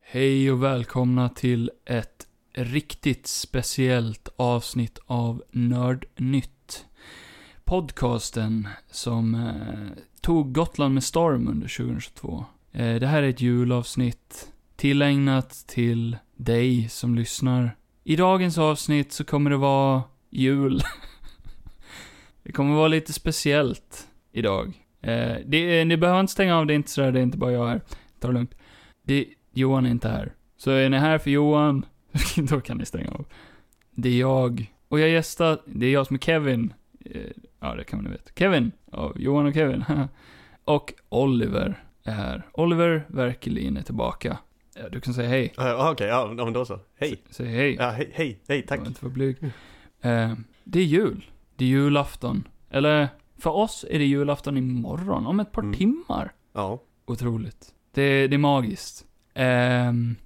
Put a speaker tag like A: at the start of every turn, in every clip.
A: Hej och välkomna till ett riktigt speciellt avsnitt av Nördnytt. Podcasten som eh, tog Gotland med storm under 2022. Eh, det här är ett julavsnitt tillägnat till dig som lyssnar. I dagens avsnitt så kommer det vara jul. det kommer vara lite speciellt idag. Eh, det, ni behöver inte stänga av, det är inte sådär, det är inte bara jag här. Ta det lugnt. Det, Johan är inte här. Så är ni här för Johan, då kan ni stänga av. Det är jag. Och jag gästar, det är jag som är Kevin. Eh, Ja, det kan man ju veta. Kevin! Av Johan och Kevin. och Oliver är här. Oliver Verkelin är tillbaka. Ja, du kan säga hej.
B: Ja, ja, okej, ja, ja, men då så. Hej.
A: S- Säg hej.
B: Ja, hej, hej, hej, tack.
A: Var inte för blyg. Eh, det är jul. Det är julafton. Eller, för oss är det julafton imorgon, om ett par
B: Mm.
A: timmar.
B: Ja,
A: Otroligt. Det, det är magiskt. Ehm,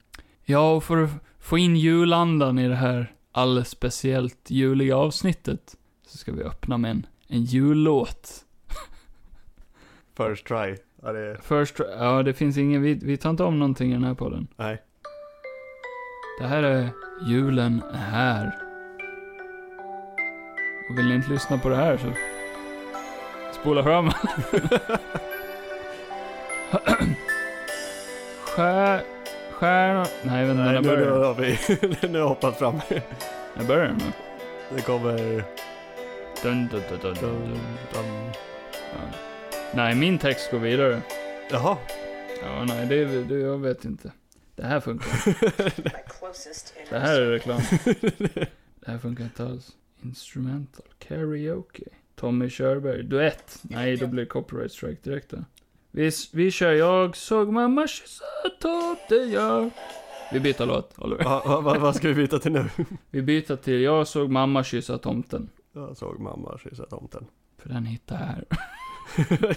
A: ja, och för att få in julandan i det här alldeles speciellt juliga avsnittet så ska vi öppna med en, en jullåt.
B: first try. Ja, det,
A: Först, ja det finns ingen, vi, vi tar inte om någonting i den här podden.
B: nej.
A: Det här är Julen är här. Och vill ni inte lyssna på det här så spola fram. Skär... Skär... Nej, vänta,
B: nej
A: när
B: nu,
A: börjar
B: nu
A: den?
B: har vi, nu har jag hoppat fram.
A: När börjar den då?
B: Det kommer...
A: Dun, dun, dun, dun, dun,
B: Dum,
A: dun.
B: dum.
A: Ja. Nej, min text går vidare.
B: Jaha.
A: Ja, nej, det, det jag vet inte. Det här funkar.
C: my closest inner
A: Det här är reklam. Det här funkar inte alls. Instrumental. Karaoke. Tommy Körberg. Duett. Nej, då blir det copyright strike direkt då. Vi, vi kör Jag såg mamma kyssa tomten jag. Vi byter låt, Oliver.
B: Ja, vad, vad, vad ska vi byta till nu?
A: Vi byter till Jag såg mamma kyssa tomten.
B: Jag såg mamma kyssa tomten.
A: För den hittar jag här.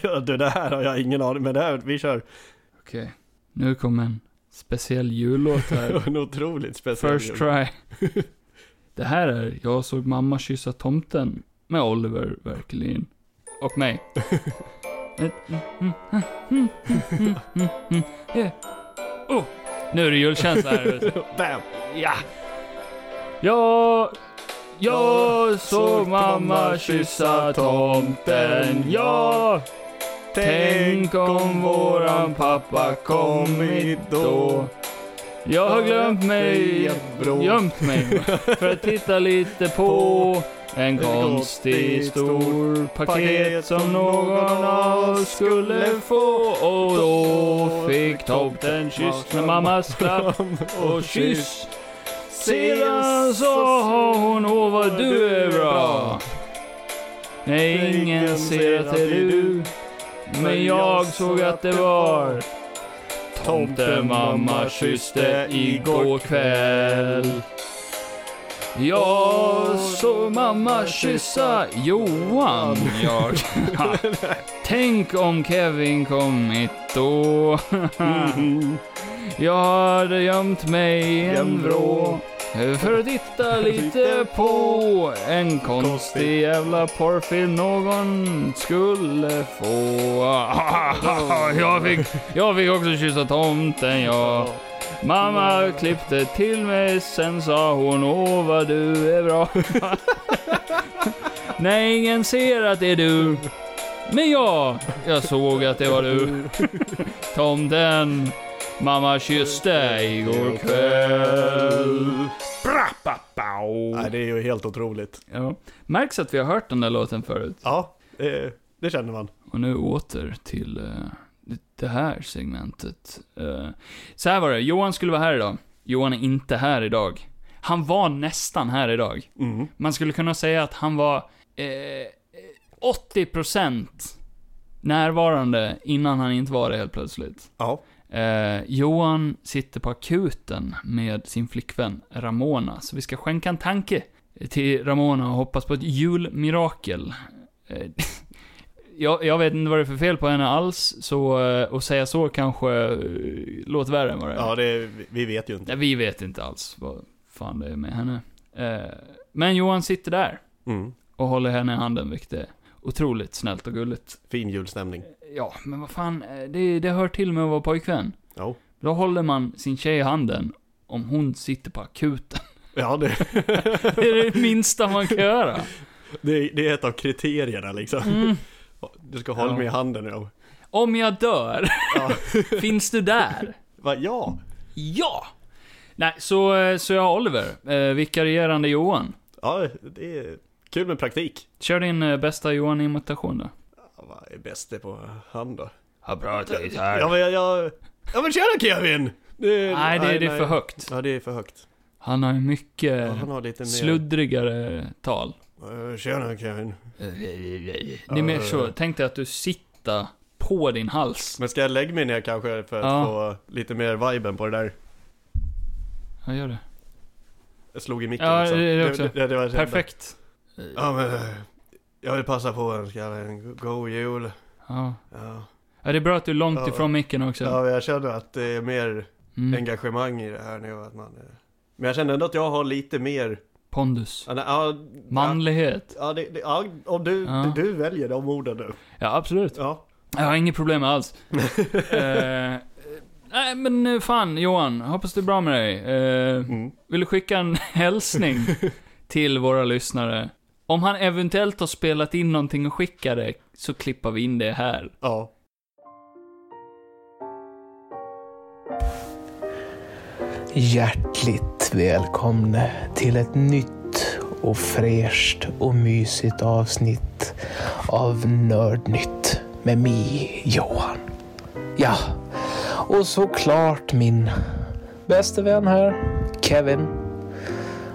B: Ja, du, det här har jag ingen aning Men det här, vi kör.
A: Okej. Nu kommer en speciell jullåt här.
B: En otroligt speciell
A: First try. Det här är Jag såg mamma kyssa tomten med Oliver Verkelin. Och mig. Mm, Oh, nu är det julkänsla här.
B: Bam!
A: Ja! Jag, jag såg mamma kyssa tomten, ja! Tänk om våran pappa kommit då. Jag har glömt mig, gömt mig för att titta lite på en konstig stor paket som någon av oss skulle få. Och då fick tomten kyss med mammas klapp och kyss. Sedan sa hon, åh vad du är bra. Nej, ingen ser att det är du. Men jag såg att det var tomten mamma kysste igår kväll. Jag såg mamma kyssa Johan, jag. Ha. Tänk om Kevin kommit då. Mm-hmm.
B: Mhm.
A: Jag hade gömt mig i en vrå. För att titta lite på en konstig jävla porrfilm någon skulle få. Jag fick, jag fick också kyssa tomten jag. Mamma klippte till mig, sen sa hon åh vad du är bra. Nej, ingen ser att det är du. Men jag, jag såg att det var du. Tomten, mamma kysste igår kväll. Bra, ba, bao.
B: Nej, det är ju helt otroligt.
A: Ja. Märks att vi har hört den där låten förut.
B: Ja, det, det känner man.
A: Och nu åter till eh, det här segmentet. Eh, så här var det, Johan skulle vara här idag. Johan är inte här idag. Han var nästan här idag.
B: Mm.
A: Man skulle kunna säga att han var eh, eh, 80% närvarande innan han inte var det helt plötsligt.
B: Ja.
A: Eh, Johan sitter på akuten med sin flickvän Ramona, så vi ska skänka en tanke till Ramona och hoppas på ett julmirakel. Eh, jag, jag vet inte vad det är för fel på henne alls, så eh, att säga så kanske eh, låter värre än vad det är.
B: Ja, det, vi- vi vet ju inte.
A: Nej, vi vet inte alls vad fan det är med henne. Eh, men Johan sitter där
B: Mm.
A: och håller henne i handen, vilket är otroligt snällt och gulligt.
B: Fin julstämning.
A: Ja, men vad fan, eh, det, det hör till med att vara pojkvän.
B: Ja.
A: Då håller man sin tjej i handen om hon sitter på akuten.
B: Ja, det,
A: Det är det minsta man kan göra.
B: det, är- det är ett av kriterierna liksom.
A: Mm.
B: Du ska hålla
A: Ja.
B: mig i handen nu.
A: Om jag dör,
B: Ja.
A: finns du där?
B: Va, ja.
A: Ja! Nej, så, eh, så jag har Oliver, eh, vikarierande Johan.
B: ja, det är kul med praktik.
A: Kör din eh, bästa Johan-imitation då.
B: Ja, Vad är bäst det på hand då?
A: Jag pratar så
B: Ja men jag, jag... Ja men tjena Kevin! Det,
A: Nej, det, det är för högt.
B: Ja det är för högt.
A: Han har ju mycket
B: Ja, han har lite mer...
A: sluddrigare tal.
B: Eh, Tjena Kevin.
A: Det är mer så, tänk dig att du sitter på din hals.
B: Men ska jag lägga mig ner kanske för att
A: Ja.
B: få lite mer viben på det där?
A: Ja, gör det.
B: Jag slog i micken
A: Ja,
B: också.
A: det är det också.
B: Det, det var det
A: Perfekt.
B: enda. Ja men... eh, Jag vill passa på att önska alla en god jul.
A: Ja.
B: Ja.
A: ja, det är bra att du är långt
B: Ja.
A: ifrån micken också.
B: ja men jag känner att det är mer
A: Mm.
B: engagemang i det här nu. Att man, eh, men jag känner ändå att jag har lite mer...
A: Pondus.
B: Ja, nej, ja,
A: Manlighet.
B: Ja, det, det, ja, om du,
A: Ja.
B: du väljer de orden nu.
A: Ja, absolut.
B: Ja.
A: Jag har inget problem alls. Eh, Nej men eh, fan Johan, hoppas det är bra med dig. Eh,
B: Mm.
A: vill du skicka en hälsning till våra lyssnare? Om han eventuellt har spelat in någonting och skickar det, så klippar vi in det här.
B: Ja.
C: Hjärtligt välkomna till ett nytt och fräscht och mysigt avsnitt av Nördnytt med mig, Johan. Ja, och såklart min bäste vän här, Kevin.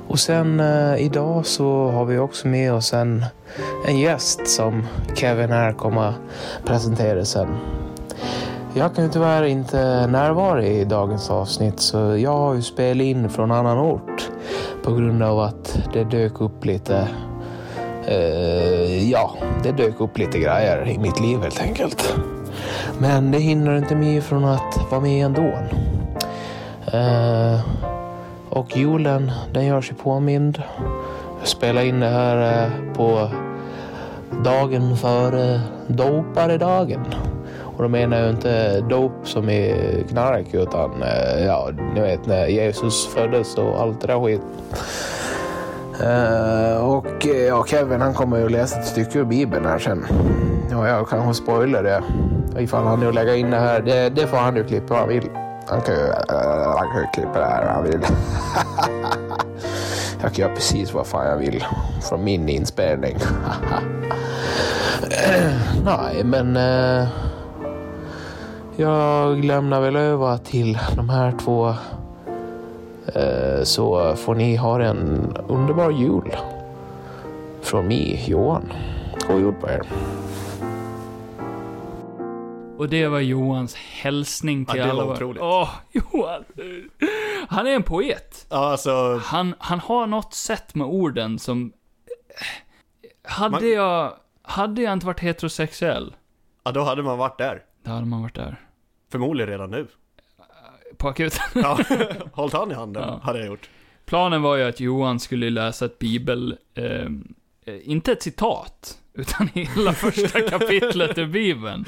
C: Och sen eh, idag så har vi också med oss en, en gäst som Kevin här kommer presentera sen. Jag kan ju tyvärr inte närvara i dagens avsnitt så jag har ju spelat in från annan ort på grund av att det dök upp lite eh, ja, det dök upp lite grejer i mitt liv helt enkelt. Men det hindrar inte mig från att vara med ändå. Eh, och julen, den gör sig påmind. Jag spelar in det här eh, på dagen före doparedagen. Och då menar jag inte dop som är knark utan eh, ja, ni vet när Jesus föddes och allt det där skit. Eh, och eh, ja, Kevin han kommer ju läsa ett stycke ur Bibeln här sen. Ja, jag kanske spoilar det. Ifall han nu lägger in det här, det, det får han ju klippa vad han vill. Han kan ju, eh, han kan ju klippa det här han vill. jag kan göra precis vad fan jag vill från min inspelning. Nej, men eh, jag lämnar väl över till de här två. Eh, så får ni ha en underbar jul. Från mig, Johan. God jul på er.
A: Och det var Johans hälsning till
B: Ja, det var
A: alla. våra-
B: otroligt.
A: Åh, Johan. Han är en poet.
B: Ja, alltså,
A: Han, han har något sätt med orden som... Hade
B: Man-
A: jag... Hade jag inte varit heterosexuell,
B: ja, då hade man varit där.
A: då hade man varit där.
B: Förmodligen redan nu.
A: På akuten.
B: Ja, hållt han i handen
A: Ja.
B: hade jag gjort.
A: Planen var ju att Johan skulle läsa ett bibel... ehm, Eh, inte ett citat, utan hela första kapitlet ur bibeln.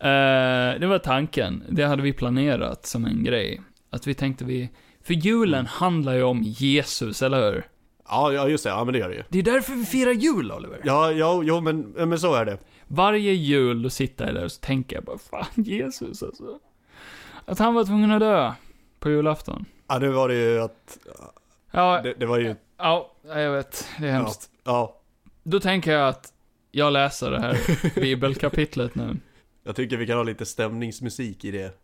A: Eh, det var tanken. Det hade vi planerat som en grej. Att vi tänkte vi... För
B: Mm.
A: julen handlar ju om Jesus, eller hur?
B: Ja, ja just det. Ja, men det gör det ju.
A: Det är därför vi firar jul, Oliver.
B: Ja, jo, jo men, ja, men så är det.
A: Varje jul då sitter jag där och så tänker jag bara, fan Jesus alltså. Att han var tvungen att dö på julafton.
B: Ja, nu var det ju att,
A: Ja,
B: det, det var ju...
A: ja jag vet. Det är
B: Ja,
A: hemskt.
B: ja,
A: Då tänker jag att jag läser det här bibelkapitlet nu.
B: jag tycker vi kan ha lite stämningsmusik i det.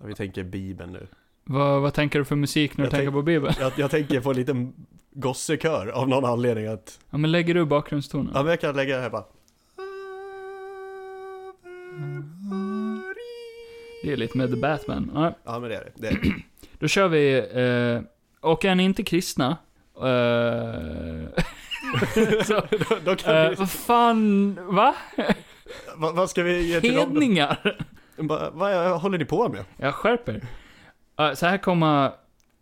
B: Ja, vi tänker Bibeln nu.
A: Vad, vad tänker du för musik när du
B: Jag
A: tänker
B: tänk-
A: på Bibeln?
B: Jag, jag tänker på en liten gossekör av någon anledning att...
A: Ja, men lägger du bakgrundstonen?
B: Ja, men jag kan lägga det här bara.
A: Det är lite med The Batman. Ja,
B: Ja, men det är det. det, är det.
A: då kör vi, eh, och är ni inte kristna, eh, så,
B: Då, då kan
A: eh,
B: vi...
A: vad fan, va?
B: Eh, Vad, vad ska vi ge till dem?
A: Hedningar?
B: Bara, Vad håller ni på med?
A: Jag skärper. Uh, så här kommer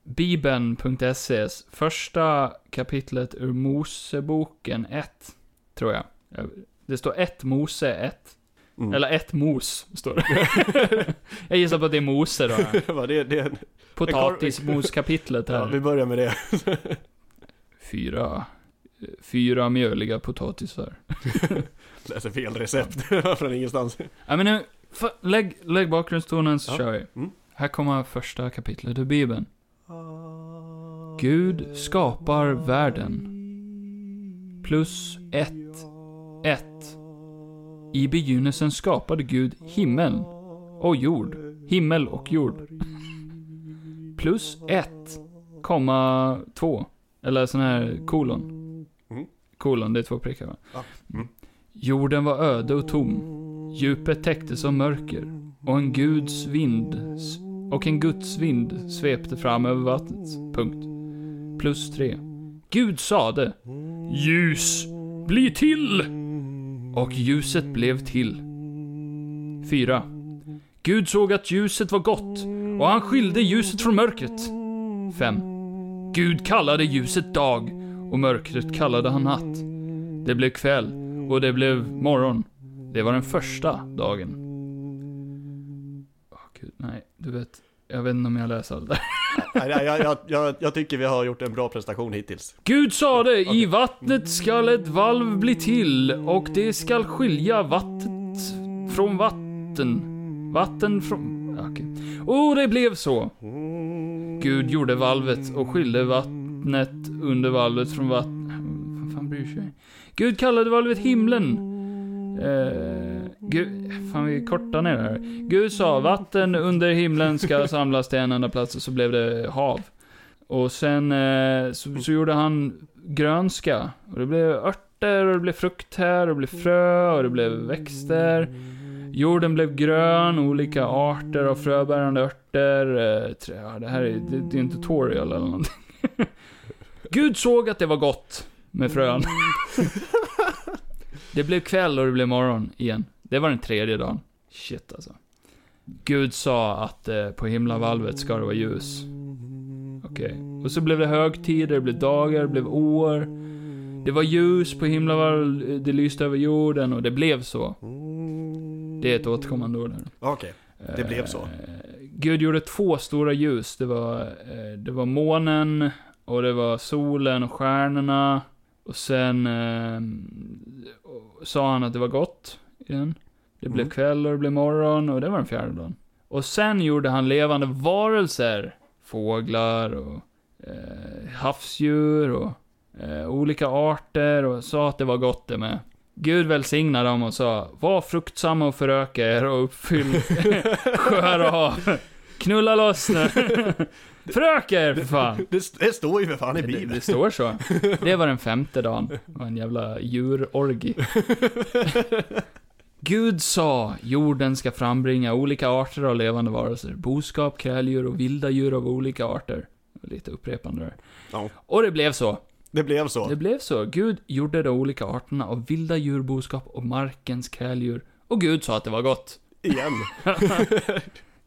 A: bibeln.ses första kapitlet ur Moseboken 1, tror jag. Jag- Det står 1 Mose 1.
B: Mm.
A: Eller ett mos, står det. jag gissar på att det är mose då.
B: Vad det, det,
A: Potatismoskapitlet
B: ja, vi
A: här.
B: börjar med det.
A: Fyra. Fyra mjöliga potatisar.
B: Läser fel recept från ingenstans.
A: Ja, men nu, fa- lägg, lägg bakgrundstonen så
B: Ja.
A: kör vi.
B: Mm.
A: Här kommer första kapitlet ur Bibeln. Gud skapar världen. Plus ett. Ett. I begynnelsen skapade Gud himmeln och jord. Himmel och jord. Plus ett, komma två. Eller sån här kolon.
B: Mm.
A: Kolon, det är två prickar va?
B: Ja.
A: Mm. Jorden var öde och tom. Djupet täcktes av mörker. Och en guds vind s- och en guds vind svepte fram över vattnet. Punkt. Plus tre. Gud sade. Ljus, bli till! Och ljuset blev till. Fyra. Gud såg att ljuset var gott och han skilde ljuset från mörkret. 5. Gud kallade ljuset dag och mörkret kallade han natt. Det blev kväll och det blev morgon. Det var den första dagen. Åh, Gud, nej, du vet. Jag vet inte om jag läser allt det där.
B: Nej, nej, jag, jag, jag, jag tycker vi har gjort en bra prestation hittills.
A: Gud sade, i vattnet skall ett valv bli till och det skall skilja vattnet från vatten. Vatten från... ja, Okej. Och det blev så. Gud gjorde valvet och skilde vattnet under valvet från vattnet. Vad fan bryr sig? Gud kallade valvet himlen. Eh, Gud, fan vi kortar ner det här. Gud sa vatten under himlen ska samlas till en enda plats och så blev det hav. Och sen eh, så, så gjorde han grönska. Och det blev örter och det blev frukt här och det blev frö och det blev växter. Jorden blev grön, olika arter av fröbärande örter. Eh, trä, ja, det här är, det, det är en tutorial eller någonting. Gud såg att det var gott med frön. det blev kväll och det blev morgon igen. Det var den tredje dagen. Shit alltså. Gud sa att eh, på himlavalvet ska det vara ljus. Okej. Och så blev det högtider, det blev dagar, det blev år. Det var ljus på himlavalvet, det lyste över jorden och det blev så.
B: Mm.
A: Det är ett återkommande ord där.
B: Okej, Det
A: Eh,
B: blev så.
A: Gud gjorde två stora ljus. Det var, eh, det var månen och det var solen och stjärnorna. Och sen eh, och- sa han att det var gott igen. Det blev
B: Mm.
A: kväll och det blev morgon och det var den fjärde dagen. Och sen gjorde han levande varelser. Fåglar och eh, havsdjur och eh, olika arter och sa att det var gott det med. Gud välsignade dem och sa, var fruktsamma och föröka er och uppfyll sjöar och hav. Knulla loss nu. Föröka er för fan.
B: det, st- det står ju för fan i
A: Det,
B: Bibeln.
A: det står så. Det var den femte dagen. Det var en jävla djurorgi. Gud sa, jorden ska frambringa olika arter av levande varelser. Boskap, kräldjur och vilda djur av olika arter. Lite upprepande där.
B: Ja.
A: Och det blev så.
B: Det blev så.
A: Det blev så. Gud gjorde de olika arterna av vilda djur, boskap och markens kräldjur. Och Gud sa att det var gott.
B: Igen.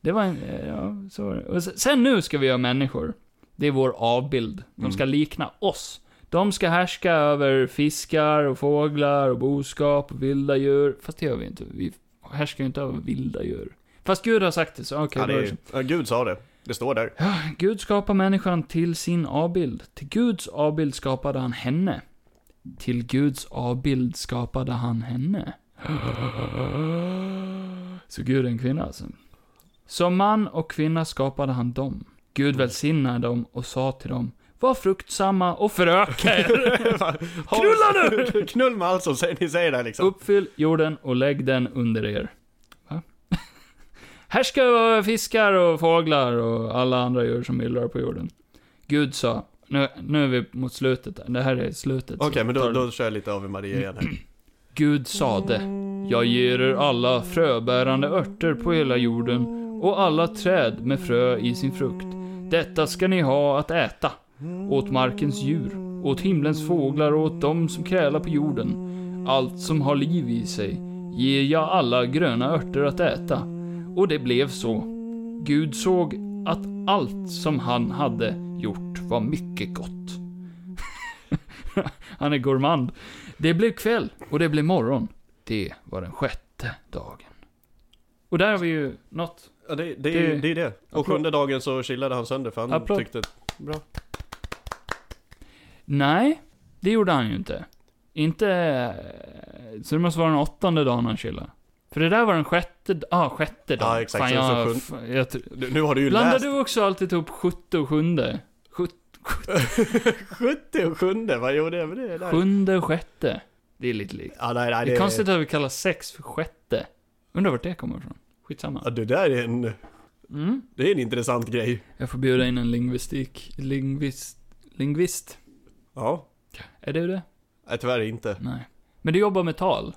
A: Det var en, eh, ja, så var det. Och se- Sen nu ska vi göra människor. Det är vår avbild. De
B: Mm.
A: ska likna oss. De ska härska över fiskar och fåglar och boskap och vilda djur. Fast det gör vi inte. Vi härskar ju inte över vilda djur. Fast Gud har sagt det, så okej,
B: Ja,
A: då
B: det
A: är det
B: är, ja, Gud sa det. Det står där.
A: Gud skapar människan till sin avbild. Till Guds avbild skapade han henne. Till Guds avbild skapade han henne. Så Gud är en kvinna alltså. Som man och kvinna skapade han dem. Gud välsignade dem och sa till dem, var fruktsamma och föröka er. Knulla
B: nu! Knull med allt som säger- ni säger där liksom.
A: Uppfyll jorden och lägg den under er. Va? Härska över fiskar och fåglar och alla andra djur som myllrar på jorden. Gud sa, nu, nu är vi mot slutet, det här är slutet.
B: Okej, men då,
A: Tar-
B: då kör jag lite Ave Maria igen här.
A: Gud sade, jag ger er alla fröbärande örter på hela jorden och alla träd med frö i sin frukt. Detta ska ni ha att äta, åt markens djur, åt himlens fåglar och åt dem som krälar på jorden. Allt som har liv i sig ger jag alla gröna örter att äta. Och det blev så. Gud såg att allt som han hade gjort var mycket gott. han är gourmand. Det blev kväll och det blev morgon. Det var den sjätte dagen. Och där har vi ju nått.
B: Ja, det, det, är ju-
A: Det-
B: det är det. Och sjunde dagen så chillade han sönder för han
A: Applåd.
B: tyckte att, bra.
A: Nej, det gjorde han ju inte. Inte... eh, Så det måste vara den åttonde dagen han chillade. För det där var den sjätte... Ja, ah, sjätte dagen.
B: Ja, exakt.
A: Fan,
B: Så- så
A: jag,
B: sjun-
A: fan, jag, tr-
B: Nu, nu har du ju
A: Blandar
B: läst
A: du också alltid upp sjätte och sjunde? Sjut,
B: 70 och sjunde, vad gjorde jag med det? Där.
A: sjunde och sjätte? Det är lite likt.
B: Ja, nej, nej,
A: Det är konstigt att vi kallar sex för sjätte. Undrar vart det kommer ifrån.
B: Ja,
A: Skitsamma.
B: det där är en,
A: Mm.
B: det är en intressant grej.
A: Jag får bjuda in en lingvistik... Lingvist... Lingvist?
B: Ja,
A: Är du det?
B: nej, tyvärr inte.
A: Nej. Men du jobbar med tal?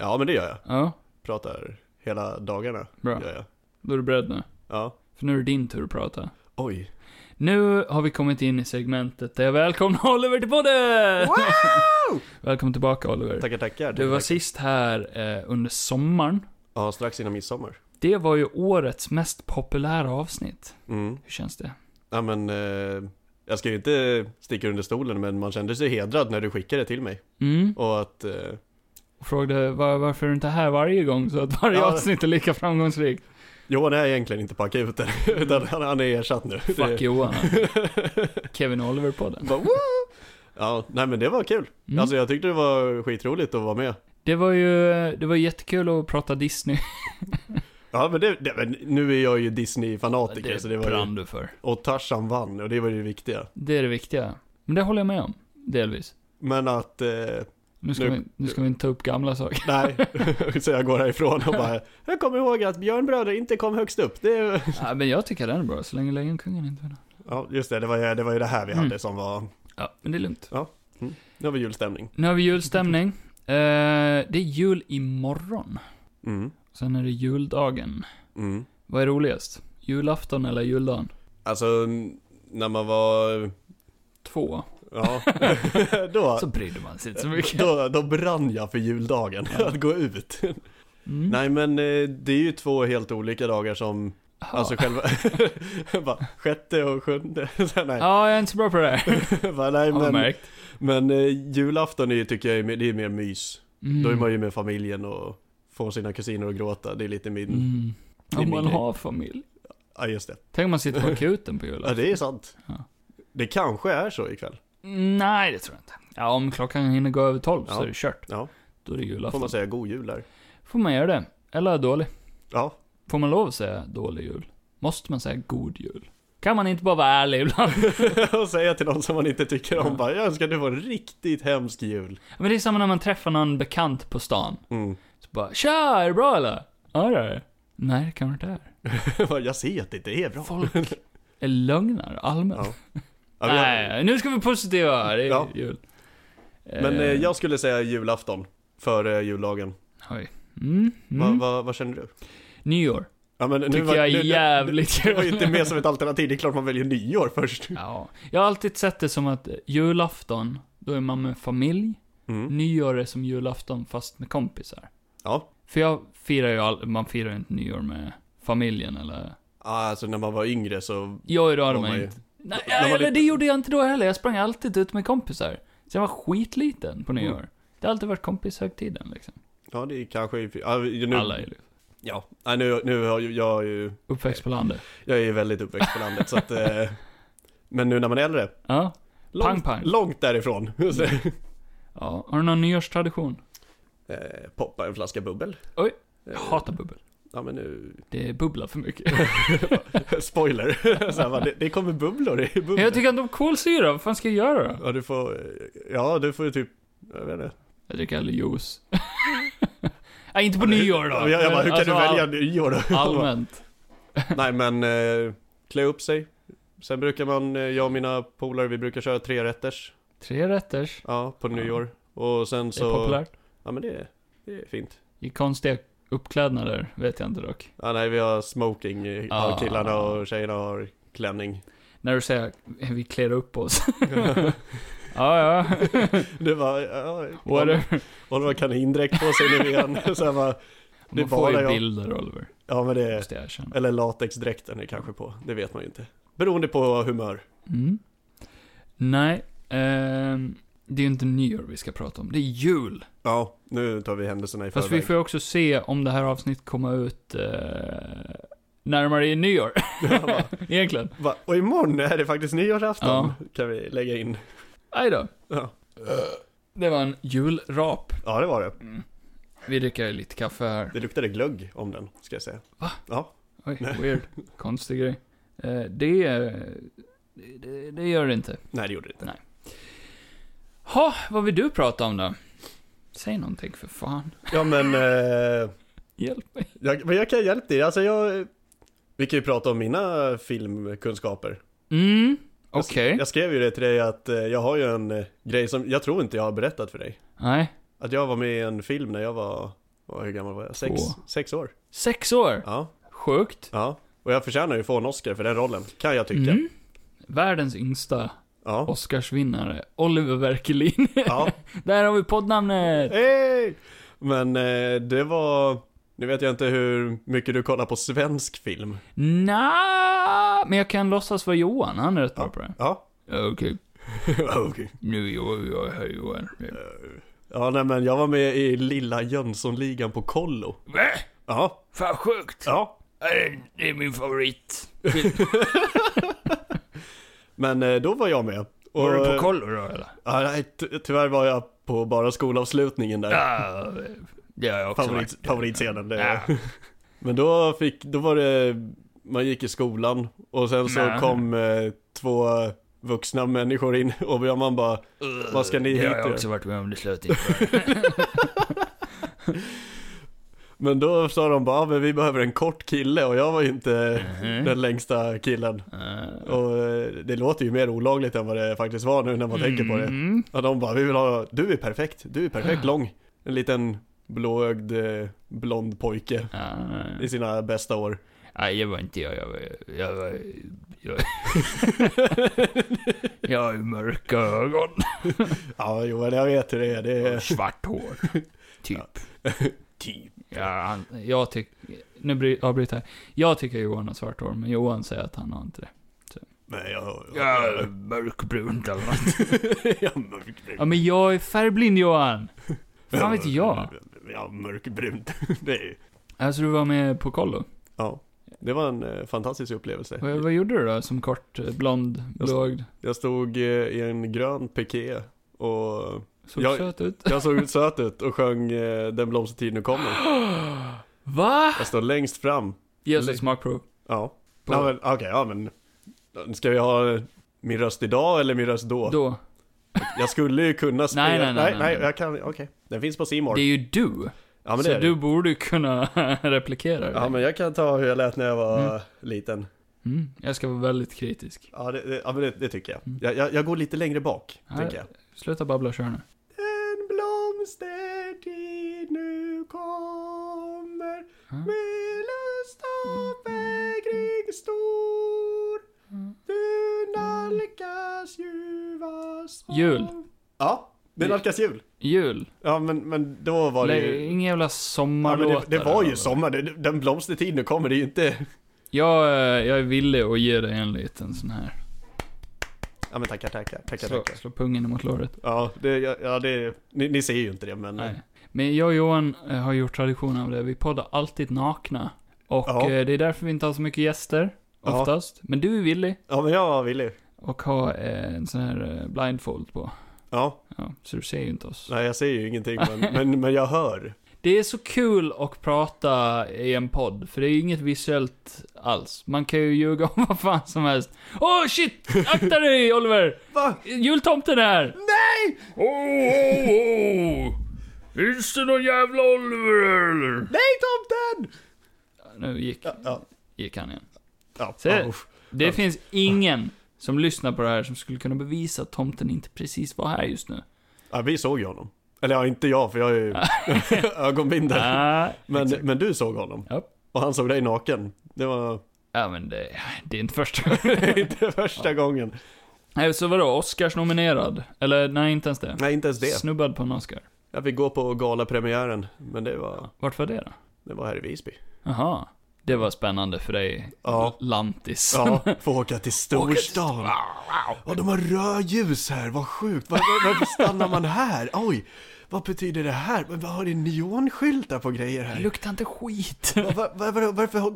B: Ja, men det gör jag.
A: Ja,
B: Pratar hela dagarna.
A: bra.
B: Gör jag.
A: Då är du beredd nu.
B: Ja.
A: För nu är det din tur att prata.
B: Oj.
A: Nu har vi kommit in i segmentet där jag välkomnar Oliver till podden!
B: Wow!
A: Välkommen tillbaka Oliver.
B: Tackar, tackar.
A: Du var
B: Tack.
A: sist här eh, under sommaren.
B: Ja, strax innan midsommar.
A: Det var ju årets mest populära avsnitt.
B: Mm.
A: Hur känns det?
B: Ja, men... Eh, jag ska ju inte sticka under stolen, men man kände sig hedrad när du skickade det till mig.
A: Mm.
B: Och att... Eh,
A: Och frågade var, varför är du inte här varje gång så att varje
B: Ja.
A: avsnitt är lika framgångsrikt.
B: Johan är egentligen inte på akuten, utan han, han är ersatt nu.
A: Fuck Johan. Kevin och Oliver på den.
B: Bara, "Woo!" ja, nej men det var kul.
A: Mm.
B: Alltså jag tyckte det var skitroligt att vara med.
A: Det var ju, eh, det var jättekul att prata Disney.
B: Ja men, det, det, men nu är jag ju Disney-fanatiker så det var ju,
A: brann du för.
B: Och Tarzan vann och det var ju det viktiga.
A: Det är det viktiga. Men det håller jag med om. Delvis.
B: Men att, eh,
A: Nu ska,
B: Nu-
A: Vi, nu ska vi inte ta upp gamla saker.
B: nej. så jag går härifrån och bara, jag kommer ihåg att Björnbröder inte kom högst upp. Det, är-
A: Ja, men jag tycker den är bra, så länge Lejonkungen inte vinner.
B: ja just det, det var ju det, var ju det här vi
A: Mm.
B: hade som var,
A: Ja, men det är lugnt.
B: nu har vi julstämning.
A: Nu har vi julstämning. Eh, det är jul imorgon.
B: Mm.
A: Sen är det juldagen.
B: Mm.
A: Vad är roligast? Julafton eller juldagen?
B: Alltså, när man var,
A: Två.
B: ja, då.
A: Så brydde man sig inte så mycket.
B: Då, då brann jag för juldagen, att gå ut.
A: Mm.
B: Nej men eh, det är ju två helt olika dagar som,
A: Ja.
B: alltså själva, bara, sjätte och sjunde. Så, nej,
A: Ja, jag är inte så bra på det där.
B: bara, nej
A: Har du
B: men,
A: märkt?
B: men eh, julafton är, ju, tycker jag är mer- det är mer mys.
A: Mm.
B: Då är man ju med familjen och får sina kusiner att gråta. Det är lite min,
A: Mm.
B: Det är
A: Om
B: min
A: man
B: grej.
A: har familj.
B: ja just det.
A: Tänk om man sitter på akuten på
B: Ja
A: julafton.
B: det är sant.
A: Ja.
B: Det kanske är så ikväll,
A: Nej, det tror jag inte. Ja, om klockan hinner gå över tolv så
B: Ja.
A: är det kört.
B: Ja.
A: Då är det
B: får
A: julafton.
B: man säga god jul där.
A: Får man göra det? Eller dålig?
B: Ja,
A: Får man lov att säga dålig jul? Måste man säga god jul? Kan man inte bara vara ärlig ibland?
B: och säga till någon som man inte tycker om
A: Ja.
B: bara, jag önskar du får en riktigt hemsk jul.
A: Men det är samma när man träffar någon bekant på stan.
B: Mm.
A: Så bara, tja, är det bra eller? Ja, det är det. Nej, det kanske inte är.
B: jag ser att det inte är bra.
A: Folk är lögnare allmänt.
B: Ja. Ja, vi har-
A: Nej, nu ska vi positiva här. Det är
B: Ja.
A: jul.
B: Men eh,
A: Eh,
B: jag skulle säga julafton före jullagen.
A: Oj. Mm,
B: Va-
A: mm.
B: va- vad känner du?
A: Nyår.
B: Ja, men, nu
A: Tycker jag är jävligt
B: Det var ju
A: kul.
B: inte med som ett alternativ, det är klart man väljer nyår först.
A: Ja. Jag har alltid sett det som att eh, julafton, då är man med familj.
B: Mm.
A: Nyår är som julafton fast med kompisar.
B: Ja,
A: För jag firar ju all, man firar ju inte nyår med familjen eller...
B: Ja, alltså när man var yngre så...
A: Jag är
B: Var
A: rörde
B: man
A: mig
B: ju-
A: inte. Nej,
B: När man
A: eller
B: lite-
A: det gjorde jag inte då heller. Jag sprang alltid ut med kompisar. Så jag var skitliten på nyår.
B: Mm.
A: Det har alltid varit kompishögtiden liksom.
B: Ja, det är kanske... Ja, nu,
A: Alla är ju
B: Ja, Nej, nu, nu har ju- jag är ju...
A: uppväxt på landet.
B: Jag är ju väldigt uppväxt på landet så att... Eh, men nu när man är äldre,
A: Ja.
B: långt,
A: Pang, pang.
B: långt därifrån. Så,
A: ja. Har du någon nyårstradition?
B: eh, poppa en flaska bubbel.
A: Oj. Jag
B: Eh,
A: hatar bubbel.
B: Ja men nu,
A: Det bubblar för mycket.
B: spoiler. Så här, va, det, det kommer bubblor i bubbel.
A: Men jag tycker inte om kolsyra. Vad fan ska jag göra då?
B: Ja du får, eh, ja du får ju typ, jag vet inte.
A: Jag dricker aldrig juice. Nej, inte på nyår då.
B: Ja, Jag, jag bara, hur kan
A: Alltså,
B: du välja
A: all-
B: nyår då?
A: Allmänt.
B: Nej men, eh, klä upp sig. Sen brukar man, eh, jag och mina polare, vi brukar köra tre rätters
A: Tre rätters.
B: ja, på
A: Ja.
B: nyår. Och sen
A: Det är
B: så,
A: populärt.
B: ja men det, det är fint.
A: I konstiga uppklädnader vet jag inte dock.
B: Ja, nej vi har smoking, eh,
A: Ah.
B: killarna och tjejerna har klänning.
A: När du säger vi klär upp oss. ja, ja.
B: Det var, ja,
A: Whatever.
B: och det var kanindräkt på sig nu igen. Så här, va, Det Eh, är
A: Man får
B: bara
A: ju
B: jag.
A: bilder Oliver.
B: ja men det,
A: Måste jag erkänna.
B: eller latexdräkten är kanske på, det vet man ju inte. Beroende på humör.
A: Mm. Nej. Mm. ehm, det är ju inte nyår vi ska prata om, det är jul.
B: Ja, nu tar vi händelserna i
A: Fast vi
B: förväg.
A: får ju också se om det här avsnittet kommer ut eh, närmare i nyår. Egentligen.
B: Va? Och imorgon är det faktiskt nyårsafton,
A: Ja.
B: kan vi lägga in.
A: Aj då.
B: Ja.
A: Det var en julrap. Mm.
B: ja, det var det.
A: Vi dricker lite kaffe här.
B: Det luktade glögg om den, ska jag säga.
A: Oj, weird. Konstig grej. Eh, det, eh, det, det gör det inte.
B: Nej, det gjorde det inte.
A: Ha, vad vill du prata om då? Säg någonting för fan.
B: Ja, men... Eh...
A: Hjälp mig.
B: Jag, men jag kan hjälpa dig. Alltså jag... Vi kan ju prata om mina filmkunskaper.
A: Mm,
B: Jag-
A: okej.
B: Jag skrev ju det till dig att eh, jag har ju en eh, grej som jag tror inte jag har berättat för dig.
A: Nej.
B: Att jag var med i en film när jag var, vad, hur gammal var jag? Sex,
A: Två.
B: sex år.
A: Sex år.
B: Ja,
A: Sjukt.
B: ja. Och jag förtjänar ju få en Oscar för den rollen, kan jag tycka.
A: Mm. Världens yngsta
B: Ja.
A: Oscarsvinnare, Oliver Werkelin.
B: ja.
A: Där har vi poddnamnet.
B: Hey! Men eh, det var, nu vet jag inte hur mycket du kollar på svensk film.
A: Nja, men jag kan låtsas vara Johan. Han är rätt bra på det.
B: Ja.
A: Okej,
B: Okej.
A: nu är jag, jag är här Johan.
B: Ja, nej men jag var med i Lilla Jönssonligan på kollo.
A: Va?
B: Ja.
A: Fan sjukt.
B: Ja.
A: Nej, Det är min favorit.
B: Men eh, då var jag med. Och, eh,
A: Var du på kollo då eller?
B: Ja, nej, ty- tyvärr var jag på bara skolavslutningen där.
A: Ja, det har jag också
B: Favorit,
A: varit.
B: favoritscenen. Det.
A: Ja.
B: Men då fick, då var det, man gick i skolan och sen så
A: Nej.
B: kom eh, två vuxna människor in och man bara, vad ska ni hit
A: Det har jag
B: göra?
A: också varit med om, det slöt inte.
B: Men då sa de bara, ah, men vi behöver en kort kille och jag var ju inte
A: Mhm.
B: den längsta killen.
A: Eh,
B: Och eh, det låter ju mer olagligt än vad det faktiskt var nu när man tänker på det.
A: mm.
B: Ja, de bara, vi vill ha, du är perfekt, du är perfekt lång. En liten blåögd eh, blond pojke
A: Ja, nej.
B: i sina bästa år.
A: Nej, det var inte jag. Jag var... Jag var... Jag, jag har ju mörka ögon
B: Ja, jo, men jag vet hur det är. Det
A: och
B: är...
A: svart hår. Typ.
B: Typ.
A: Ja, han, jag tycker... Nu bry- avbryter jag. Jag tycker Johan har svart hår, men Johan säger att han har inte det.
B: Nej, jag...
A: Jag är mörkbrunt eller något.
B: jag är mörkbrunt.
A: Ja, men jag är färgblind Johan! Fan vet jag?
B: Ja, mörkbrunt. Det är...
A: Alltså du var med på kollo?
B: Ja. Det var en eh, fantastisk
A: Vad,
B: upplevelse.
A: vad gjorde du då som kort, eh, blond, blåögd?
B: Jag stod eh, i en grön piké och
A: Såg
B: Jag-
A: söt ut?
B: jag såg söt ut och sjöng eh, Den blomstertid nu kommer.
A: Va?
B: Jag stod längst fram.
A: Ge oss
B: Nej.
A: ett smakprov.
B: Ja.
A: På-
B: ja men, Okej, ja men. Ska vi ha min röst idag eller min röst då?
A: Då.
B: Jag skulle ju kunna spela.
A: nej, nej,
B: nej,
A: nej, nej.
B: jag kan, okej. Den finns på Simor.
A: Det är ju du.
B: Ja men
A: så
B: det är
A: du
B: det.
A: borde ju kunna replikera det.
B: Ja men jag kan ta hur jag lät när jag var liten.
A: mm, jag ska vara väldigt kritisk.
B: Ja, det, det, ja men det, det tycker jag. Jag, jag. jag går lite längre bak,
A: Mm. Ja,
B: tänker jag.
A: Sluta babbla och kör nu.
B: En blomstertid nu kommer med lust och vägring stor Du nalkas ljuva sol
A: Jul.
B: Ja, det nalkas jul.
A: Jul.
B: Ja men, men då var det
A: Nej,
B: ju...
A: Ingen jävla
B: Ja, men det,
A: sommarlåtar.
B: det var ju
A: eller?
B: sommar, det, den blomstertid nu kommer, det är ju inte...
A: Jag, eh, jag är villig att ge dig en liten sån här.
B: Ja men tackar, tackar, tackar,
A: Slå,
B: tackar.
A: slå pungen mot låret.
B: Ja, det, ja, ja det, ni, ni ser ju inte det men...
A: Nej. Men jag och Johan eh, har gjort tradition av det. Vi poddar alltid nakna. Och
B: Ja.
A: eh, det är därför vi inte har så mycket gäster.
B: Ja.
A: Oftast. Men du är villig.
B: Ja men jag var villig.
A: Och har eh, en sån här eh, blindfold på.
B: Ja,
A: Ja, så du ser ju inte oss.
B: nej jag ser ju ingenting men, men, men jag hör.
A: Det är så kul att prata i en podd, för det är ju inget visuellt alls. Man kan ju ljuga om vad fan som helst. Åh oh, shit! Akta dig Oliver!
B: Va?
A: Jultomten är här!
B: Nej!
A: Oh, oh, oh. Finns det någon jävla Oliver eller?
B: Nej tomten!
A: Nu gick,
B: Ja,
A: gick han igen.
B: ja.
A: Se.
B: ja, usch.
A: Det finns ingen som lyssnar på det här som skulle kunna bevisa att tomten inte precis var här just nu.
B: ja vi såg ju honom. Eller ja, inte jag för jag är ju ögonbindel.
A: Ah,
B: Men, men du såg honom.
A: Ja.
B: Och han såg dig naken. Det var
A: ja, men det, det är inte första
B: inte första gången.
A: Nej, så vadå? Oscars nominerad? Eller nej, inte ens det.
B: Nej, inte ens det.
A: Snubbad på en Oscar.
B: Jag fick gå på galapremiären, men det var,
A: Vart var det då?
B: det var här i Visby.
A: Jaha. Det var spännande för dig,
B: Ja.
A: lantis.
B: Ja, få åka till storstan. Ja, de har rödljus här, vad sjukt. Var, varför stannar man här? Oj, vad betyder det här? Men vad har det neonskyltar på grejer
A: Det
B: här?
A: luktar inte skit.
B: Var, var, var, varför, har,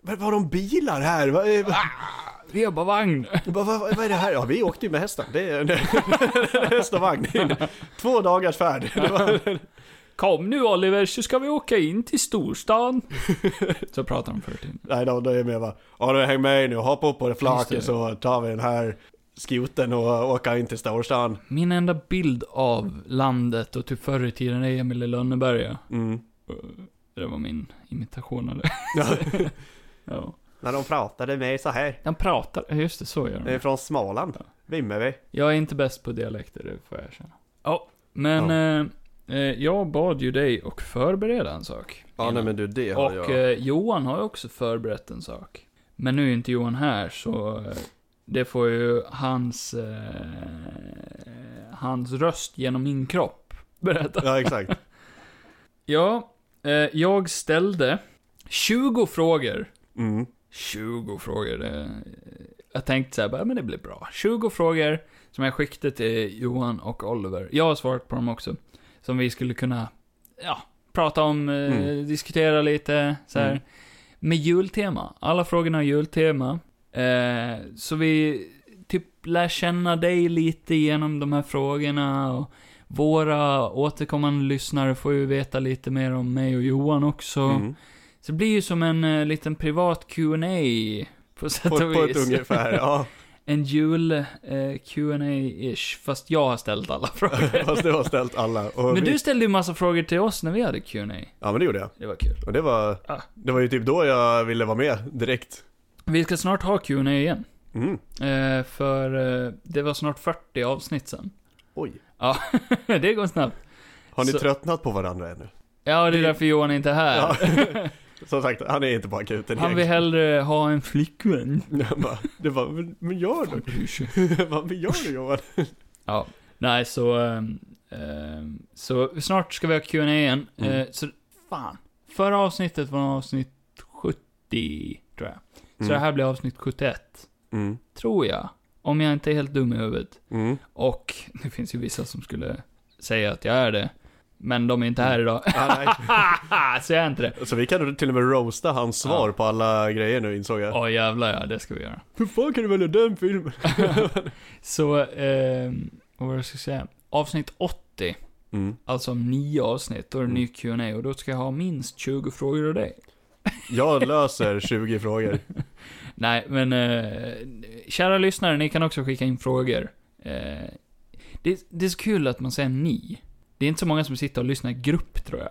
B: varför har de bilar här? Vad är- vad-
A: Vebarvagn.
B: vad- vad- vad är det här? Ja, vi åkte ju med hästen. Det är häst och vagn. Två dagars färd. Det var,
A: Kom nu Oliver, så ska vi åka in till storstan. så pratar de 14.
B: nej, de, de är med va. Ja, du häng med nu. Hoppa upp på det flaket så tar vi den här skoten och åker in till storstan.
A: Min enda bild av landet och hur förr i tiden är Emil i Lönneberga.
B: Mm.
A: Det var min imitation av det.
B: Ja.
A: Ja.
B: När de pratade med så här.
A: De pratar, ja, just det, så gör
B: Det är
A: de.
B: från Småland. Vimmerby.
A: Jag är inte bäst på dialekter, det får jag erkänna. Ja, men eh, eh, jag bad ju dig och förbereda en sak.
B: Ja, nej men du det har
A: Och
B: jag.
A: eh, Johan har ju också förberett en sak. Men nu är inte Johan här, så eh, det får ju hans, eh, hans röst genom min kropp berätta.
B: Ja exakt.
A: Ja, eh, jag ställde 20 frågor.
B: Mm.
A: 20 frågor, det, jag tänkte så här, bara, men det blir bra. 20 frågor som jag skickade till Johan och Oliver. Jag har svarat på dem också. Som vi skulle kunna, ja, prata om, eh,
B: Mm.
A: diskutera lite så här.
B: Mm.
A: Med jultema. Alla frågorna har jultema. Eh, så vi typ lär känna dig lite genom de här frågorna och våra återkommande lyssnare får ju veta lite mer om mig och Johan också.
B: Mm.
A: Så det blir ju som en eh, liten privat Q&A på sätt
B: På,
A: och
B: på ett
A: vis.
B: ungefär, ja.
A: En jul eh, qa ish fast jag har ställt alla frågor.
B: Fast du har ställt alla. Och
A: men
B: vi...
A: du ställde ju massa frågor till oss när vi hade Q&A
B: Ja men det gjorde jag.
A: Det var kul.
B: Och det var,
A: Ah.
B: det var ju typ då jag ville vara med direkt.
A: Vi ska snart ha Q&A igen.
B: Mm.
A: Eh, för eh, det var snart 40 avsnitt sen.
B: Oj.
A: Ja, det går snabbt.
B: Har ni
A: Så-
B: tröttnat på varandra ännu?
A: Ja, det är
B: Det-
A: därför Johan inte är här.
B: Ja. Som sagt, han är inte på akuten
A: Han vill
B: egentligen.
A: hellre ha en flickvän.
B: Jag bara, Det var, men, men gör du? Vad men gör du Johan?
A: Ja, nej så... ehm, ehm, så snart ska vi ha Q&A igen.
B: Mm.
A: Eh, så, fan. Förra avsnittet var avsnitt 70, tror jag. Så det här blir avsnitt 71,
B: Mm.
A: tror jag. Om jag inte är helt dum i huvudet.
B: Mm.
A: Och det finns ju vissa som skulle säga att jag är det. Men de är inte här idag.
B: Ah,
A: så jag är inte det.
B: nej. Så vi kan till och med roasta hans svar på alla grejer nu insåg jag.
A: Åh jävlar ja, det ska vi göra.
B: Hur fan kan du välja den filmen?
A: Så, ehm, vad var det jag skulle säga? Avsnitt 80,
B: Mm.
A: alltså om nio avsnitt, då är det en ny Q&A och då ska jag ha minst 20 frågor av dig.
B: Jag löser 20 frågor.
A: Nej, men eh, kära lyssnare, ni kan också skicka in frågor. Eh, det, det är så kul att man säger ni. Det är inte så många som sitter och lyssnar i grupp, tror jag.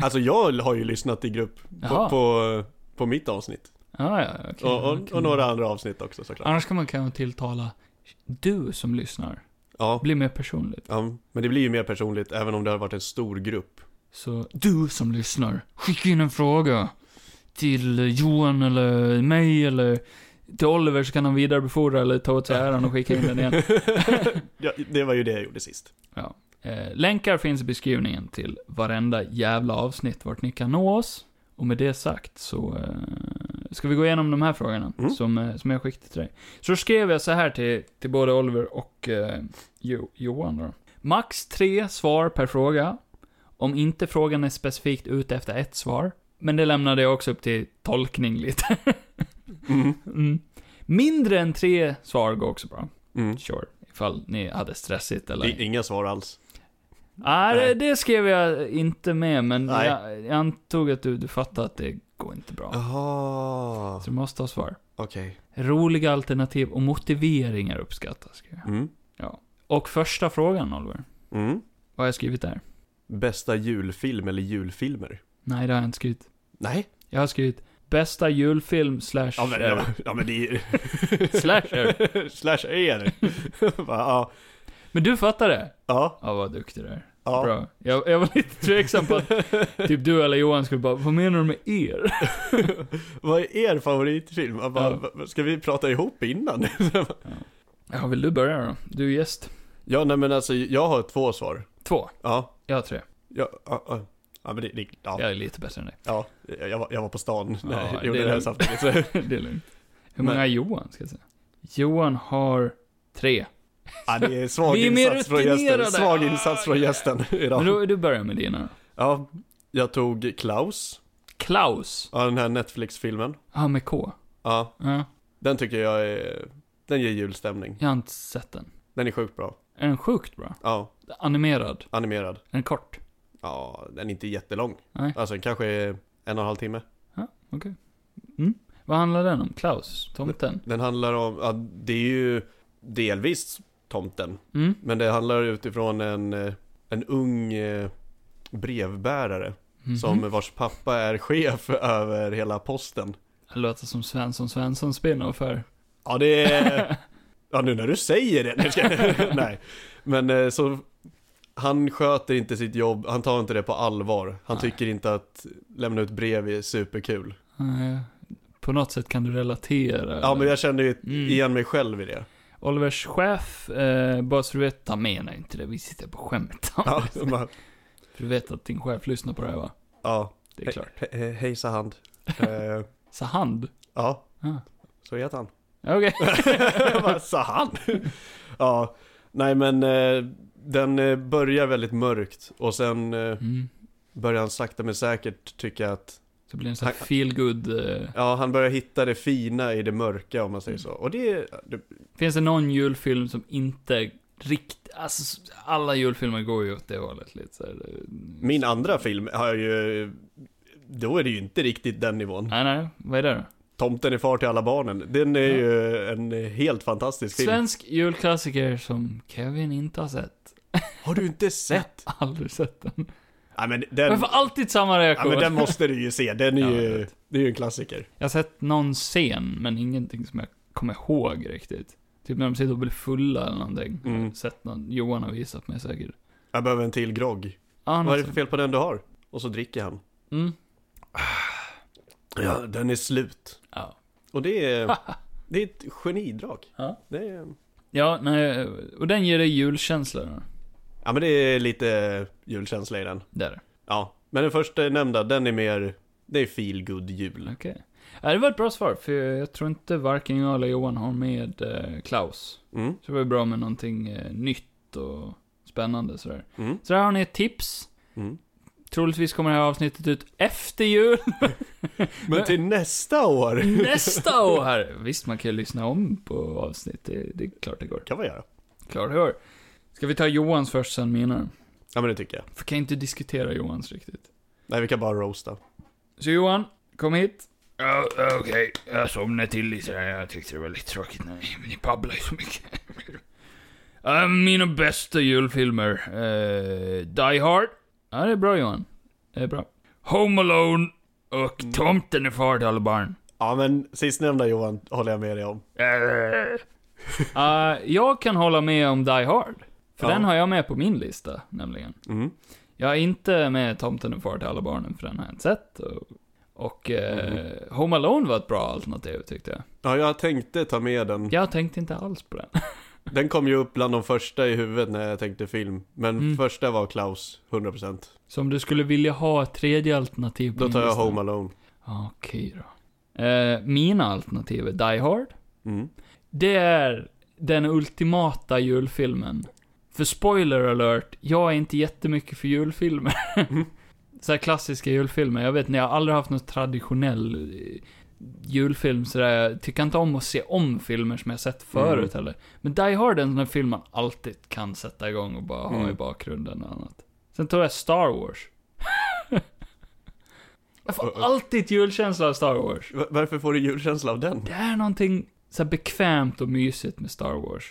B: Alltså jag har ju lyssnat i grupp på,
A: Jaha.
B: på, på mitt avsnitt.
A: Ah, ja, okej.
B: Och, och,
A: Okej.
B: och några andra avsnitt också såklart.
A: Annars kan man kanske tilltala du som lyssnar.
B: Ja.
A: Det blir mer personligt.
B: ja, men det blir ju mer personligt även om det har varit en stor grupp.
A: Så du som lyssnar, skicka in en fråga till Johan eller mig eller till Oliver så kan han vidarebefordra eller ta åt sig äran och skicka in den igen.
B: Ja, det var ju det jag gjorde sist.
A: Eh, länkar finns i beskrivningen till varenda jävla avsnitt vart ni kan nå oss. Och med det sagt så eh, ska vi gå igenom de här frågorna
B: Mm.
A: som, eh, som jag skickade till dig. Så skrev jag så här till, till både Oliver och eh, jo, Johan då. Max tre svar per fråga. Om inte frågan är specifikt ute efter ett svar. Men det lämnade jag också upp till tolkning lite.
B: Mm.
A: Mm. Mindre än tre svar går också bra.
B: Mm.
A: Sure. Ifall ni hade stressigt eller...
B: Det är inga svar alls.
A: Nej, Det,
B: Nej.
A: det skrev jag inte med, men
B: Nej.
A: jag, jag antog att du, du fattar att det går inte bra.
B: Jaha,
A: Så du måste ha svar.
B: okej.
A: Roliga alternativ och motiveringar uppskattas. skrev jag.
B: Mm.
A: Och första frågan, Oliver.
B: Mm.
A: Vad har jag skrivit där?
B: Bästa julfilm eller julfilmer?
A: Nej, det har jag inte skrivit.
B: Nej.
A: Jag har skrivit bästa julfilm slash...
B: Ja men, ja, men- ja, men det är ju...
A: Slasher.
B: Slasher är det. Va, ja.
A: Men du fattar det?
B: Ja.
A: Ja, vad duktig du är.
B: ja.
A: Bra. Jag, jag var lite tveksam på att typ du eller Johan skulle bara, vad menar du med er?
B: Vad är er favoritfilm? Jag bara, "Va- Ska vi prata ihop innan?
A: Ja, vill du börja då? Du är gäst.
B: ja, nej men alltså jag har två svar.
A: Två.
B: Ja,
A: Jag har tre.
B: ja, ja, ja. Ja, men det, det, ja,
A: Jag är lite bättre än dig.
B: ja, jag, var, jag var på stan när
A: Ja,
B: jag gjorde
A: det-
B: det här samtidigt. Så.
A: det är lugnt. Hur
B: Men-
A: många har Johan, ska jag säga? Johan har tre.
B: Ja, det är svag
A: Vi är mer
B: insats från gästen.
A: rutinerade. Ah,
B: Svag insats från gästen
A: Men
B: idag.
A: då, du börjar med dina.
B: Ja, jag tog Klaus,
A: Klaus.
B: ja, den här Netflix-filmen.
A: Ja, med K.
B: Ja,
A: Ja,
B: den tycker jag är, den ger julstämning.
A: jag har inte sett den.
B: Den är sjukt bra.
A: Är den sjukt bra?
B: Ja,
A: Animerad?
B: animerad.
A: Är den kort?
B: Ja, den är inte jättelång.
A: Nej.
B: Alltså den kanske är en och en halv timme.
A: Vad handlar den om? Klaus? Tomten?
B: Den handlar om, ja, det är ju delvis tomten.
A: Mm?
B: Men det handlar utifrån en, eh, en ung eh, brevbärare.
A: Mhm.
B: Som vars pappa är chef över hela posten.
A: Det låter som Svensson Svensson spin-off här.
B: Ja det är... Ja nu när du säger det. Nej, ska jag- Nej. Men eh, så... Han sköter inte sitt jobb, han tar inte det på allvar. Han
A: Nej.
B: tycker inte att lämna ut brev är superkul.
A: Nej, På något sätt kan du relatera.
B: Ja men jag känner ju
A: Mm.
B: igen mig själv i det.
A: Olivers chef, eh, bara så du vet, han menar inte det. Vi sitter på skämt.
B: Ja, man,
A: För du vet att din chef lyssnar på det här va?
B: ja.
A: Det är klart.
B: He- he- hej Sahand. Eh,
A: Så hand?
B: ja,
A: Ja.
B: så heter han.
A: Okej.
B: Vad sa han? ja, nej men eh, den eh, börjar väldigt mörkt och sen eh,
A: Mm.
B: börjar han sakta men säkert tycka att
A: Så blir det en sån här feel good. Eh.
B: ja, han börjar hitta det fina i det mörka om man säger så. Och det, är- det
A: Finns det någon julfilm som inte rikt... Alltså, alla julfilmer går ju åt det hållet lite så här. eh,
B: min andra film har ju då är det ju inte riktigt den nivån.
A: Nej, nej. Vad är det då?
B: Tomten är far till alla barnen. Den är ju en helt fantastisk film.
A: Svensk julklassiker som Kevin inte har sett.
B: Har du inte sett?
A: Aldrig sett den.
B: Nej men den,
A: Jag får alltid samma
B: ja,
A: reaktion.
B: men den måste du ju se. Den är
A: Ja, jag
B: ju,
A: vet.
B: det är ju en klassiker.
A: Jag har sett någon scen, men ingenting som jag kommer ihåg riktigt. Typ när de sitter och blir fulla eller någonting.
B: Mm.
A: Jag har sett någon, Johan har visat mig säkert.
B: Jag behöver en till grogg.
A: Ah,
B: Vad är det för fel på den du har? Och så dricker han.
A: Mm.
B: Ja, den är slut.
A: Ja.
B: Och det är, det är ett genidrag.
A: Ja.
B: Det är,
A: ja, nej, och den ger dig julkänsla. då.
B: ja, men det är lite julkänsla i den.
A: Där,
B: Ja, men den första nämnda, den är mer, det är feel good jul.
A: okej. Ja, det var ett bra svar, för jag tror inte varken jag eller Johan har med eh, Klaus.
B: Mm,
A: Så det var bra med någonting eh, nytt och spännande sådär.
B: mm,
A: Så där har ni ett tips.
B: mm.
A: Troligtvis kommer det här avsnittet ut efter jul.
B: Men till nästa år
A: Nästa år! Visst, man kan ju lyssna om på avsnitt. Det, det är klart det går.
B: kan vi göra.
A: Klart det går. Ska vi ta Johans först, sen mina?
B: Ja, men det tycker jag.
A: För kan jag inte diskutera Johans riktigt.
B: Nej, vi kan bara roasta.
A: Så Johan, kom hit.
D: Ja, okej. Jag somnade till lite där. Jag tyckte det var lite tråkigt när ni, ni babblade så mycket.
A: Äh, mina bästa julfilmer. Eh, Die Hard. Ja, det är bra Johan. Det är bra.
D: Home Alone och Tomten är far till alla barn.
B: Ja, men sistnämnda Johan håller jag med dig om.
D: Eh,
A: Eh, jag kan hålla med om Die Hard. För
B: Ja.
A: den har jag med på min lista, nämligen.
B: Mm.
A: Jag är inte med Tomten och far till alla barnen, för den har jag inte sett. Och, och eh,
B: Mm.
A: Home Alone var ett bra alternativ, tyckte jag.
B: Ja, jag tänkte ta med den.
A: Jag tänkte inte alls på den.
B: Den kom ju upp bland de första i huvudet när jag tänkte film. Men
A: Mm.
B: första var Klaus, 100%.
A: Så om du skulle vilja ha ett tredje alternativ på
B: Då
A: din
B: tar jag
A: lista-
B: Home Alone.
A: Okej då. Eh, mina alternativ är Die Hard.
B: Mm.
A: Det är den ultimata julfilmen. För spoiler alert, jag är inte jättemycket för julfilmer. så här klassiska julfilmer. Jag vet inte, jag har aldrig haft någon traditionell eh, julfilm sådär. Jag tycker inte om att se om filmer som jag sett förut heller. Men Die Hard är en sån där film man alltid kan sätta igång och bara ha
B: Mm.
A: i bakgrunden och annat. Sen tog jag Star Wars. jag får alltid julkänsla av Star Wars.
B: Va- Varför får du julkänsla av den?
A: Det är någonting så här bekvämt och mysigt med Star Wars.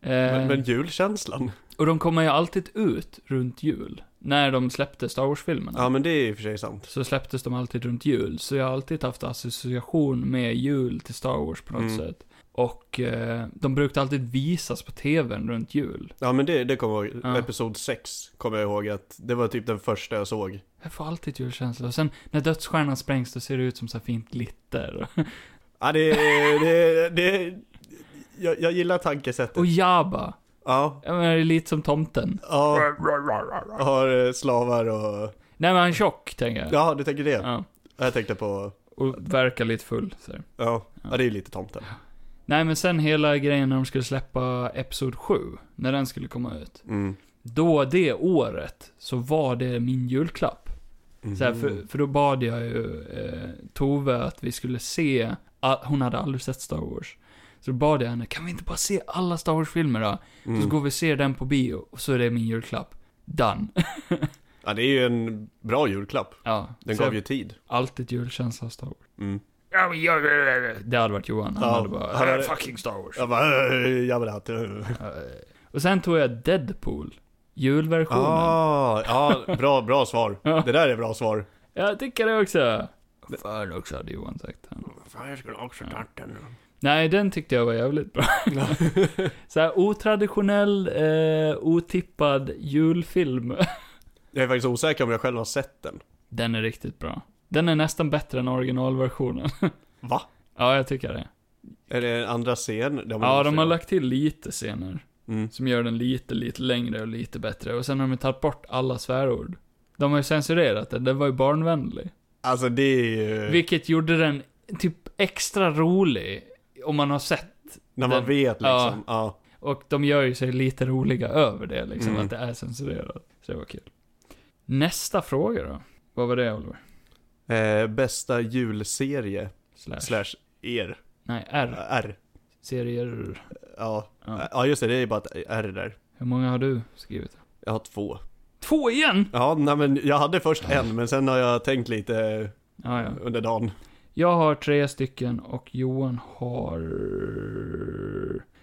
A: Eh,
B: Men, men julkänslan?
A: Och de kommer ju alltid ut runt jul. När de släppte Star Wars-filmerna.
B: Ja men det är i och för sig sant.
A: Så släpptes de alltid runt jul. Så jag har alltid haft association med jul till Star Wars på något
B: Mm.
A: sätt. Och eh, de brukade alltid visas på TVn runt jul.
B: Ja men det, det kommer jag ihåg.
A: Ja.
B: Episod 6 kommer jag ihåg att det var typ den första jag såg.
A: Jag får alltid julkänsla. Och sen när dödsstjärnan sprängs, då ser det ut som så här fint glitter.
B: Ja det, det, det jag, jag gillar tankesättet.
A: Och Jabba.
B: Ja,
A: Jag menar, det är lite som tomten.
B: ja, har eh, slavar och...
A: Nej men han är tjock, tänker jag.
B: Ja, du tänker det?
A: Ja.
B: Jag tänkte på,
A: Och verkar lite full. Så. här.
B: ja, ja det är ju lite tomten.
A: Nej men sen hela grejen när de skulle släppa Episod 7, när den skulle komma ut.
B: Mm.
A: Då det året, så var det min julklapp. Så här,
B: Mm.
A: för, för då bad jag ju eh, Tove att vi skulle se, ah, hon hade aldrig sett Star Wars. Så då bad jag henne, kan vi inte bara se alla Star Wars-filmer då?
B: Mm.
A: Så går vi och ser den på bio, och så är det min julklapp. Done.
B: Ja, det är ju en bra julklapp.
A: ja.
B: Den
A: så
B: gav
A: jag-
B: ju tid.
A: Alltid julkänsla av Star Wars.
B: Mm.
E: Ja, men jag...
A: Det hade varit Johan, han
B: Ja,
A: hade bara...
B: han hade-
E: Äh, Fucking Star Wars.
B: Jag bara, "Äh, jag vill ha det."
A: Eh, Och sen tog jag Deadpool, julversionen.
B: Ah, ja, bra, bra svar. Det där är bra svar.
A: Jag tycker det också. Fan också hade Johan sagt. Han.
B: Fan, jag skulle också tagit den.
A: Nej, den tyckte jag var jävligt bra. så här otraditionell, eh, otippad julfilm.
B: Jag är faktiskt osäker om jag själv har sett den.
A: Den är riktigt bra. Den är nästan bättre än originalversionen.
B: Va?
A: ja, jag tycker det.
B: Är det en andra scen?
A: Ja, de har lagt till lite scener.
B: Mm.
A: Som gör den lite, lite längre och lite bättre. Och sen har de tagit bort alla svärord. De har ju censurerat den, den var ju barnvänlig.
B: Alltså det är ju...
A: Vilket gjorde den typ extra rolig. Om man har sett
B: när man
A: den-
B: vet liksom. Ja.
A: Och de gör ju sig lite roliga över det, liksom,
B: Mm.
A: att det är censurerat. Så det var kul. Nästa fråga då. Vad var det, Oliver?
B: Eh, bästa julserie
A: Slash.
B: slash er.
A: Nej, R.
B: R.
A: Serier.
B: Ja.
A: Ja.
B: ja, just det. Det är bara ett R där.
A: Hur många har du skrivit?
B: Jag har två.
A: Två igen?
B: Ja, nej men jag hade först en, men sen har jag tänkt lite eh,
A: Ja, ja.
B: under dagen.
A: Jag har tre stycken och Johan har...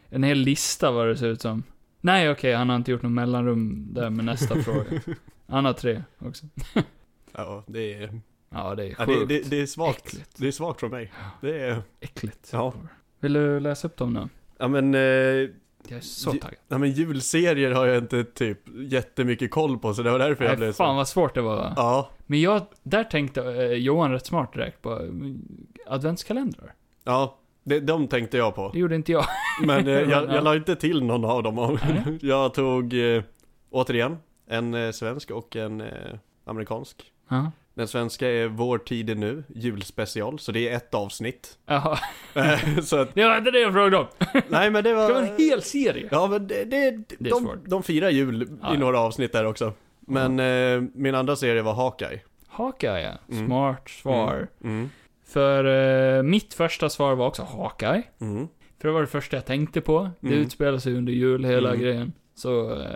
A: En hel lista vad det ser ut som. Nej, okej, han har inte gjort något mellanrum där med nästa fråga. Han har tre också.
B: Ja, det är,
A: Ja, det är sjukt.
B: ja, det, det, det är svagt.
A: Äckligt.
B: Det är svagt från mig. Det är,
A: Äckligt.
B: Ja.
A: Vill du läsa upp dem nu?
B: ja men, eh,
A: Jag är så
B: Ju-
A: taggad.
B: ja men julserier har jag inte typ jättemycket koll på, så det var därför jag
A: Nej,
B: blev
A: fan
B: så.
A: vad svårt det var.
B: Ja,
A: Men jag, där tänkte eh, Johan rätt smart direkt på eh, adventskalendrar.
B: ja. Det, de tänkte jag på.
A: Det gjorde inte jag.
B: Men eh, jag,
A: Ja.
B: jag la inte till någon av dem. Jag tog eh, återigen en eh, svensk och en eh, amerikansk.
A: Ja.
B: Den svenska är Vår tid är nu, julspecial, så det är ett avsnitt.
A: Jaha.
B: Eh, så att,
A: Det var inte det jag frågade om.
B: nej men det var...
A: Det var en hel serie.
B: Eh. Ja men det, det,
A: är
B: de,
A: svårt.
B: de firar jul
A: Ja,
B: i
A: ja.
B: några avsnitt där också. Men eh, min andra serie var Hawkeye.
A: Hawkeye, ja.
B: Mm.
A: Smart svar.
B: Mm.
A: För eh, mitt första svar var också Hawkeye.
B: Mm.
A: För det var det första jag tänkte på. Det
B: Mm.
A: utspelar sig under jul, hela
B: Mm.
A: grejen. Så, eh,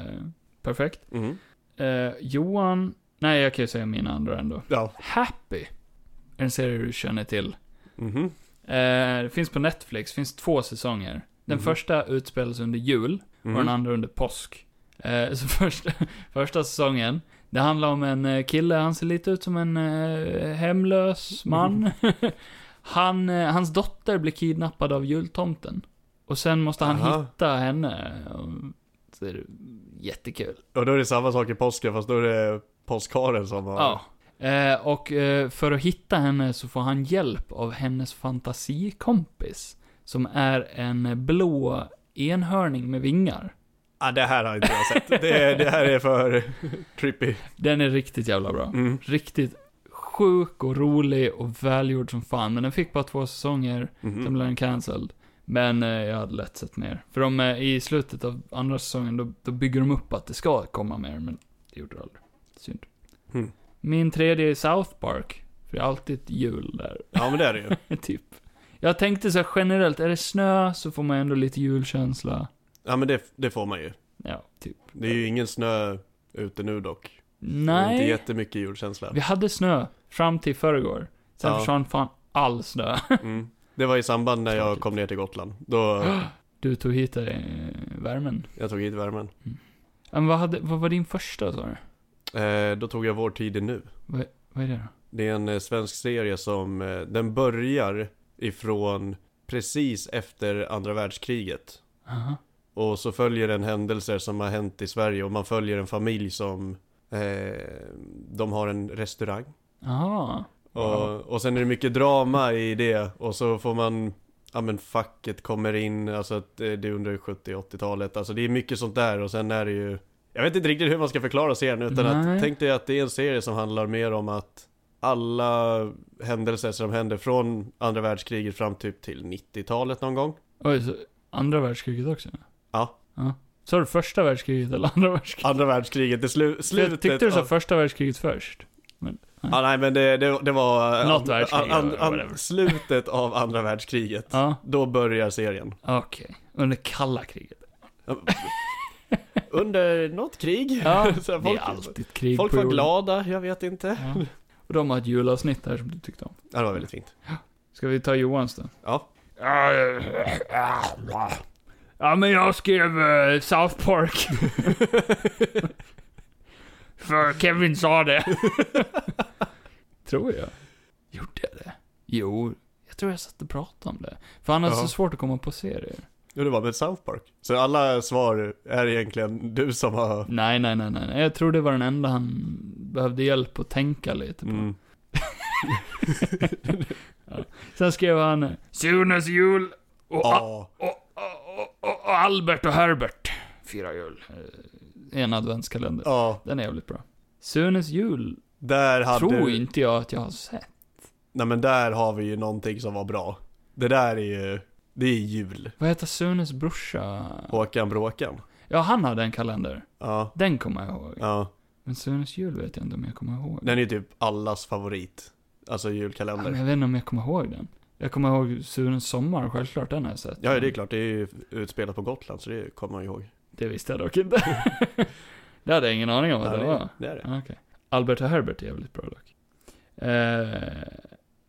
A: perfekt.
B: Mm.
A: Eh, Johan, nej jag kan ju säga mina andra ändå.
B: Ja.
A: Happy. En serie du känner till.
B: Mhm.
A: Eh, det finns på Netflix, finns två säsonger. Den
B: Mhm.
A: första utspelas under jul och den
B: Mm.
A: andra under påsk. Eh, så första, första säsongen, det handlar om en eh, kille, han ser lite ut som en eh, hemlös man.
B: Mm.
A: han, eh, hans dotter blir kidnappad av jultomten. Och sen måste han
B: Aha.
A: hitta henne. Och Så är det jättekul.
B: Och då är det samma sak i påsken, fast då är det påskharen som har...
A: Ja. Eh, och eh, för att hitta henne så får han hjälp av hennes fantasikompis. Som är en blå enhörning med vingar.
B: Ah, det här har inte jag sett. Det, det här är för trippy.
A: Den är riktigt jävla bra.
B: Mm.
A: Riktigt sjuk och rolig och välgjord som fan. Men den fick bara två säsonger,
B: Mm-hmm. Mm.
A: sen blev den cancelled. Men eh, jag hade lätt sett mer. För de, eh, i slutet av andra säsongen, då, då bygger de upp att det ska komma mer, men det gjorde det aldrig. Synd.
B: Mm.
A: Min tredje är South Park. För det är alltid ett jul där.
B: Ja men det är det ju.
A: typ. Jag tänkte så här generellt, är det snö så får man ändå lite julkänsla.
B: Ja men det, det får man ju.
A: Ja, typ.
B: Det är ju ingen snö ute nu dock. Det är Inte
A: Nej,
B: jättemycket julkänsla.
A: vi hade snö fram till förrgår. Sen
B: Ja.
A: försvann fan all snö.
B: Mm. Det var i samband när jag
A: Tråkigt.
B: kom ner till Gotland. Då
A: Du tog hit eh, värmen.
B: jag tog hit värmen.
A: Ja, Men vad, hade, vad var din första sa du?
B: Eh, då tog jag Vår tid är nu.
A: Vad är det då?
B: Det är en eh, svensk serie som, eh, den börjar ifrån precis efter andra världskriget.
A: Aha.
B: Och så följer den händelser som har hänt i Sverige och man följer en familj som, eh, de har en restaurang.
A: Aha.
B: Och, och sen är det mycket drama i det och så får man Ja men facket kommer in, alltså att eh, det är under 70-80-talet, alltså det är mycket sånt där och sen är det ju Jag vet inte riktigt hur man ska förklara serien utan
A: Nej.
B: att tänk dig att det är en serie som handlar mer om att alla händelser som hände från andra världskriget fram typ till 90-talet någon gång.
A: Oj, så andra världskriget också?
B: Ja.
A: ja. Sa du första världskriget eller andra världskriget?
B: Andra världskriget, det slu slutet
A: Jag tyckte du sa
B: av-
A: första världskriget först.
B: Ja, nej men det, det, det var... eh,
A: Något världskrig, eller whatever.
B: slutet av andra världskriget.
A: Ja,
B: Då börjar serien.
A: okej. Under kalla kriget.
B: Under något krig.
A: Ja,
B: Så här,
A: det är
B: folk,
A: alltid krig
B: folk
A: på
B: var
A: jorden.
B: glada, jag vet inte.
A: Ja. Och de har ett julavsnitt här som du tyckte om.
B: Ja, det var väldigt fint.
A: Ska vi ta Johans då?
B: Ja.
F: Ah, eh, ah, ah.
A: Ja, men jag skrev eh, South Park. För Kevin sa det. tror jag. Gjorde jag det? Jo, jag tror jag satt och pratade om det. För han hade
B: Ja.
A: så svårt att komma på serier.
B: Jo, det var med South Park. Så alla svar är egentligen du som har...
A: Nej, nej, nej, nej. nej. Jag tror det var den enda han behövde hjälp att tänka lite på.
B: Mm.
A: Sen skrev han eh, Sunes jul och, A-
B: Ja.
A: och, och, och, och Albert och Herbert firar jul. Eh, En adventskalender.
B: Ja.
A: Den är jävligt bra. Sunes jul
B: Där hade
A: tror
B: du...
A: inte jag att jag har sett.
B: Nej men där har vi ju någonting som var bra. Det där är ju... Det är jul.
A: Vad heter Sunes brorsa?
B: Håkan Bråkan.
A: Ja, han hade en kalender.
B: Ja.
A: Den kommer jag ihåg.
B: Ja.
A: Men Sunes jul vet jag inte om jag kommer ihåg.
B: Den är ju typ allas favorit. Alltså
A: Ja,
B: julkalender.
A: men jag vet inte om jag kommer ihåg den. Jag kommer ihåg Sunes sommar, självklart den har jag sett.
B: Ja, ja, det är klart. Det är ju utspelat på Gotland, så det kommer man ju ihåg.
A: Det visste jag dock inte. det hade jag ingen aning om
B: Ja,
A: vad
B: det,
A: det
B: är,
A: var.
B: det är det.
A: Ah, okej. Albert och Herbert är jävligt bra dock. Eh,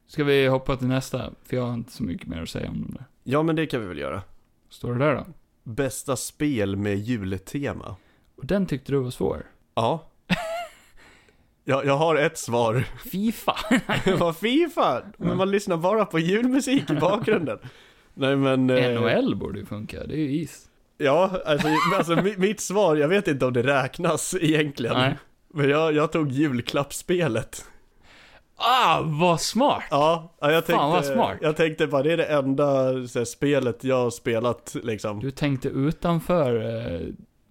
A: ska vi hoppa till nästa? För jag har inte så mycket mer att säga om dem där.
B: Ja, men det kan vi väl göra.
A: Står det där då?
B: Bästa spel med jultema.
A: Och den tyckte du var svår.
B: Ja. Jag, jag har ett svar.
A: Fifa!
B: Vad Fifa! Men man lyssnar bara på julmusik i bakgrunden. Nej men... eh,
A: NHL borde ju funka, det är ju is.
B: Ja, alltså, alltså mi- mitt svar, jag vet inte om det räknas egentligen.
A: Nej.
B: Men jag, jag tog julklappsspelet.
A: Ah, vad smart!
B: Ja, ja, jag tänkte,
A: Fan, vad smart.
B: jag tänkte bara det är det enda så här, spelet jag har spelat liksom.
A: Du tänkte utanför eh,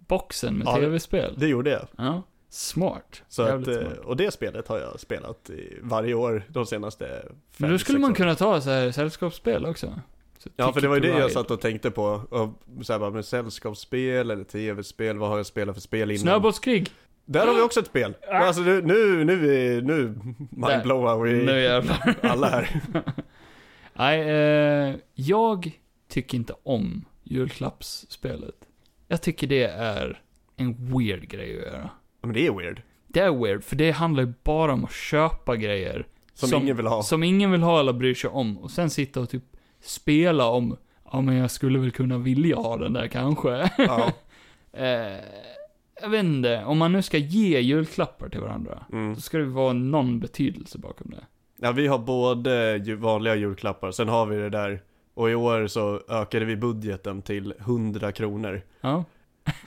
A: boxen med
B: Ja, det-
A: tv-spel.
B: Det gjorde jag.
A: Ja, smart.
B: Så att,
A: Jävligt
B: eh,
A: smart.
B: och det spelet har jag spelat i varje år de senaste fem,
A: Men då skulle
B: sex
A: man
B: åren.
A: kunna ta så här sällskapsspel också. Så
B: Ja, för det var ju det
A: Ticket to
B: jag
A: Ride.
B: satt och tänkte på. Och så här bara med sällskapsspel eller tv-spel, vad har jag spelat för spel innan?
A: Snöbollskrig!
B: Där har vi också ett spel!
A: Ah.
B: Men Alltså nu, nu, nu, är- nu mindblowar
A: Nu
B: vi
A: jävlar.
B: alla här.
A: Nej, eh, jag tycker inte om julklappsspelet. Jag tycker det är en weird grej att göra.
B: Ja, Men det är weird.
A: Det är weird, för det handlar ju bara om att köpa grejer
B: Som,
A: Som-
B: ingen vill ha.
A: Som ingen vill ha eller bryr sig om. Och sen sitta och typ spela om, ja men jag skulle väl kunna vilja ha den där kanske.
B: Ja.
A: eh, jag vet inte, om man nu ska ge julklappar till varandra,
B: Mm.
A: då ska det vara någon betydelse bakom det.
B: ja, vi har både ju- vanliga julklappar, sen har vi det där. Och i år så ökade vi budgeten till 100 kronor.
A: Ja,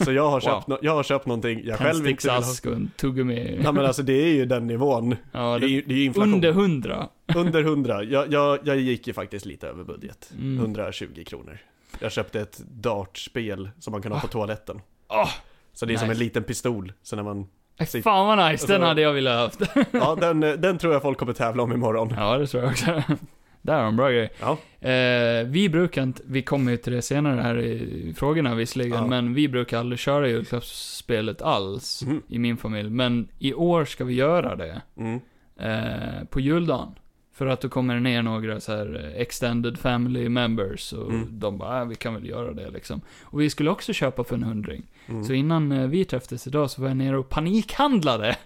B: Så jag
A: Wow.
B: har köpt, no- jag har köpt någonting jag själv inte vill ha.
A: tändsticksask och en tuggummi.
B: Ja men alltså det är ju den nivån.
A: Ja,
B: Det är
A: det,
B: ju, det är ju inflation.
A: under hundra.
B: Under 100. Jag, jag, jag gick ju faktiskt lite över budget.
A: Mm.
B: 120 kronor. Jag köpte ett dartspel som man kan ha på toaletten.
A: Åh,
B: Så det är som en
A: Ah. nice.
B: liten pistol. Så när man...
A: nej, fan vad nice, den
B: Alltså-
A: hade jag velat ha haft.
B: Ja, den, den tror jag folk kommer tävla om imorgon.
A: Ja, det tror jag också. Där har de bra grej.
B: Ja.
A: Eh, vi brukar inte, vi kommer ju till det senare här i frågorna visserligen,
B: Ja.
A: men vi brukar aldrig köra julklappsspelet alls
B: Mhm.
A: i min familj. Men i år ska vi göra det
B: Mm.
A: eh, på juldagen. För att då kommer det ner några så här eh, extended family members och
B: Mm.
A: de bara, äh, vi kan väl göra det liksom. Och vi skulle också köpa för en hundring.
B: Mm.
A: Så innan eh, vi träffades idag så var jag nere och panikhandlade.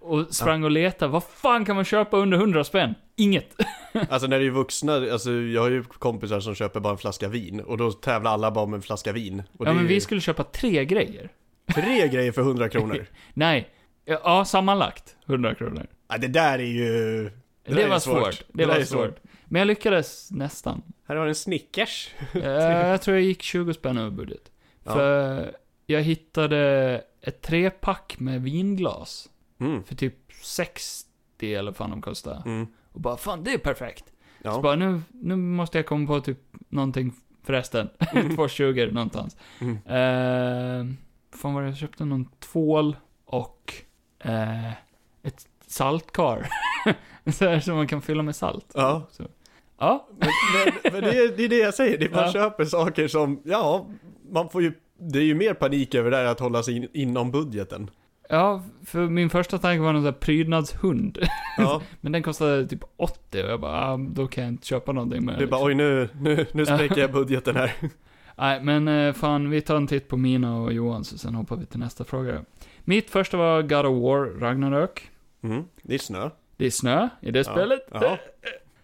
A: Och sprang och letade, vad fan kan man köpa under 100 spänn? Inget.
B: Alltså när det är vuxna, alltså jag har ju kompisar som köper bara en flaska vin. Och då tävlar alla bara om en flaska vin. Och
A: ja,
B: det
A: men
B: är
A: vi
B: ju
A: skulle köpa tre grejer.
B: tre grejer för 100 kronor.
A: Nej, ja, ja, sammanlagt 100 kronor.
B: Ja, det där är ju...
A: Det,
B: där är
A: var
B: ju
A: svårt. Det,
B: där
A: var
B: är
A: svårt. Men jag lyckades nästan.
B: Här har du en Snickers.
A: Eh, jag tror jag gick 20 spänn över budget.
B: Ja.
A: För jag hittade ett trepack med vinglas.
B: Mm.
A: För typ 60 eller vad fan de kostade.
B: Mm.
A: Och bara, fan det är perfekt. Så
B: Ja.
A: bara, nu, nu måste jag komma på typ någonting förresten. 2,20 någonstans.
B: Mm.
A: Eh, fan var det jag köpte? Någon tvål och eh, ett saltkar. så här som man kan fylla med salt.
B: Ja,
A: Ja,
B: men, men, men det, är, det är det jag säger. Det är man
A: Ja.
B: köper saker som, ja, man får ju, det är ju mer panik över det här att hålla sig in, inom budgeten.
A: ja, för min första tanke var någon sån här prydnadshund.
B: Ja,
A: Men den kostade typ 80 och jag bara, ah, då kan jag inte köpa någonting med
B: det är
A: liksom.
B: bara oj nu, nu, nu spräcker jag budgeten här.
A: Nej, men eh, fan, vi tar en titt på mina och Johans och sen hoppar vi till nästa fråga. Mitt första var God of War, Ragnarök.
B: Mm, det är snö.
A: Det är snö i det spelet.
B: Ja.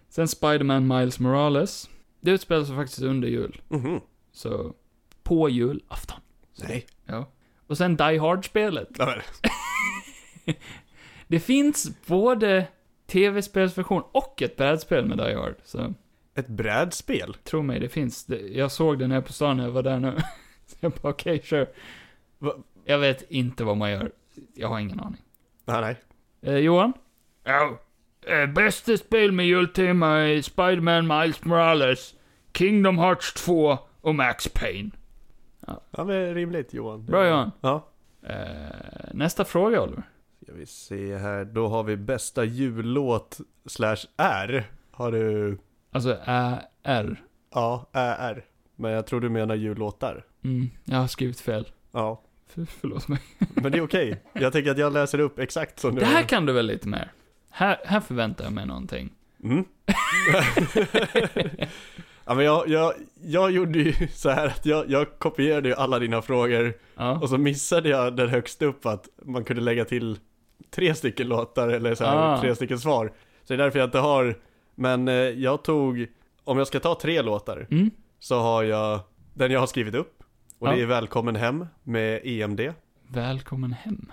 A: Sen Spider-Man Miles Morales. Det utspelar sig faktiskt under jul.
B: Mhm.
A: Så, på julafton.
B: Nej.
A: Ja. Och sen Die Hard-spelet.
B: Ja, men,
A: Det finns både tv-spelsversion och ett brädspel med Die Hard. Så,
B: ett brädspel?
A: tro mig, det finns. Det- Jag såg den här på stan när jag var där nu. Så jag bara, okej, sure.
B: Va?
A: Jag vet inte vad man gör. Jag har ingen aning.
B: Nej, nej.
A: Eh, Johan?
G: Ja. Eh, bästa spel med jultema är Spiderman Miles Morales, Kingdom Hearts 2 och Max Payne.
B: Ja, men rimligt Johan.
A: Bra Johan.
B: Ja.
A: Eh, nästa fråga Oliver.
B: Ska vi se här, då har vi bästa jullåt slash R. Har du,
A: Alltså, ä, R.
B: ja, R. Men jag tror du menar jullåtar.
A: Mm, jag har skrivit fel.
B: Ja,
A: För, förlåt mig.
B: men det är okej. Jag tänker att jag läser upp exakt som du
A: Det här kan du väl lite mer? Här, här förväntar jag mig någonting.
B: Mm. ja, men jag, jag, jag gjorde ju så här att jag, jag kopierade ju alla dina frågor
A: Ja.
B: och så missade jag den högst upp att man kunde lägga till tre stycken låtar eller så här,
A: Ah.
B: tre stycken svar. Så det är därför jag inte har, men eh, jag tog, om jag ska ta tre låtar
A: Mm.
B: så har jag den jag har skrivit upp och det
A: Ja.
B: är Välkommen Hem med E EMD.
A: Välkommen hem.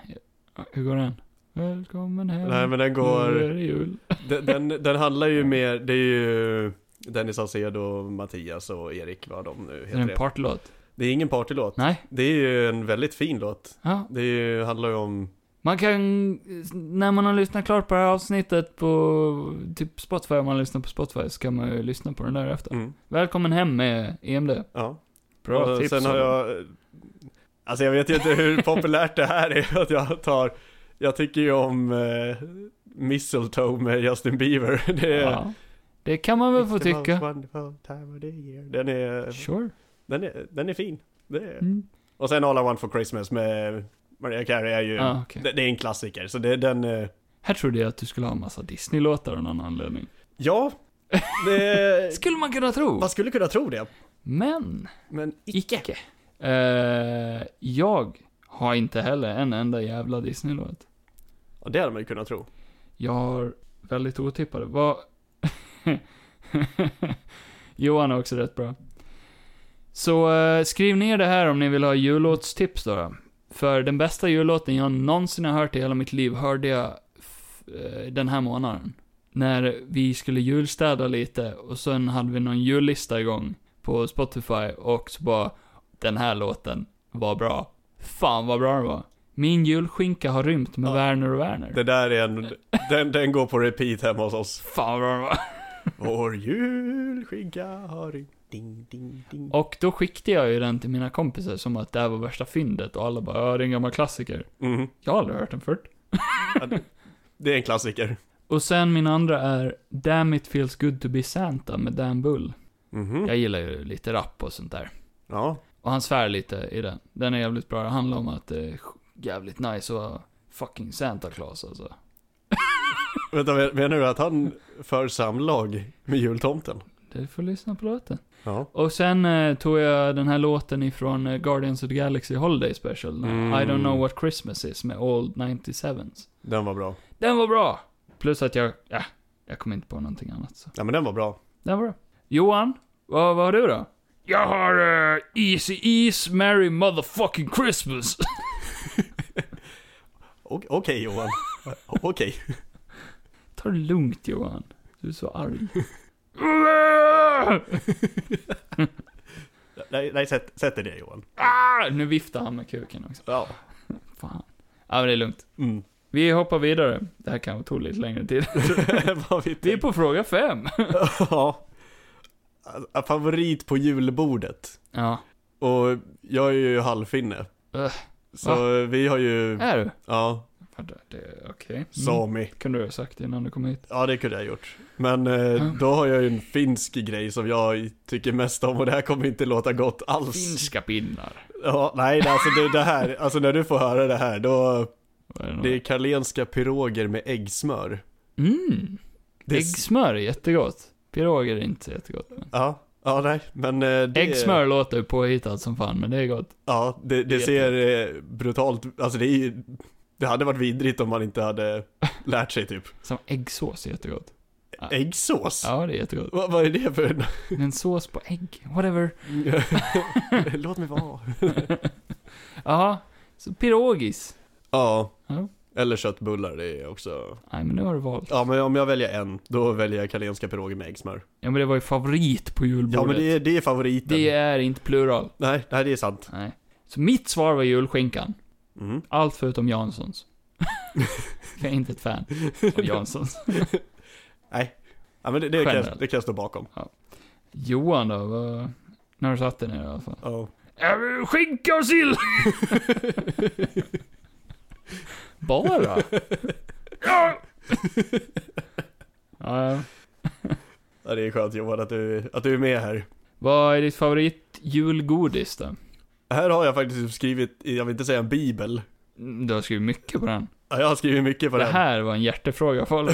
A: Ja, Hur går den? Välkommen hem.
B: Nej men den
A: Nu
B: går,
A: är det jul.
B: den, den, den handlar ju mer, det är ju Dennis Saucedo, Mattias och Erik vad de nu
A: Är det
B: heter.
A: en
B: Det,
A: partylåt?
B: det är ingen partylåt.
A: Nej.
B: Det är ju en väldigt fin låt.
A: Ja.
B: Det är ju, handlar ju om,
A: Man kan, när man har lyssnat klart på det här avsnittet på typ Spotify, om man lyssnar på Spotify, så kan man ju lyssna på den där efter.
B: mm,
A: Välkommen hem med EMD.
B: ja.
A: Bra
B: och
A: tips.
B: sen har
A: Oliver.
B: jag, alltså jag vet ju inte hur populärt det här är att jag tar, jag tycker ju om eh, Mistletoe med Justin Bieber. Det är,
A: Ja. Det kan man väl få
B: It's the most
A: tycka.
B: wonderful time of the year. Den är,
A: Sure.
B: den är, den är fin. Det är.
A: Mm.
B: Och sen All I Want For Christmas med Mariah Carey är ju,
A: Ah, okej.
B: det, det är en klassiker. Så det, den, eh,
A: Här trodde jag att du skulle ha en massa Disney-låtar av någon anledning.
B: ja, det,
A: Skulle man kunna tro.
B: man skulle kunna tro det.
A: Men,
B: Men
A: icke. Eh, jag har inte heller en enda jävla Disney-låt.
B: ja, det hade man ju kunnat tro.
A: Jag har väldigt otippade. Vad... Johan är också rätt bra. Så eh, skriv ner det här om ni vill ha jullåtstips då. då. För den bästa jullåten jag någonsin har hört i hela mitt liv hörde jag f- eh, den här månaden. När vi skulle julstäda lite och sen hade vi någon jullista igång på Spotify och så bara den här låten var bra. Fan vad bra den var. Min julskinka har rymt med
B: Ja.
A: Werner och Werner.
B: Det där är en, den, den går på repeat hemma hos oss.
A: Fan vad bra den var.
B: Vår julskinka har rymt. Ding, ding, ding.
A: Och då skickade jag ju den till mina kompisar som att det här var värsta fyndet och alla bara ja det är en gammal klassiker.
B: Mhm.
A: Jag har aldrig hört den förut.
B: Ja, det- Det är en klassiker.
A: Och sen min andra är Damn It Feels Good To Be Santa med Dan Bull.
B: Mhm.
A: Jag gillar ju lite rap och sånt där.
B: Ja.
A: Och han svär lite i den. Den är jävligt bra. Det handlar om att det är sj- jävligt nice att vara fucking Santa Claus alltså.
B: Vänta, men- menar du att han för samlag med jultomten?
A: Du får lyssna på låten.
B: Ja.
A: Och sen eh, tog jag den här låten ifrån eh, Guardians of the Galaxy Holiday Special.
B: Mm.
A: I Don't Know What Christmas Is med Old 97s.
B: Den var bra.
A: Den var bra! Plus att jag, ja, jag kom inte på någonting annat så.
B: Ja men den var bra.
A: Den var bra. Johan, vad, vad har du då?
G: Jag har eh, Easy Ease, Merry Motherfucking Christmas.
B: O- Okej Johan. Okej.
A: Ta det lugnt Johan. Du är så arg.
B: Nej, nej sätt, sätt dig ner Johan.
A: Ah, nu viftar han med kuken också.
B: Ja.
A: Fan. Ja men det är lugnt.
B: Mm.
A: Vi hoppar vidare. Det här kan tog lite längre tid.
B: Vad vet
A: Vi är
B: jag?
A: på fråga fem.
B: Ja. A- Favorit på julbordet.
A: Ja.
B: Och jag är ju halvfinne.
A: Ugh.
B: Så vi har ju,
A: Är du?
B: ja,
A: Fan, det- det- Okej. Äh. Mm.
B: Sami.
A: Kunde du ha sagt det innan du kom hit?
B: Ja, det kunde jag gjort. Men eh, då har jag ju en finsk grej som jag tycker mest om och det här kommer inte låta gott alls.
A: Finska pinnar.
B: Ja, nej, alltså det, det här, alltså när du får höra det här då,
A: Vad är det
B: det är
A: nu?
B: karlenska piroger med äggsmör.
A: Mm.
B: Det är s-
A: Äggsmör är jättegott. Piroger är inte så jättegott. Men.
B: Ja, ja nej, men eh, det,
A: Äggsmör låter ju påhittat som fan, men det är gott.
B: Ja, det, det ser eh, brutalt, alltså det är ju, det hade varit vidrigt om man inte hade lärt sig typ.
A: Som äggsås är jättegott.
B: Äggsås?
A: Ja, det är jättegott.
B: Va, vad är det för...
A: Men en sås på ägg, whatever.
B: Låt mig vara.
A: Ja, så pirogis.
B: Ja.
A: Ja.
B: Eller köttbullar, det är också...
A: Nej, men nu har du valt.
B: Ja, men om jag väljer en, då väljer jag karlenska piroger med äggsmör.
A: Ja, men det var ju favorit på julbordet.
B: Ja, men det är, det är favoriten.
A: det är inte plural.
B: Nej, nej, det är sant.
A: Nej. Så mitt svar var julskinkan.
B: Mm.
A: Allt förutom Janssons. jag är inte ett fan av Janssons.
B: Nej. Ja, men det, det, kan, jag-
A: Generellt.
B: det kan jag stå bakom.
A: Johan då, vad... När du satt dig ner i alla fall.
B: Ja.
A: Äh, Skinka och sill! Bara? ja! ja, ja.
B: Ja, det är skönt Johan att du, att du är med här.
A: Vad är ditt favoritjulgodis då?
B: Här har jag faktiskt skrivit, jag vill inte säga en bibel.
A: Mm, Du har skrivit mycket på den.
B: Ja, jag har skrivit mycket på
A: det
B: den.
A: här var en hjärtefråga för alla.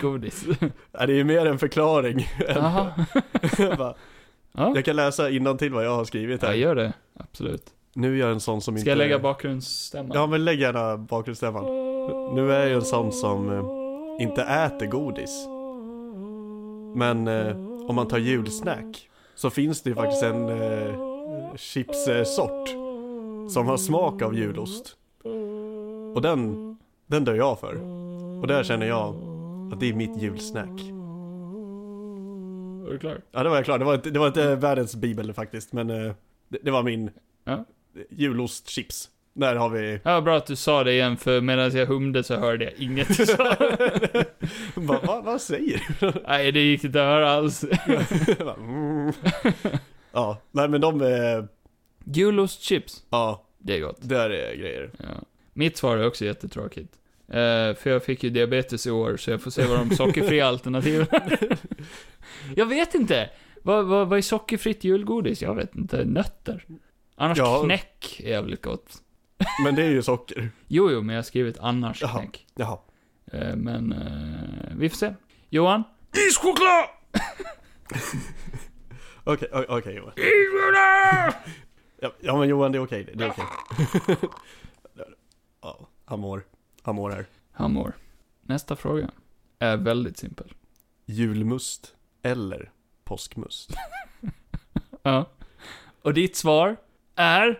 A: Godis.
B: Ja, det är ju mer en förklaring.
A: Jaha.
B: Jag bara-
A: Ja.
B: Jag kan läsa till vad jag har skrivit
A: Ja,
B: här.
A: gör det. Absolut.
B: Nu är jag en sån som inte...
A: Ska jag lägga bakgrundsstämman?
B: Ja, men lägg gärna bakgrundsstämman. Nu är jag ju en sån som eh, inte äter godis. Men eh, om man tar julsnack så finns det ju faktiskt en eh, chipssort som har smak av julost. Och den, den dör jag för. Och där känner jag att det är mitt julsnack.
A: Är du klar?
B: Ja, det var jag klar. Det var inte, det var inte världens bibel faktiskt, men eh, det, det var min
A: Ja.
B: julostchips. Där har vi...
A: Ja, bra att du sa det igen, för medan jag humde så hörde jag inget du sa.
B: Va, va, vad säger du?
A: Nej, det gick inte att höra alls.
B: Jag bara, mm. Ja, nej men de är...
A: Julostchips.
B: Ja,
A: Det är gott.
B: där är grejer.
A: Ja. Mitt svar är också jättetråkigt. Eh, för jag fick ju diabetes i år, så jag får se vad de sockerfria alternativen är. Jag vet inte! Vad, vad, vad är sockerfritt julgodis? Jag vet inte. Nötter? Annars
B: Ja.
A: knäck är jävligt gott.
B: Men det är ju socker.
A: Jo, jo, men jag har skrivit annars
B: Jaha.
A: knäck.
B: Jaha.
A: Eh, men eh, vi får se. Johan? Ischoklad!
B: Okej, o- okej Johan.
A: Ischoklad!
B: Ja, ja men Johan, det är okej. det- Det är okej. ja, han mår. Han mår här.
A: Han mår. Nästa fråga är väldigt simpel.
B: Julmust eller påskmust?
A: Ja. Och ditt svar är?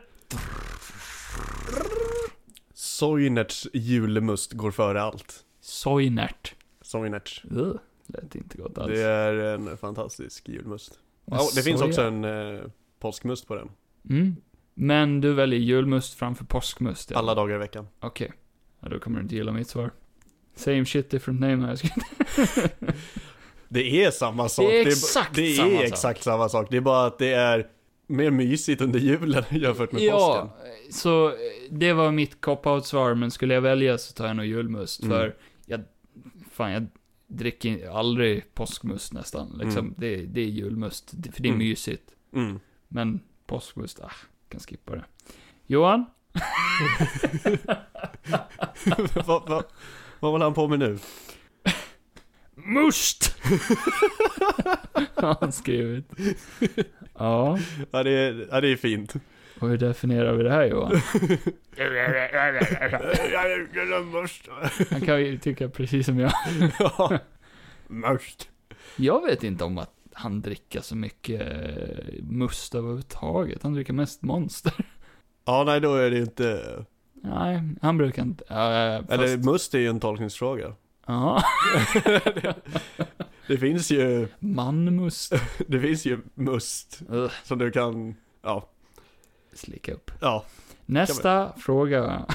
B: Sojnerts julmust går före allt.
A: Sojnärt.
B: Sojnerts.
A: Ugh, Lät inte gott alls.
B: Det är en fantastisk julmust.
A: Men
B: Ja, det finns
A: soja.
B: också en eh, påskmust på den.
A: Mm. Men du väljer julmust framför påskmust? ja.
B: Alla dagar i veckan.
A: Okej. Ja, då kommer du inte gilla mitt svar. Same shit different name. Jag ska...
B: Det är samma sak.
A: Det är
B: b-
A: exakt
B: det
A: samma
B: är
A: sak.
B: exakt samma sak. Det är bara att det är mer mysigt under julen jämfört med
A: ja,
B: påsken.
A: så eh, det var mitt cop-out-svar, men skulle jag välja så tar jag nog julmust.
B: Mm.
A: För jag, fan jag dricker in- aldrig påskmust nästan. Liksom,
B: Mm.
A: det, det är julmust, det- för det är
B: Mm.
A: mysigt.
B: Mm.
A: Men påskmust, ah, kan skippa det. Johan?
B: vad, vad, vad håller han på med nu?
A: Must! Har han skrivit. Ja.
B: Ja, det är, ja, det är fint.
A: Och hur definierar vi det här Johan? Han kan ju tycka precis som jag.
B: ja. Mörkt.
A: Jag vet inte om att han dricker så mycket eh, must överhuvudtaget. Han dricker mest monster.
B: Ja, nej då är det ju inte...
A: Nej, han brukar inte... Ja, fast,
B: Eller must är ju en tolkningsfråga.
A: Ja,
B: Det finns ju,
A: manmust.
B: det finns ju must
A: Ugh,
B: som du kan, ja,
A: Slicka upp.
B: ja.
A: Nästa fråga.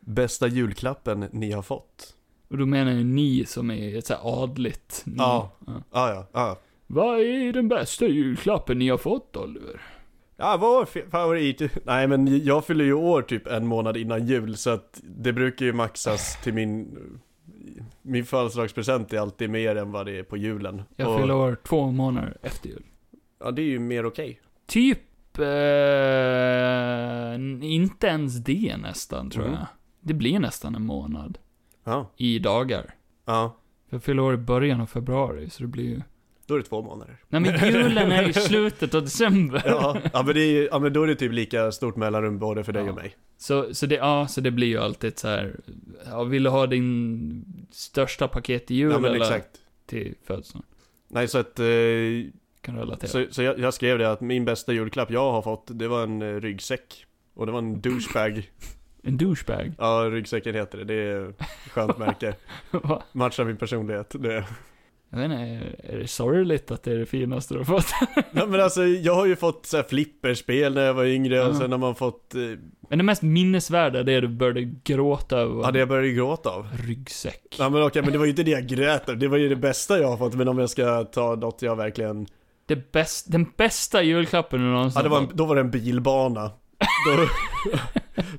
B: Bästa julklappen ni har fått?
A: Och då menar jag ni som är ett så här adligt ni.
B: Ah, Ja. Ja, ja, ja.
A: Vad är den bästa julklappen ni har fått Oliver?
B: Ja, vår fi- favorit. Nej, men jag fyller ju år typ en månad innan jul så att det brukar ju maxas till min... Min födelsedagspresent är alltid mer än vad det är på julen.
A: Jag
B: Och-
A: fyller år två månader efter jul.
B: Ja, det är ju mer okej.
A: Typ... Eh, n- inte ens det nästan, tror
B: Mm.
A: jag. Det blir nästan en månad.
B: Ja.
A: I dagar.
B: Ja,
A: Jag fyller år i början av februari, så det blir ju...
B: då är det två månader.
A: Nej men julen är i slutet av december.
B: Ja, ja, men, det är, ju- ja men då är det typ lika stort mellanrum både för dig
A: Ja.
B: och mig.
A: Så, så, det, ja, så det blir ju alltid så här. Ja, vill du ha din största paket till jul
B: Ja, men
A: eller
B: exakt.
A: till födelsedagen?
B: Nej, så att... eh,
A: Kan du relatera.
B: Så, så jag, jag skrev det att min bästa julklapp jag har fått, det var en eh, ryggsäck. Och det var en douchebag.
A: En douchebag.
B: Ja, ryggsäcken heter det. Det är ett skönt märke.
A: Va?
B: Matchar min personlighet. Det.
A: jag vet inte, är det sorgligt att det är det finaste du har fått?
B: Nej, men alltså, jag har ju fått så här flipperspel när jag var yngre och
A: Ja.
B: sen har man fått... eh,
A: Men det mest minnesvärda, är det du började gråta över. var
B: Ja, det jag började gråta av.
A: Ryggsäck.
B: Ja, men okej, men det var ju inte det jag grät av. Det var ju det bästa jag har fått. Men om jag ska ta något jag verkligen...
A: Det bäst, den bästa julklappen du någonsin
B: Ja, det var
A: har
B: en,
A: fått.
B: då var det en bilbana. Då,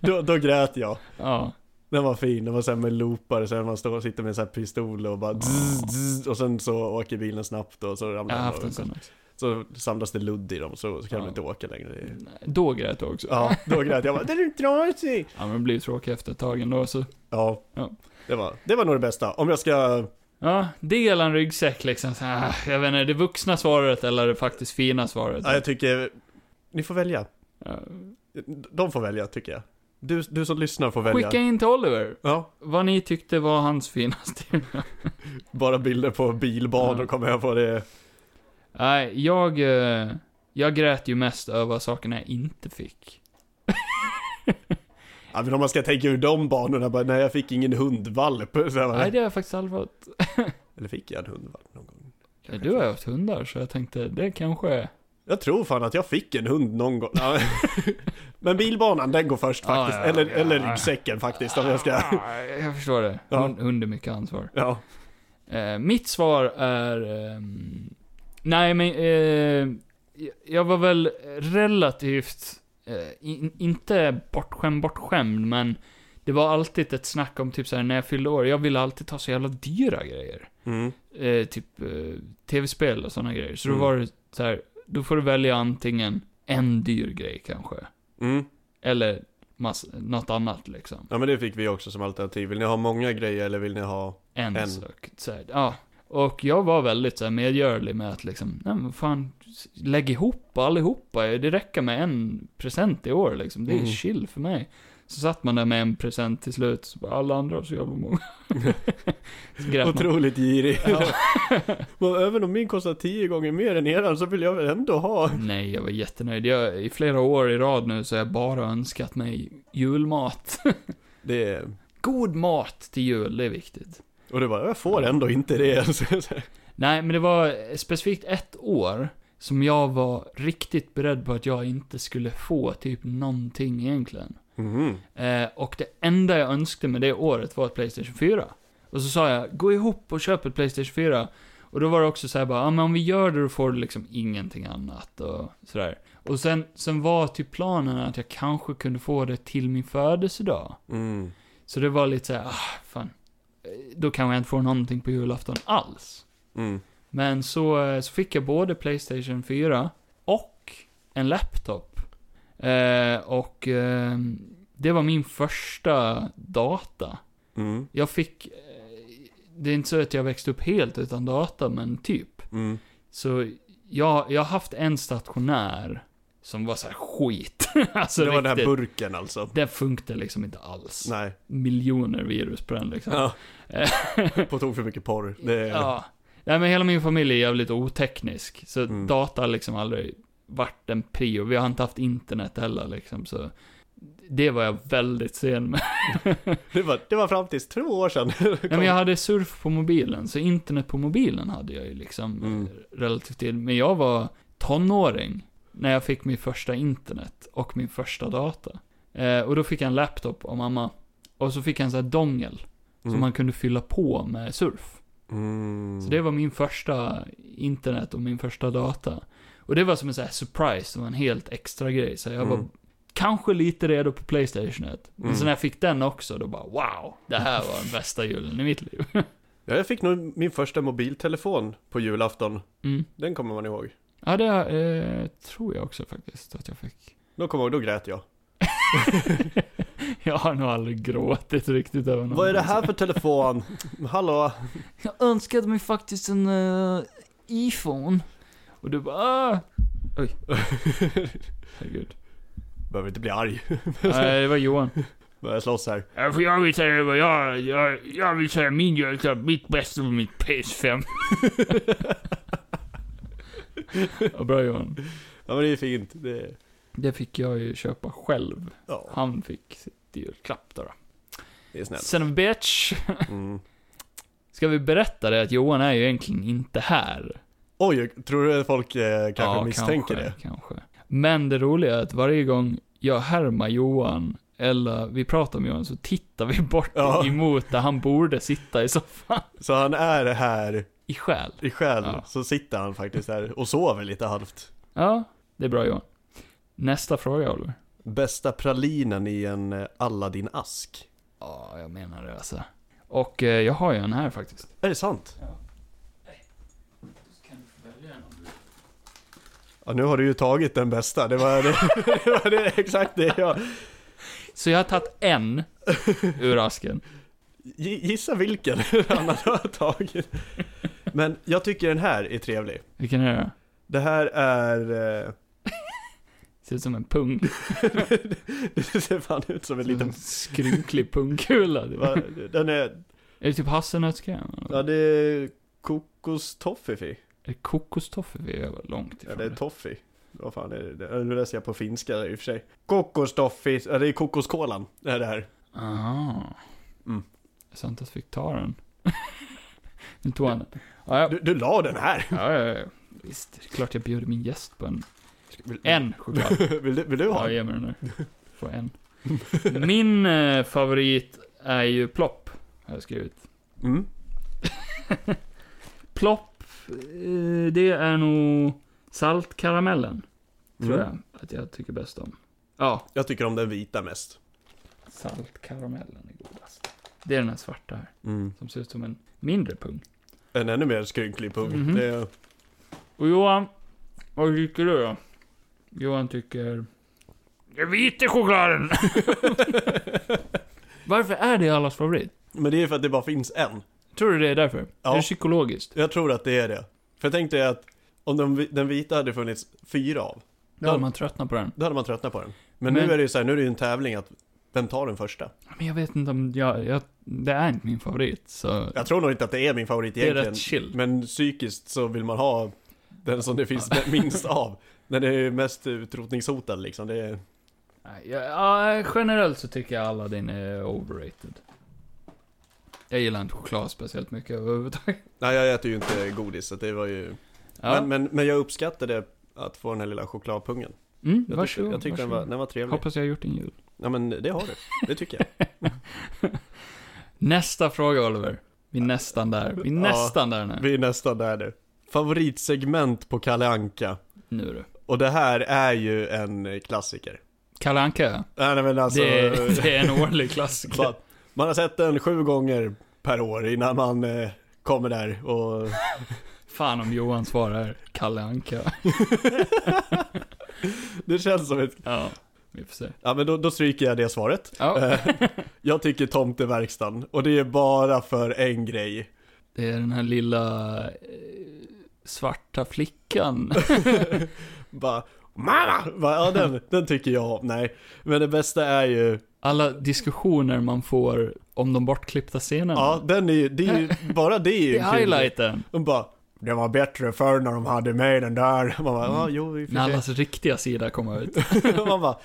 B: då, då grät jag.
A: Ja.
B: Den var fin, den var såhär med loopar, så här man står och sitter med en sån här pistol och bara zzz, zzz, Och sen så åker bilen snabbt och så
A: Jag
B: ramlar
A: har haft
B: den
A: en
B: och,
A: sån också.
B: Så samlas det ludd i dem så, så kan
A: Ja.
B: de inte åka längre Det är-
A: Då grät jag också.
B: Ja, då grät jag bara Den är trasig!
A: Ja, men det blir ju tråkigt efter ett tag ändå, så.
B: Ja,
A: Ja.
B: Det, var, det var nog det bästa Om jag ska,
A: Ja, dela en ryggsäck liksom. Så här, jag vet inte, det vuxna svaret eller det faktiskt fina svaret.
B: ja, jag tycker Ni får välja
A: Ja.
B: De får välja tycker jag Du, du som lyssnar får välja
A: Skicka in till Oliver
B: Ja,
A: vad ni tyckte var hans finaste.
B: bara bilder på bilbanor
A: Ja.
B: kommer jag på det
A: Nej, jag, eh, jag grät ju mest över sakerna jag inte fick.
B: Ja men om man ska tänka ur de banorna bara, nej jag fick ingen hundvalp så här,
A: Nej, det har jag faktiskt aldrig fått.
B: Eller fick jag en hundvalp någon gång?
A: Ja, Du har ju haft hundar, så jag tänkte det kanske...
B: Jag tror fan att jag fick en hund någon gång. Ja. Men bilbanan, den går först faktiskt.
A: Ja, ja,
B: eller,
A: ja.
B: eller ryggsäcken faktiskt om jag ska...
A: Ah, Jag förstår det.
B: Ja.
A: Hund, hund är mycket ansvar.
B: Ja.
A: Eh, mitt svar är... ehm, nej, men... Eh, jag var väl relativt... Eh, in, inte bortskämd, bortskämd, men... Det var alltid ett snack om typ såhär när jag fyllde år, jag ville alltid ta så jävla dyra grejer.
B: Mm.
A: Eh, typ eh, tv-spel och sådana grejer. Så
B: Mm.
A: då var det så här, då får du välja antingen en dyr grej kanske.
B: Mm.
A: Eller mass, något annat liksom.
B: Ja men det fick vi också som alternativ. Vill ni ha många grejer eller vill ni ha...
A: En,
B: En.
A: sak. Så här, ja. Och jag var väldigt så här, medgörlig med att liksom, nej men fan, lägg ihop allihopa. Det räcker med en present i år liksom. Det är
B: Mm.
A: chill för mig. Så satt man där med en present till slut, så bara, alla andra har så jävla många. så grät man.
B: Otroligt girig.
A: Ja.
B: Men även om min kostar tio gånger mer än eran så vill jag väl ändå ha...
A: Nej, jag var jättenöjd. Jag, I flera år i rad nu så har jag bara önskat mig julmat.
B: Det är...
A: God mat till jul, det är viktigt.
B: Och du bara, jag får ändå inte det. Så- så-
A: Nej, men det var specifikt ett år som jag var riktigt beredd på att jag inte skulle få typ någonting egentligen.
B: Mhm.
A: Eh, och det enda jag önskade med det året var ett Playstation 4. Och så sa jag, gå ihop och köp ett Playstation 4. Och då var det också så här bara, ja men om vi gör det då får du liksom ingenting annat och sådär. Och sen, sen var typ planen att jag kanske kunde få det till min födelsedag.
B: Mm.
A: Så det var lite så här, ah, fan. Eh, Då kanske jag inte får någonting på julafton alls.
B: Mm.
A: Men så, eh, så fick jag både Playstation 4 och en laptop. Eh, och eh, det var min första data.
B: Mm.
A: Jag fick, eh, det är inte så att jag växte upp helt utan data, men typ.
B: Mm.
A: Så jag, jag har haft en stationär som var så här skit. alltså
B: Det var den här
A: riktigt.
B: burken alltså.
A: Den funkade liksom inte alls.
B: Nej.
A: Miljoner virus på den liksom.
B: Ja. På tok för mycket porr. Det är...
A: Ja. Nej, men hela min familj är jävligt oteknisk. Så
B: Mm.
A: data har liksom aldrig varit en prio. Vi har inte haft internet heller liksom, så. Det var jag väldigt sen med.
B: Det, var, det var fram tills två år sedan.
A: Nej, men jag hade surf på mobilen, så internet på mobilen hade jag ju liksom
B: Mm.
A: eh, relativt till. Men jag var tonåring när jag fick min första internet och min första data. Eh, och då fick jag en laptop av mamma. Och så fick jag en sån här dongel
B: Mm.
A: som man kunde fylla på med surf.
B: Mm.
A: Så det var min första internet och min första data. Och Och det var som en sån här surprise, det var en helt extra grej. Så jag var
B: Mm.
A: kanske lite redo på Playstation 1. Men
B: Mm.
A: så när jag fick den också, då bara wow, det här var den bästa julen i mitt liv.
B: Ja, jag fick nog min första mobiltelefon på julafton.
A: Mm.
B: Den kommer man ihåg.
A: Ja, det eh, tror jag också faktiskt att jag fick.
B: Då kommer jag ihåg, då grät jag.
A: Jag har nog aldrig gråtit riktigt över någon.
B: Vad är det här för telefon? Hallå?
A: Jag önskade mig faktiskt en eh, iPhone. Och du bara ah. Oj. Herregud.
B: Behöver inte bli arg.
A: Nej, det var Johan.
B: Börjar slåss här.
A: Ja, för jag vill säga vad jag, jag, jag vill säga min julklapp, mitt bästa med mitt PS5. ja, bra Johan.
B: Ja men det är fint. Det är...
A: Det fick jag ju köpa själv.
B: Ja,
A: Han fick sitt julklapp då. då.
B: det är snällt.
A: Sen bitch.
B: Mm.
A: Ska vi berätta det att Johan är ju egentligen inte här.
B: Oj, tror du att folk eh, kanske misstänker
A: kanske,
B: det?
A: Kanske. Men det roliga är att varje gång jag härmar Johan, eller vi pratar om Johan, så tittar vi bort
B: Ja.
A: emot där han borde sitta i soffan.
B: Så han är här
A: I själ.
B: i själ,
A: Ja.
B: så sitter han faktiskt där och sover lite halvt.
A: Ja, det är bra Johan. Nästa fråga Oliver.
B: Bästa pralinen i en eh, Aladdin-ask.
A: Ja, jag menar det alltså. Och eh, jag har ju en här faktiskt.
B: Är det sant? Ja, nu har du ju tagit den bästa. Det var, det, det var det, exakt det jag...
A: Så jag har tagit en ur asken.
B: Gi- Gissa vilken han har tagit. Men jag tycker den här är trevlig.
A: Vilken är det?
B: Det här är... eh,
A: Ser ut som en pung.
B: Det ser fan ut som en liten...
A: En skrynklig pungkula.
B: Va, Den är...
A: Är det typ hasselnötskräm? eller?
B: Ja, det är kokos toffee.
A: Är det kokostoffee vi är väl långt
B: Ja,
A: ifrån?
B: det är toffee. Vad fan är det? Ja, Nu läser jag på finska i och för sig. Kokos toffee. Ja, det är kokoskolan. Det här är det här.
A: Aha.
B: Mm.
A: Santos fick ta den. nu tog han den. Ja, ja.
B: Du, du la den här!
A: ja, ja, ja. Visst, det är klart jag bjöd min gäst på en.
B: Vill,
A: En choklad.
B: vill, du, vill du ha?
A: Ja, ge mig den nu. Får en. Min eh, favorit är ju Plopp. Har jag skrivit.
B: Mm.
A: Plopp, eh, det är nog saltkaramellen. Tror
B: Mm.
A: jag att jag tycker bäst om. Ja,
B: Jag tycker om den vita mest.
A: saltkaramellen är godast. Det är den här svarta här.
B: Mm.
A: Som ser ut som en mindre pung.
B: En ännu mer skrynklig pung.
A: Mhm.
B: Det är...
A: Och Johan, vad tycker du då? Johan tycker... Den vita chokladen! Varför är det allas favorit?
B: Men det är för att det bara finns en.
A: Tror du det är därför?
B: Ja.
A: Är det psykologiskt?
B: Jag tror att det är det. För jag tänkte att om den, vi- den vita hade funnits fyra av,
A: Då hade man tröttnat på den.
B: då hade man tröttnat på den. Men,
A: Men-
B: nu är det ju så här, nu är det ju en tävling att vem tar den första?
A: Men jag vet inte om jag... jag det är inte min favorit, så...
B: Jag tror nog inte att det är min favorit
A: Det är
B: egentligen.
A: rätt chill.
B: Men psykiskt så vill man ha den som det finns minst av. Den är ju mest utrotningshotad liksom. Det är...
A: Nej, jag- Ja, generellt så tycker jag alla din är overrated. Jag gillar inte choklad speciellt mycket överhuvudtaget.
B: Nej, jag äter ju inte godis så det var ju...
A: Ja.
B: Men, men, men jag uppskattade att få den här lilla chokladpungen.
A: mm,
B: Jag tyckte,
A: varsågod.
B: jag tyckte den, var,
A: varsågod.
B: den var trevlig.
A: Hoppas jag har gjort din jul.
B: Ja men det har du. Det tycker jag.
A: Nästa fråga Oliver. Vi är nästan där. Vi är
B: Ja.
A: nästan där nu.
B: Vi är nästan där nu. Favoritsegment på Kalle Anka.
A: Nu du.
B: Och det här är ju en klassiker.
A: Kalle Anka,
B: Nej nej, men alltså...
A: det, det är en årlig klassiker.
B: Va- Man har sett den sju gånger per år innan man eh, kommer där och...
A: Fan om Johan svarar Kalle Anka.
B: Det känns som ett...
A: Ja, vi får se.
B: Ja men då, då stryker jag det svaret.
A: Ja,
B: Eh, jag tycker tomteverkstan och det är bara för en grej.
A: det är den här lilla eh, svarta flickan.
B: Bara... Mamma! Bara, ja den, den tycker jag om. Nej. Men det bästa är ju...
A: Alla diskussioner man får om de bortklippta scenerna.
B: Ja den är ju... Det är ju bara det är ju
A: det
B: en kul-
A: är highlighten.
B: De bara... Det var bättre förr när de hade med den där. Man bara, ja jo i och för
A: När
B: sig."
A: allas riktiga sida kommer ut.
B: Och man bara,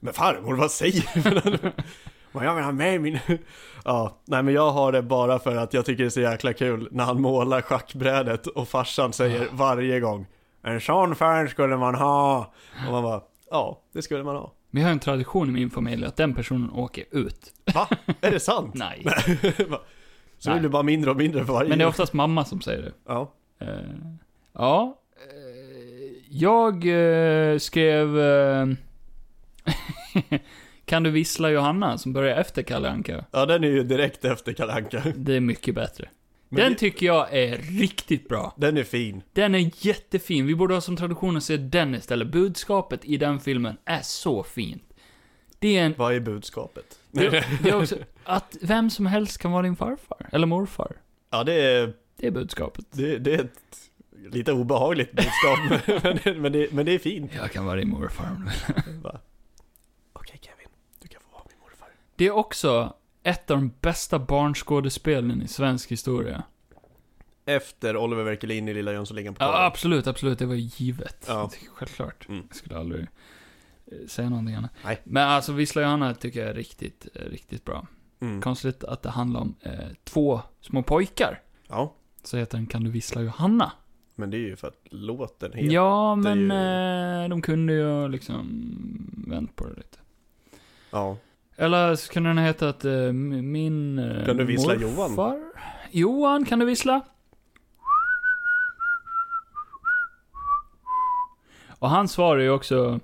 B: men farmor vad säger du? Vad jag vill ha med min... Ja, nej men jag har det bara för att jag tycker det är så jäkla kul när han målar schackbrädet och farsan säger varje gång En sån färg skulle man ha! Och man bara, ja det skulle man ha.
A: Vi har en tradition i min familj att den personen åker ut.
B: Va? Är det sant?
A: Nej.
B: så det blir bara mindre och mindre för varje
A: Men det är oftast mamma som säger det.
B: Ja.
A: Eh, ja. eh, Jag eh, skrev... Eh, kan du vissla Johanna, som börjar efter Kalle Anka?
B: Ja, den är ju direkt efter Kalle Anka.
A: Det är mycket bättre.
B: Men
A: den
B: det-
A: tycker jag är riktigt bra.
B: Den är fin.
A: Den är jättefin. Vi borde ha som tradition att se den istället. Budskapet i den filmen är så fint. Det är en...
B: Vad är budskapet?
A: Det, det är också att vem som helst kan vara din farfar, eller morfar.
B: Ja, det är,
A: Det är budskapet.
B: det, det är ett lite obehagligt budskap, men, det, men, det, men det är fint.
A: Jag kan vara din morfar om du
B: Va? Okej Kevin, du kan få vara min morfar.
A: Det är också ett av de bästa barnskådespelen i svensk historia.
B: Efter Oliver Werkelin i Lilla Jönssonligan på
A: Ja,
B: kabeln.
A: absolut, absolut. Det var givet.
B: Ja.
A: Självklart.
B: Mm.
A: Jag skulle aldrig eh, säga någonting annat.
B: Nej.
A: Men alltså Vissla Johanna tycker jag är riktigt, eh, riktigt bra.
B: Mm.
A: Konstigt att det handlar om eh, två små pojkar.
B: Ja,
A: Så heter den Kan du vissla Johanna?
B: men det är ju för att låten heter...
A: Ja,
B: det är
A: men
B: ju-
A: eh, de kunde ju liksom vänt på det lite.
B: Ja.
A: Eller så kunde den ha hetat eh, m- Min eh,
B: Kan du vissla
A: morfar? Johan? Johan, kan du vissla? Och han svarar ju också...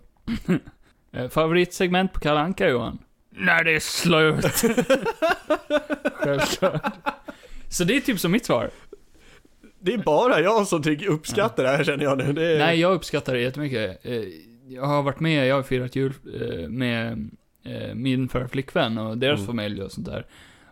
A: eh, favoritsegment på Kalle Anka, Johan? När det är slut. Självklart. Så det är typ som mitt svar.
B: Det är bara jag som tycker uppskattar det här känner jag nu. Det är...
A: Nej, jag uppskattar det jättemycket. Eh, Jag har varit med, jag har firat jul eh, med eh, min förra flickvän och deras
B: Mm.
A: familj och sånt där.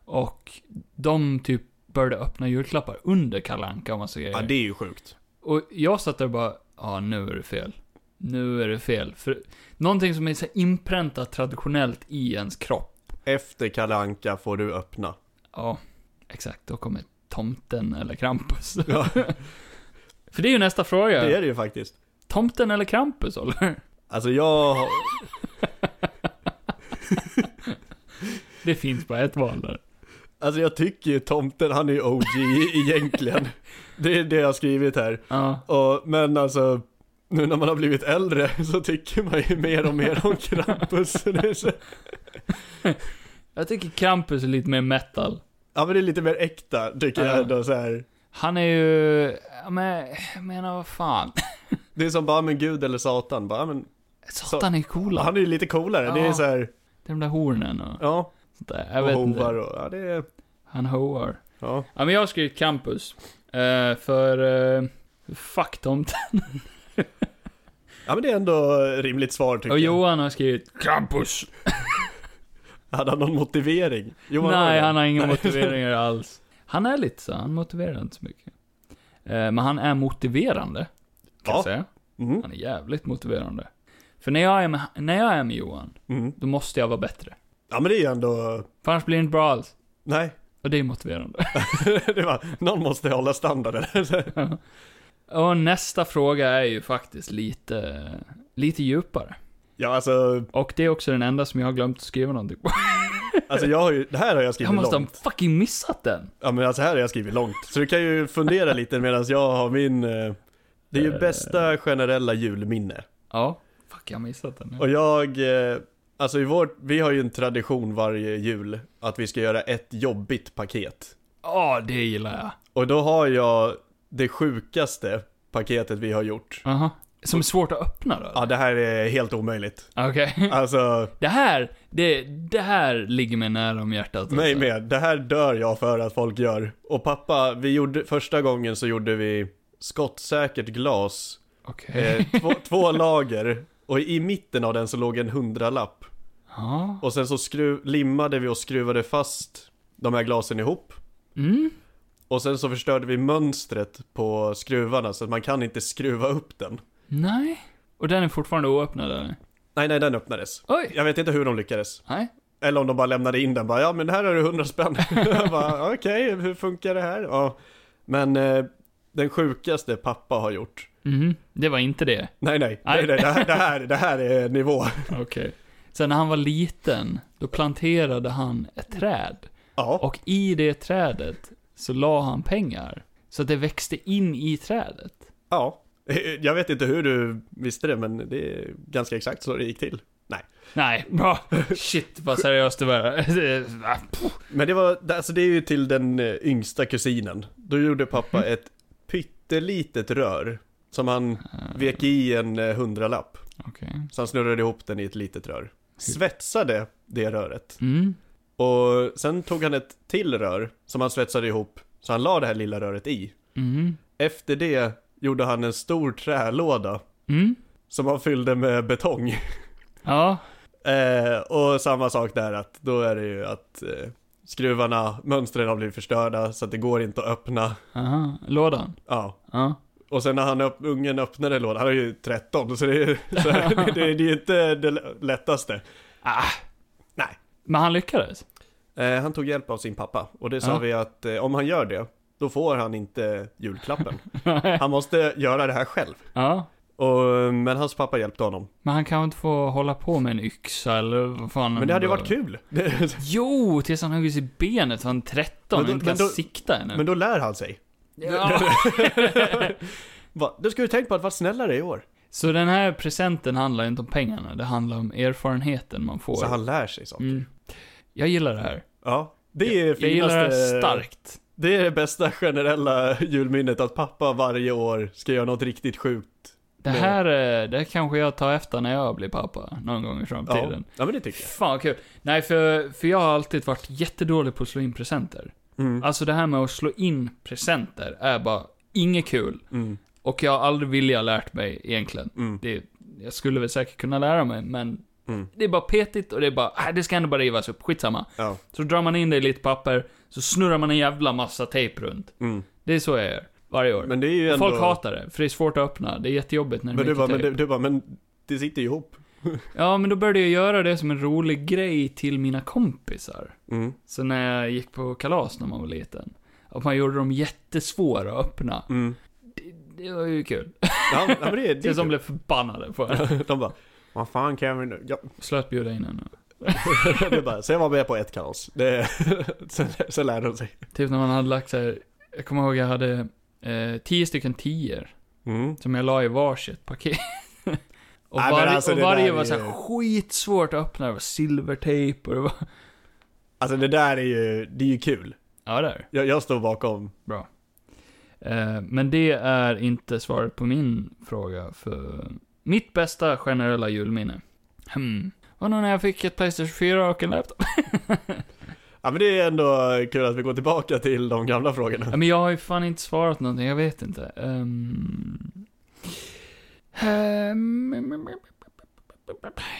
A: Och de typ började öppna julklappar under Kalle Anka om man säger
B: Ja, det är ju sjukt.
A: Och jag satt där och bara, ja nu är det fel. Nu är det fel. För någonting som är så här inpräntat traditionellt i ens kropp.
B: Efter Kalle Anka får du öppna.
A: Ja, exakt. Då kommer tomten eller Krampus.
B: Ja.
A: För det är ju nästa fråga.
B: Det är det ju faktiskt.
A: Tomten eller Krampus, eller?
B: Alltså jag...
A: Det finns bara ett val där.
B: Alltså jag tycker ju tomten, han är ju OG egentligen. Det är det jag har skrivit här.
A: Ja.
B: Och, men alltså, nu när man har blivit äldre så tycker man ju mer och mer om Krampus. Så det är så...
A: Jag tycker Krampus är lite mer metal.
B: Ja men det är lite mer äkta tycker
A: Ja.
B: jag ändå så här.
A: Han är ju... ja, Men, jag menar vad fan.
B: Det är som bara, men gud eller satan. Bara, men,
A: Satan är coolare.
B: han är ju lite coolare. Det är
A: Ja.
B: så här,
A: De där hornen och
B: ja,
A: sånt där. Jag
B: och
A: vet
B: hovar
A: inte.
B: och, ja det är,
A: Han hoar.
B: ja.
A: Ja, men jag har skrivit Krampus. Eh, för... Uh, fuck tomten.
B: Ja men det är ändå rimligt svar tycker
A: Och
B: jag.
A: Johan har skrivit Krampus.
B: Hade han någon motivering? Johan, har
A: Nej,
B: det.
A: han har inga motiveringar alls. Han är lite så, han motiverar inte så mycket. Eh, Men han är motiverande, kan
B: Ja.
A: jag säga.
B: Mm,
A: Han är jävligt motiverande. För när jag, är med, när jag är med Johan,
B: mm.
A: då måste jag vara bättre.
B: Ja men det är ju ändå,
A: För annars blir det inte bra alls.
B: nej.
A: Och det är motiverande.
B: det var, någon måste hålla standarden. Så här.
A: och nästa fråga är ju faktiskt lite, lite djupare.
B: ja alltså,
A: Och det är också den enda som jag har glömt att skriva någonting på.
B: alltså jag har ju, det här har jag skrivit
A: Jag måste ha
B: långt.
A: fucking missat den!
B: Ja men alltså här har jag skrivit långt. Så du kan ju fundera lite medan jag har min, eh, det är ju bästa generella julminne.
A: Ja. Fuck, jag har missat den.
B: Och jag, eh, alltså i vårt, vi har ju en tradition varje jul att vi ska göra ett jobbigt paket.
A: Ja, det gillar jag.
B: Och då har jag det sjukaste paketet vi har gjort.
A: Aha. Som är svårt att öppna då?
B: Ja, det här är helt omöjligt.
A: Okej.
B: Alltså,
A: Det här, det, det här ligger mig nära om hjärtat. Alltså.
B: mig med. Det här dör jag för att folk gör. Och pappa, vi gjorde, första gången så gjorde vi skottsäkert glas.
A: Okej.
B: Eh, två, två lager. Och i mitten av den så låg en hundralapp.
A: Ja.
B: Och sen så skruv, limmade vi och skruvade fast de här glasen ihop.
A: Mm.
B: Och sen så förstörde vi mönstret på skruvarna så att man kan inte skruva upp den.
A: Nej. Och den är fortfarande oöppnad eller?
B: Nej, nej, den öppnades.
A: Oj!
B: Jag vet inte hur de lyckades.
A: Nej.
B: Eller om de bara lämnade in den bara, ja men här har du 100 spänn. Jag bara, Okej, hur funkar det här? Ja. Men eh, den sjukaste pappa har gjort.
A: Mhm. Det var inte det.
B: Nej, nej,
A: Nej.
B: nej, nej det, här, det, här, det här är nivå.
A: Okej. Sen när han var liten, då planterade han ett träd.
B: Ja,
A: Och i det trädet så la han pengar. Så att det växte in i trädet.
B: ja. Eh, Jag vet inte hur du visste det, men det är ganska exakt så det gick till.
A: Nej, bra. Shit, vad seriöst det Eh, var.
B: Men det var, alltså det är ju Mhm. till den eh, yngsta kusinen. Då gjorde pappa ett pyttelilitet rör Som han vek i en eh, hundralapp.
A: Okej.
B: Så han snurrade ihop den i ett litet rör. Svetsade det röret.
A: Mm.
B: Och sen tog han ett till rör som han svetsade ihop. Så han la det här lilla röret i.
A: Mm.
B: Efter det gjorde han en stor trälåda
A: Mm.
B: som han fyllde med betong.
A: Ja.
B: Eh, och samma sak där att då är det ju att eh, skruvarna, mönstren har blivit förstörda så att det går inte att öppna.
A: Aha. Lådan.
B: Ja.
A: Ja.
B: Och sen när han upp, ungen öppnade lådan, han är ju 13 så det är så här, det, det, är ju inte det lättaste.
A: Ah.
B: Nej.
A: Men han lyckades.
B: Eh, han tog hjälp av sin pappa och det sa
A: Ja.
B: vi att eh, om han gör det, då får han inte julklappen. Han måste göra det här själv.
A: ja.
B: Och, men hans pappa hjälpte honom.
A: Men han kan inte få hålla på med en yxa eller vad fan
B: Men
A: han
B: det hade ju
A: bör-
B: varit kul.
A: Jo, tills han hugger sig i benet och han är 13
B: Men då-
A: och inte kan
B: men då-
A: sikta ännu.
B: Men då lär han sig.
A: ja.
B: Va? Du skulle tänkt på att vara snällare i år.
A: Så den här presenten handlar inte om pengarna, det handlar om erfarenheten man får.
B: Så han lär sig saker.
A: mm. Jag gillar det här.
B: Ja. Det är
A: Jag gillar det här starkt.
B: Det är det bästa generella julminnet att pappa varje år ska göra något riktigt sjukt.
A: Det
B: Men-
A: här, eh, det här kanske jag tar efter när jag blir pappa, någon gång i
B: Ja.
A: framtiden.
B: ja, men det tycker
A: Fan vad kul. Nej, för, för jag har alltid varit jättedålig på att slå in presenter.
B: jag. Mm.
A: Alltså det här med att slå in presenter är bara inget kul.
B: Mm.
A: Och jag har aldrig vilja lärt mig egentligen.
B: Mm.
A: Det, jag skulle väl säkert kunna lära mig, men
B: Mm.
A: det är bara petigt och det är bara, äh, det ska ändå bara rivas upp, skitsamma.
B: Ja.
A: Så drar man in det i lite papper, så snurrar man en jävla massa tejp runt.
B: Mm.
A: Det är så jag gör, varje år.
B: Men det är ju ändå...
A: Folk hatar det, för det är svårt att öppna, det är jättejobbigt när det är
B: men du
A: mycket
B: bara, men
A: tejp.
B: du, du bara, men det sitter ju ihop.
A: Ja, men då började jag göra det som en rolig grej till mina kompisar.
B: Mm.
A: Så när jag gick på kalas när man var liten. Att man gjorde dem jättesvåra att öppna.
B: Mm.
A: Det var ju kul.
B: Ja, ja, men det, är- det
A: Det
B: är
A: som
B: som
A: blev förbannade på en.
B: De bara, vad fan Kevin? Ja.
A: Slöt bjuda in henne.
B: Det är bara, sen var med på ett kalas. Det, sen, sen lär de sig.
A: Typ när man hade lagt så här. jag kommer ihåg jag hade eh, tio stycken tior.
B: Mm.
A: Som jag la i varsitt paket. och,
B: Nej, men
A: varje-
B: alltså,
A: och
B: det där
A: varje
B: är
A: var
B: ju-
A: så här skitsvårt att öppna. Det var silvertejp och det var...
B: Alltså det där är ju, det är ju kul.
A: Ja, det är det.
B: Jag, jag står bakom.
A: eh, Men det är inte svaret på min fråga. För mitt bästa generella julminne. Hmm. Var nog när jag fick ett Playstation 4 och en laptop.
B: Ja men det är ändå kul att vi går tillbaka till de gamla frågorna.
A: Ja, men jag har ju fan inte svarat någonting, jag vet inte. Ehm. Ehm,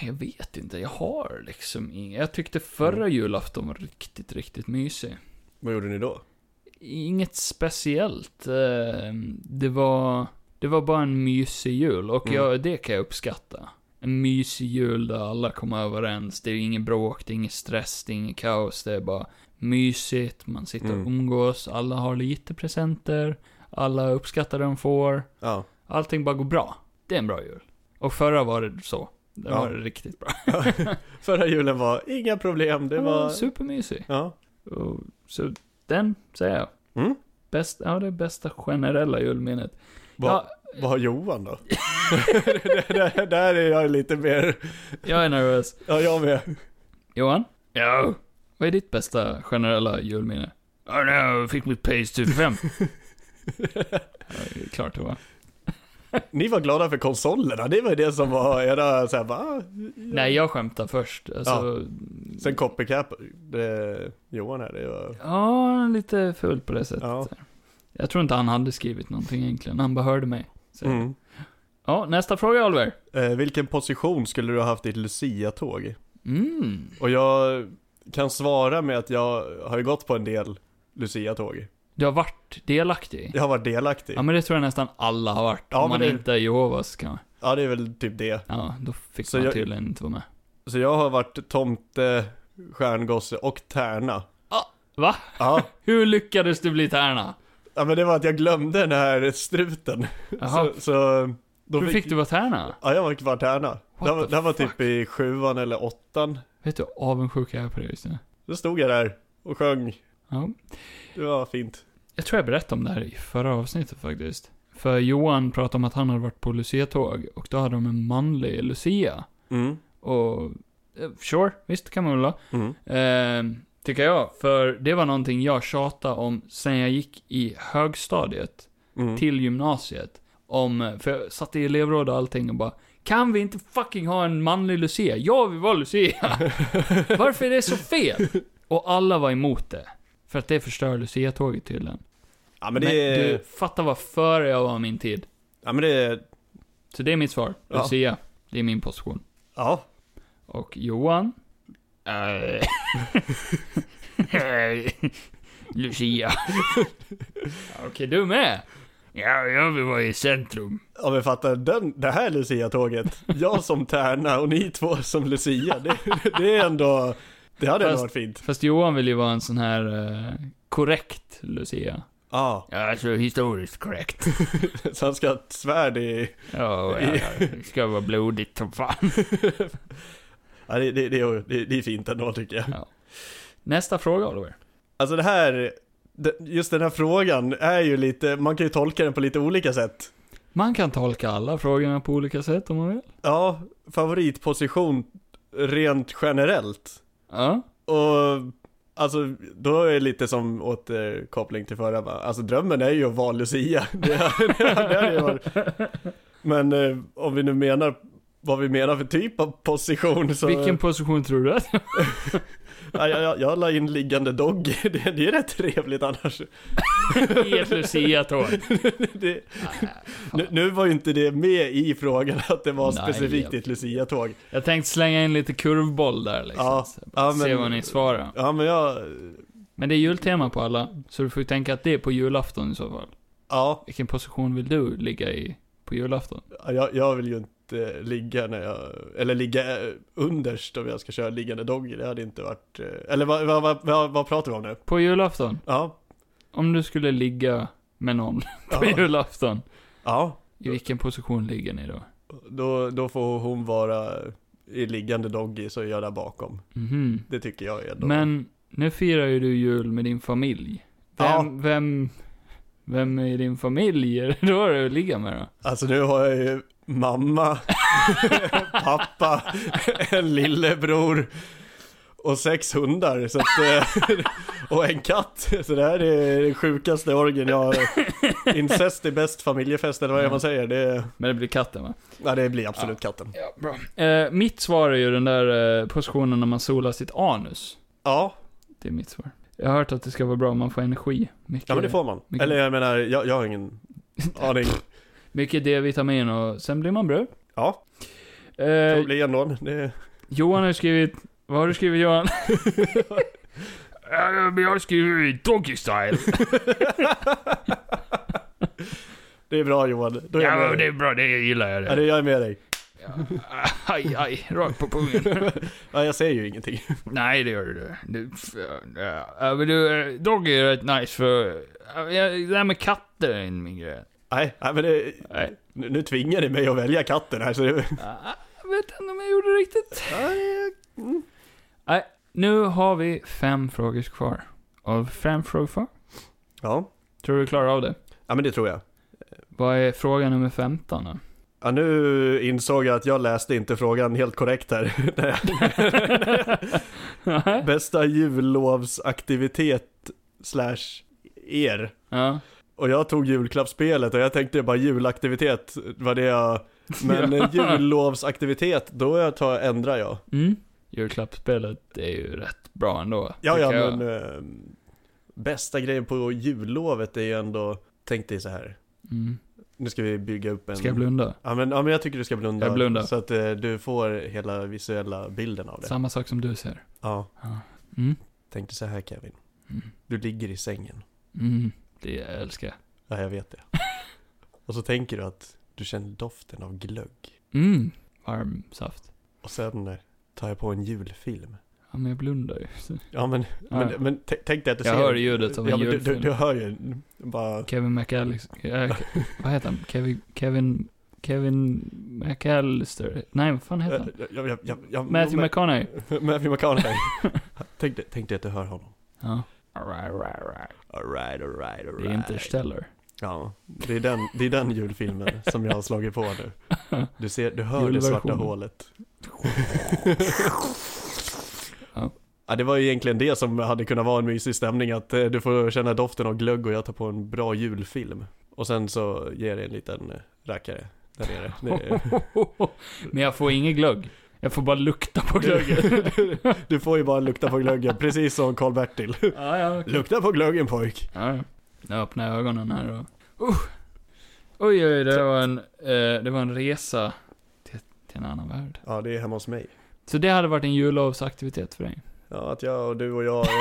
A: jag vet inte, jag har liksom inget. Jag tyckte
B: Mm.
A: förra julafton var riktigt, riktigt mysig.
B: Vad gjorde ni då?
A: Inget speciellt. Ehm, Det var, det var bara en mysig jul och
B: Mm.
A: jag, det kan jag uppskatta. En mysig jul där alla kommer överens. Det är ingen bråk, det är ingen stress, det är ingen kaos. Det är bara mysigt, man sitter och
B: Mm.
A: umgås, alla har lite presenter, alla uppskattar det de får.
B: Ja.
A: Allting bara går bra. Det är en bra jul. Och förra var det så. Det
B: Ja.
A: var riktigt bra.
B: Förra julen var inga problem, det
A: Den var
B: var...
A: supermysig.
B: Ja.
A: Och, så den säger jag.
B: Mm.
A: Bäst, ja, det är bästa generella julminnet.
B: Vad
A: Ja.
B: vad har Johan då? Det- det- Där är jag lite mer...
A: Jag är nervös.
B: Ja, jag med.
A: Johan? Ja? Vad är ditt bästa generella julminne? Ja, när jag fick mitt Pace
B: typ
A: 45. ja, klart det var.
B: Ni var glada för konsolerna, det var ju det som var era så här, va?
A: Nej, jag skämtar först. Alltså,
B: Sen copycat, det, Johan här, det var...
A: ja. lite fult på det sättet.
B: Ja.
A: Jag tror inte han hade skrivit någonting egentligen. Han bara hörde mig. Så.
B: Mm.
A: Ja, nästa fråga Oliver.
B: Eh, vilken position skulle du ha haft i ett Lucia-tåg?
A: Mm.
B: Och jag kan svara med att jag har ju gått på en del Lucia-tåg.
A: Du har varit delaktig.
B: Jag har varit delaktig.
A: Ja, men det tror jag nästan alla har varit.
B: Ja,
A: Om man
B: men det-
A: inte är Jehovas kan
B: Ja, det är väl typ det.
A: Ja, då fick
B: Så
A: man
B: jag-
A: tydligen inte vara med.
B: Så jag har varit tomte, stjärngosse och tärna.
A: Va?
B: Ja.
A: Hur lyckades du bli tärna?
B: Ja men det var att jag glömde den här struten.
A: Jaha,
B: Så, så då
A: hur fick du vara tärna?
B: Ja jag var kvar tärna. Det här var-
A: the
B: det här var
A: fuck?
B: typ i sjuan eller åttan.
A: Vet du hur avundsjuk jag är på det just nu?
B: Då stod jag där och sjöng.
A: Ja.
B: Det var fint.
A: Jag tror jag berättade om det här i förra avsnittet faktiskt. För Johan pratade om att han hade varit på Lucia-tåg och då hade de en manlig Lucia.
B: Mm.
A: Och eh, sure, visst kan man väl ha.
B: Mm.
A: Ehm, tycker jag. För det var någonting jag tjatade om sen jag gick i högstadiet
B: Mm.
A: till gymnasiet. om, för jag satt i elevråd och allting och bara kan vi inte fucking ha en manlig Lucia? Jag vill vara Lucia! Varför är det så fel? Och alla var emot det. För att det förstör Lucia-tåget tydligen.
B: Ja
A: Men
B: men det är...
A: du, fattar vad före jag var min tid.
B: Ja men det är...
A: Så det är mitt svar.
B: Ja.
A: Lucia, det är min position.
B: Ja.
A: Och Johan? Eh, Lucia. Okej, du med? Ja, jag vill vara i centrum.
B: Ja men fattar den, det här Lucia-tåget. Jag som tärna och ni två som Lucia. Det, det är ändå... Det hade ändå
A: Fast-
B: varit fint.
A: Fast Johan vill ju vara en sån här eh, korrekt Lucia.
B: Ja.
A: Ja, alltså historiskt korrekt.
B: Så han ska ha ett svärd i...
A: Ja, ja, ja, det ska vara blodigt som fan.
B: Ja, det, det, det, det, det är fint ändå tycker jag.
A: Nästa fråga Oliver.
B: Alltså det här... det- Just den här frågan är ju lite... Man kan ju tolka den på lite olika sätt.
A: Man kan tolka alla frågorna på olika sätt om man vill.
B: Ja, favoritposition rent generellt.
A: Ja.
B: Och alltså, då är det lite som återkoppling till förra va? Alltså drömmen är ju att vara Lucia. Det är, det är, det är ju var. Men eh, om vi nu menar vad vi menar för typ av position så...
A: Vilken position tror du att
B: Ja, jag, jag, jag la in liggande dogg. Det, det är rätt trevligt annars.
A: i ett Lucia-tåg?
B: Det, nu, nu var ju inte det med i frågan att det var
A: Nej,
B: specifikt
A: jag-
B: ett Lucia-tåg.
A: Jag tänkte slänga in lite kurvboll där liksom.
B: Ja,
A: Så
B: ja,
A: Se
B: men-
A: vad ni svarar.
B: Ja men jag...
A: Men det är jultema på alla, så du får ju tänka att det är på julafton i så fall.
B: Ja,
A: Vilken position vill du ligga i på julafton?
B: jag, jag vill ju inte ligga när jag... Eller ligga eh, underst om jag ska köra liggande dogg. Det hade inte varit... eh, Eller vad, vad, vad, vad, vad pratar vi om nu?
A: På julafton?
B: Ja.
A: Om du skulle ligga med någon på
B: Ja.
A: julafton,
B: ja.
A: i vilken position ligger ni då?
B: Då, då får hon vara i liggande doggy så är jag där bakom.
A: Mhm.
B: Det tycker jag är då.
A: Men nu firar ju du jul med din familj. Vem,
B: Ja.
A: vem, vem i din familj är det då du ligger med då?
B: Alltså nu har jag ju mamma, pappa, en lillebror och sex hundar. Så att, eh, och en katt. Så det här är den sjukaste orgen jag har. Incest är bäst familjefest eller vad är det man säger. Det,
A: Men det blir katten va?
B: ja, det blir absolut katten.
A: Ja, bra. Eh, mitt svar är ju den där eh, positionen när man solar sitt anus.
B: Ja,
A: Det är mitt svar. Jag har hört att det ska vara bra om man får energi. Mycket,
B: ja men det får man.
A: Mycket.
B: Eller jag menar, jag, jag har ingen aning.
A: mycket D-vitamin och sen blir man brun.
B: Ja,
A: Eh,
B: problem då. Det,
A: Johan har skrivit... Vad har du skrivit Johan? Jag har skrivit Doggy Style.
B: det är bra Johan. Då är jag med dig.
A: är bra, det gillar jag
B: Ja, det är jag med dig.
A: Aj, aj, rakt på pungen.
B: Ja, jag säger ju ingenting.
A: Nej, det gör du. du f- ja, men du, eh, Doggy är rätt nice för... ja, Det där med katter är inte min grej.
B: Nej, nej men det,
A: Nej.
B: nu, nu tvingar ni mig att välja katten här så det,
A: Ah, Jag vet inte om jag gjorde det mm. riktigt. Nej, nu har vi fem frågor kvar. Av fem frågor kvar.
B: Ja.
A: Tror du klarar av det?
B: ja, men det tror jag.
A: Vad är fråga nummer 15 då?
B: Ja, nu insåg jag att jag läste inte frågan helt korrekt här.
A: Nej.
B: Bästa jullovsaktivitet slash er.
A: ja.
B: Och jag tog julklappsspelet och jag tänkte bara julaktivitet var det jag... Men eh, jullovsaktivitet, då jag tar, ändrar jag.
A: Mm. Julklappsspelet är ju rätt bra ändå.
B: Ja, ja,
A: tycker jag.
B: men... eh, bästa grejen på jullovet är ju ändå... Tänk dig så här.
A: Mm.
B: Nu ska vi bygga upp en...
A: Ska jag blunda?
B: Ja men, ja men jag tycker du ska blunda.
A: Jag blundar.
B: Så att eh, du får hela visuella bilden av det.
A: Samma sak som du ser.
B: Ja.
A: Mm.
B: Tänkte så här Kevin.
A: Mm.
B: Du ligger i sängen.
A: Mm. Det jag älskar jag.
B: Ja jag vet det. och så tänker du att du känner doften av glögg.
A: Mm. Varm saft.
B: Och sen eh, tar jag på en julfilm.
A: Ja, men jag blundar ju.
B: Ja men,
A: Ja.
B: men, men t- tänk dig att du
A: Jag
B: ser.
A: hör ljudet av en
B: ja, men du, du,
A: julfilm.
B: du hör ju bara.
A: Kevin McAllister. Äh, vad heter han? Kevin... Kevin... Kevin McAllister. Nej, vad fan heter han?
B: Jag, jag, jag, jag, jag,
A: Matthew McConaughey.
B: Mc- Matthew McConaughey. tänk, dig, tänk dig att du hör honom.
A: Ja. Alright, alright, alright.
B: Alright, alright, alright.
A: Det är Interstellar.
B: Ja, det är den, det är den julfilmen som jag har slagit på nu. Du, ser, du hör det svarta
A: Julversionen.
B: hålet.
A: Ja.
B: Ja, det var ju egentligen det som hade kunnat vara en mysig stämning, att eh, du får känna doften av glögg och jag tar på en bra julfilm. Och sen så ger det en liten eh, rackare där nere. Det är-
A: Men jag får ingen glögg. Jag får bara lukta på glöggen.
B: Du får ju bara lukta på glöggen, precis som Karl-Bertil.
A: ja, ja, okej.
B: Lukta på glöggen pojk.
A: ja, ja. Jag öppnar ögonen här och... Uh. Oj, oj, det var en, eh, det var en resa till, till en annan värld.
B: Ja, det är hemma hos mig.
A: Så det hade varit en jullovsaktivitet för dig?
B: Ja, att jag och du och jag eh,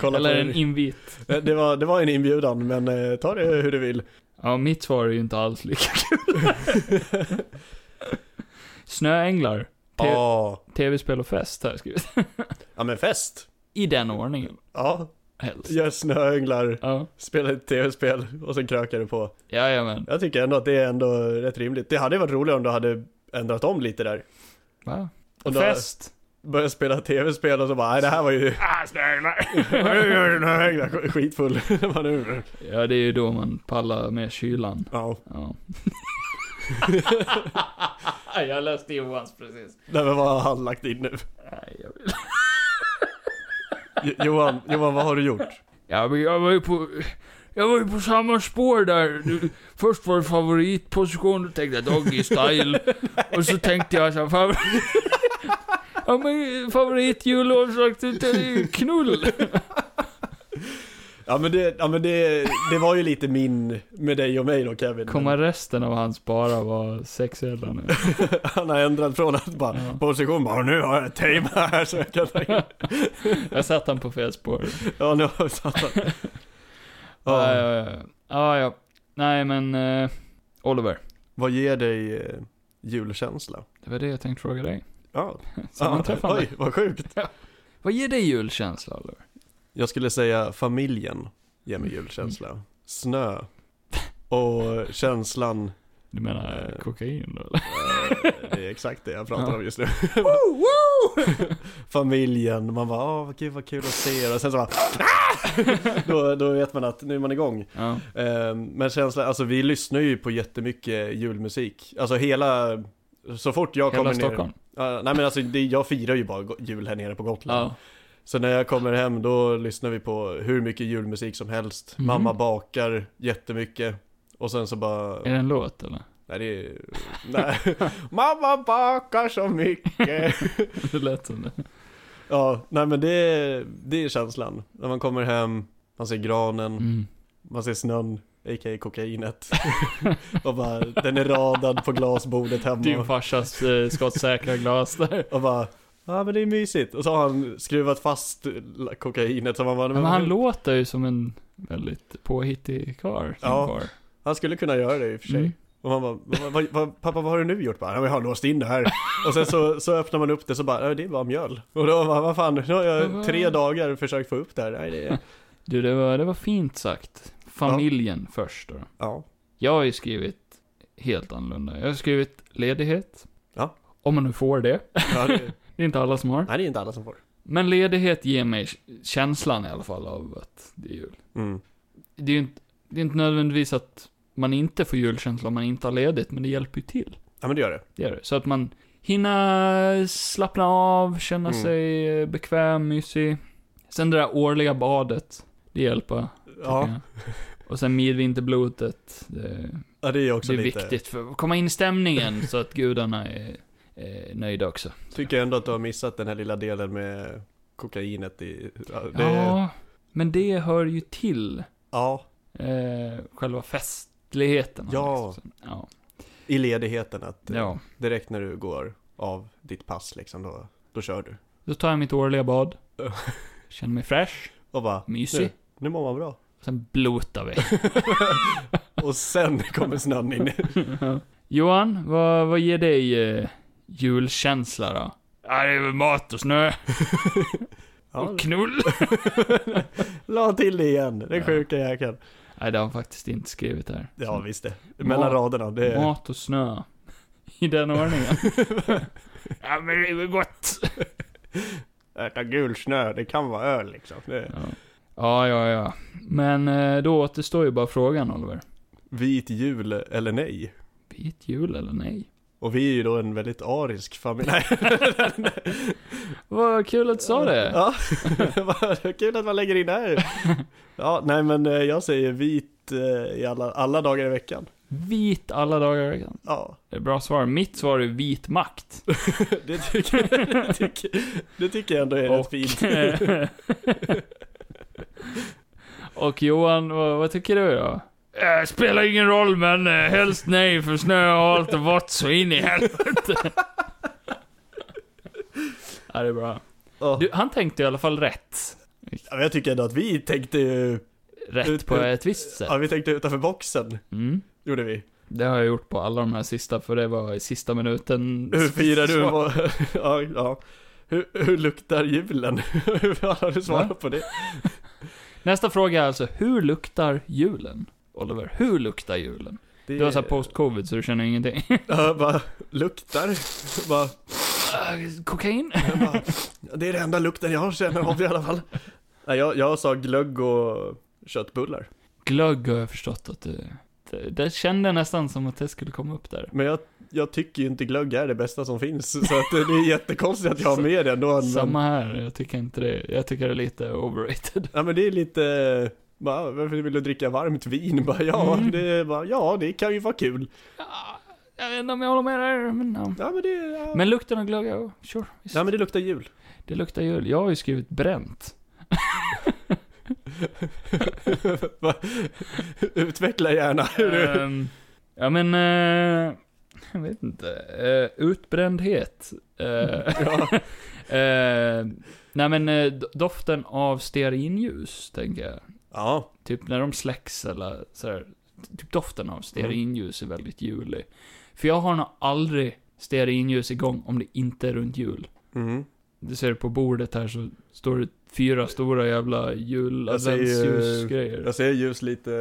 B: kollar
A: Eller en
B: på...
A: invit?
B: Eh, Det var, det var en inbjudan, men eh, ta det hur du vill.
A: Ja, mitt svar är ju inte alls lika kul. Snöänglar, Te-
B: Ja,
A: tv-spel och fest har jag skrivit.
B: ja men fest.
A: I den ordningen,
B: Ja,
A: helst.
B: gör snöänglar,
A: Ja,
B: spelar ett tv-spel och sen krökar du på.
A: jajamän.
B: Jag tycker ändå att det är ändå rätt rimligt. Det hade varit roligare om du hade ändrat om lite där.
A: Va?
B: Och
A: Och
B: då-
A: fest?
B: Börjat spela tv-spel och så bara, nej det här var ju...
A: Ah, snöänglar!
B: snöänglar, Skitfull. Vad nu?
A: Ja, det är ju då man pallar med kylan.
B: Ja.
A: Ja. jag läste Johans precis.
B: Nej men vad har han lagt in nu?
A: Nej, jag vill
B: Jo- Johan, Johan vad har du gjort?
A: Ja, men jag var ju på... Jag var ju på samma spår där. Du- Först var det favoritposition, då tänkte jag doggy style. Och så tänkte jag så här, favor... Ja men favoritjullovsaktivitet är ju knull.
B: Ja men, det, ja, men det, det var ju lite min med dig och mig då Kevin.
A: Kommer resten av hans bara vara sexuella nu?
B: Han har ändrat från att bara,
A: Ja.
B: position bara, nu har jag ett tejp här så jag kan lägga.
A: Jag satte han på fel spår.
B: Ja nu har jag satt han.
A: Ja,
B: ja.
A: ja, ja. ja, ja. Nej men, eh, Oliver.
B: Vad ger dig eh, julkänsla?
A: Det var det jag tänkte fråga dig.
B: Ja.
A: Sammanträffande.
B: Oj, vad sjukt.
A: Vad ger dig julkänsla, Oliver?
B: Jag skulle säga familjen ger mig julkänsla. Snö. Och känslan,
A: Du menar
B: Eh.
A: kokain då eller?
B: eh, det är exakt det jag pratar
A: Ja.
B: om just nu.
A: Woo, woo!
B: Familjen, man bara åh gud vad kul att se er och sen så bara "Ah!" då, då vet man att nu är man igång.
A: Ja.
B: Eh, Men känslan, alltså vi lyssnar ju på jättemycket julmusik. Alltså hela, så fort jag
A: Hela
B: kommer
A: Stockholm.
B: ner. Ja, nej men alltså det, jag firar ju bara go- jul här nere på Gotland.
A: Ja.
B: Så när jag kommer hem då lyssnar vi på hur mycket julmusik som helst.
A: Mhm.
B: Mamma bakar jättemycket. Och sen så bara,
A: Är det en låt eller?
B: nej det är, nej. Mamma bakar så mycket.
A: Det lät som det.
B: Ja, nej men det är, det är känslan. När man kommer hem, man ser granen,
A: Mm.
B: man ser snön, a.k.a. kokainet. och bara, den är radad på glasbordet
A: Din
B: hemma.
A: farsas eh, skottsäkra glas där.
B: Och bara, ja men det är mysigt. Och så har han skruvat fast kokainet så man bara,
A: Men han låter ju som en väldigt påhittig karl. som
B: Ja,
A: karl.
B: han skulle kunna göra det i och för sig.
A: Mm.
B: Och man bara, vad, vad, vad, pappa vad har du nu gjort? Bara, "Ja, men jag har låst in det här. Och sen så, så öppnar man upp det så bara, "Ja, det är bara mjöl. Och då bara, vad fan, nu har jag tre dagar försökt få upp det här. Nej, det är,
A: Du, det var, det var fint sagt. Familjen först då.
B: ja.
A: Jag har ju skrivit helt annorlunda. Jag har skrivit ledighet.
B: Ja.
A: Om man nu får det.
B: ja det,
A: Det är inte alla som har.
B: nej, det är inte alla som får.
A: Men ledighet ger mig känslan i alla fall av att det är jul.
B: Mm.
A: Det är ju inte, det är inte nödvändigtvis att man inte får julkänsla om man inte har ledigt, men det hjälper ju till.
B: Ja men det gör det.
A: Det gör det. Så att man hinner slappna av, känna
B: Mm.
A: sig eh, bekväm, mysig. Sen det där årliga badet, det hjälper.
B: Ja,
A: tycker jag. Och sen midvinterblodet, det,
B: ja det är också
A: det är
B: lite.
A: viktigt för att komma in i stämningen så att gudarna är, är nöjda också.
B: Tycker ändå att du har missat den här lilla delen med kokainet i... Ja, det, ja.
A: Ja, men det hör ju till
B: ja
A: eh, själva festligheten.
B: Ja.
A: Liksom. Ja.
B: i ledigheten att eh,
A: ja.
B: direkt när du går av ditt pass liksom då, då kör du.
A: Då tar jag mitt årliga bad. Känner mig fräsch,
B: Och bara,
A: Mm, mysig.
B: nu mår man bra.
A: Sen blotar vi.
B: Och sen kommer snön in.
A: Johan, vad, vad ger dig eh, julkänsla då? Ja, det är väl mat och snö
B: Ja,
A: och knull.
B: la till det igen, den
A: Ja.
B: sjuka jäkeln.
A: Nej, det har han faktiskt inte skrivit här.
B: Ja
A: Så,
B: visst det. Mellan
A: Mm. Mat-
B: raderna. Det är,
A: Mat och snö. I den ordningen. ja, men det är väl gott.
B: äta gul snö, det kan vara öl liksom. Det är,
A: Ja. ja, ja, ja. Men eh, då återstår ju bara frågan, Oliver.
B: vit jul eller nej?
A: Vit jul eller nej?
B: Och vi är ju då en väldigt arisk familj. Nej.
A: Vad kul att du sa det.
B: Ja, vad kul att man lägger in det här. Ja, nej men eh, jag säger vit vit eh, i alla, alla dagar i veckan.
A: Vit alla dagar i veckan.
B: Ja,
A: Det är bra svar. Mitt svar är vit makt.
B: det tycker, det tycker, det tycker jag ändå är rätt
A: Och-
B: fint.
A: Och Johan, vad, vad tycker du då? Äh, spelar ingen roll, men äh, helst nej, för snö har allt och vått så in i helvete. ja, det är bra.
B: Ja.
A: Du, han tänkte i alla fall rätt.
B: Ja, men jag tycker ändå att vi tänkte ju,
A: Rätt på ett visst sätt.
B: ja vi tänkte utanför boxen,
A: Mm.
B: gjorde vi.
A: Det har jag gjort på alla de här sista, för det var i sista minuten.
B: Hur firar du?
A: Så-
B: Vad- ja, ja. Hur, hur luktar julen? Hur har du
A: Va?
B: svarat på det?
A: Nästa fråga är alltså, hur luktar julen? Oliver, hur luktar julen?
B: det
A: Du har såhär post-covid, så du känner ingenting.
B: Ja, bara, luktar? Bara,
A: Äh, Kokain?
B: bara, det är den enda lukten jag känner av i alla fall. Nej, jag, jag sa glögg och köttbullar.
A: Glögg har jag förstått att du... Det, det kände jag nästan som att det skulle komma upp där.
B: Men jag, jag tycker ju inte glögg är det bästa som finns, så att det är jättekonstigt att jag har med det ändå. Men,
A: Samma här, jag tycker inte det. Jag tycker det är lite overrated.
B: Ja men det är lite, bara, varför vill du dricka varmt vin? Bara, ja,
A: Mm.
B: det är bara, ja, det kan ju vara kul.
A: Ja, Jag vet inte om jag håller med där, men ja.
B: Ja men det, ja.
A: Men lukten av glögg, ja, sure. Visst.
B: ja, men det luktar jul.
A: Det luktar jul. Jag har ju skrivit bränt.
B: Va? Utveckla gärna. hur du-
A: Ehm, ja men, eh, jag vet inte. Eh, utbrändhet. Eh, eh, nej men, eh, do- doften av stearinljus, tänker jag.
B: Ja,
A: Typ när de släcks eller sådär. Typ doften
B: Mm.
A: av stearinljus är väldigt julig. För jag har nog aldrig stearinljus igång om det inte är runt jul.
B: mm.
A: Du ser på bordet här så står det fyra stora jävla jul
B: Jag ser ju-
A: adventsljusgrejer.
B: jag ser ljus lite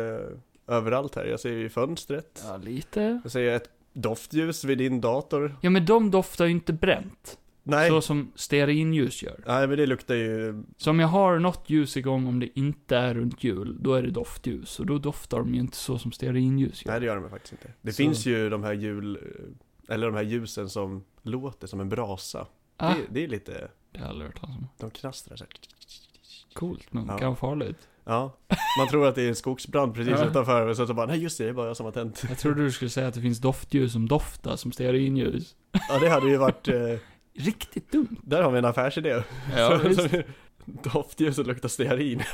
B: överallt här. Jag ser ju i fönstret.
A: Ja, lite.
B: Jag ser ett doftljus vid din dator.
A: Ja, men de doftar ju inte bränt.
B: Nej,
A: Så som stearinljus gör.
B: nej men det luktar ju,
A: Så om jag har något ljus igång om det inte är runt jul, då är det doftljus. Och då doftar de ju inte så som stearinljus gör.
B: nej det gör de faktiskt inte. Det
A: Så.
B: finns ju de här jul, eller de här ljusen som låter som en brasa.
A: ah,
B: Det, det är lite,
A: det har jag aldrig hört talas om.
B: de knastrar så här.
A: Coolt, men
B: Ja.
A: kan vara farligt.
B: Ja, man tror att det är en skogsbrand precis
A: Ja.
B: utanför men så så bara, nej just det, det är bara jag som har tänt.
A: Jag trodde du skulle säga att det finns doftljus som doftar som stearinljus.
B: Ja det hade ju varit, eh,
A: Riktigt dumt.
B: där har vi en affärsidé.
A: Ja,
B: Som- som- Doftljuset luktar stearin.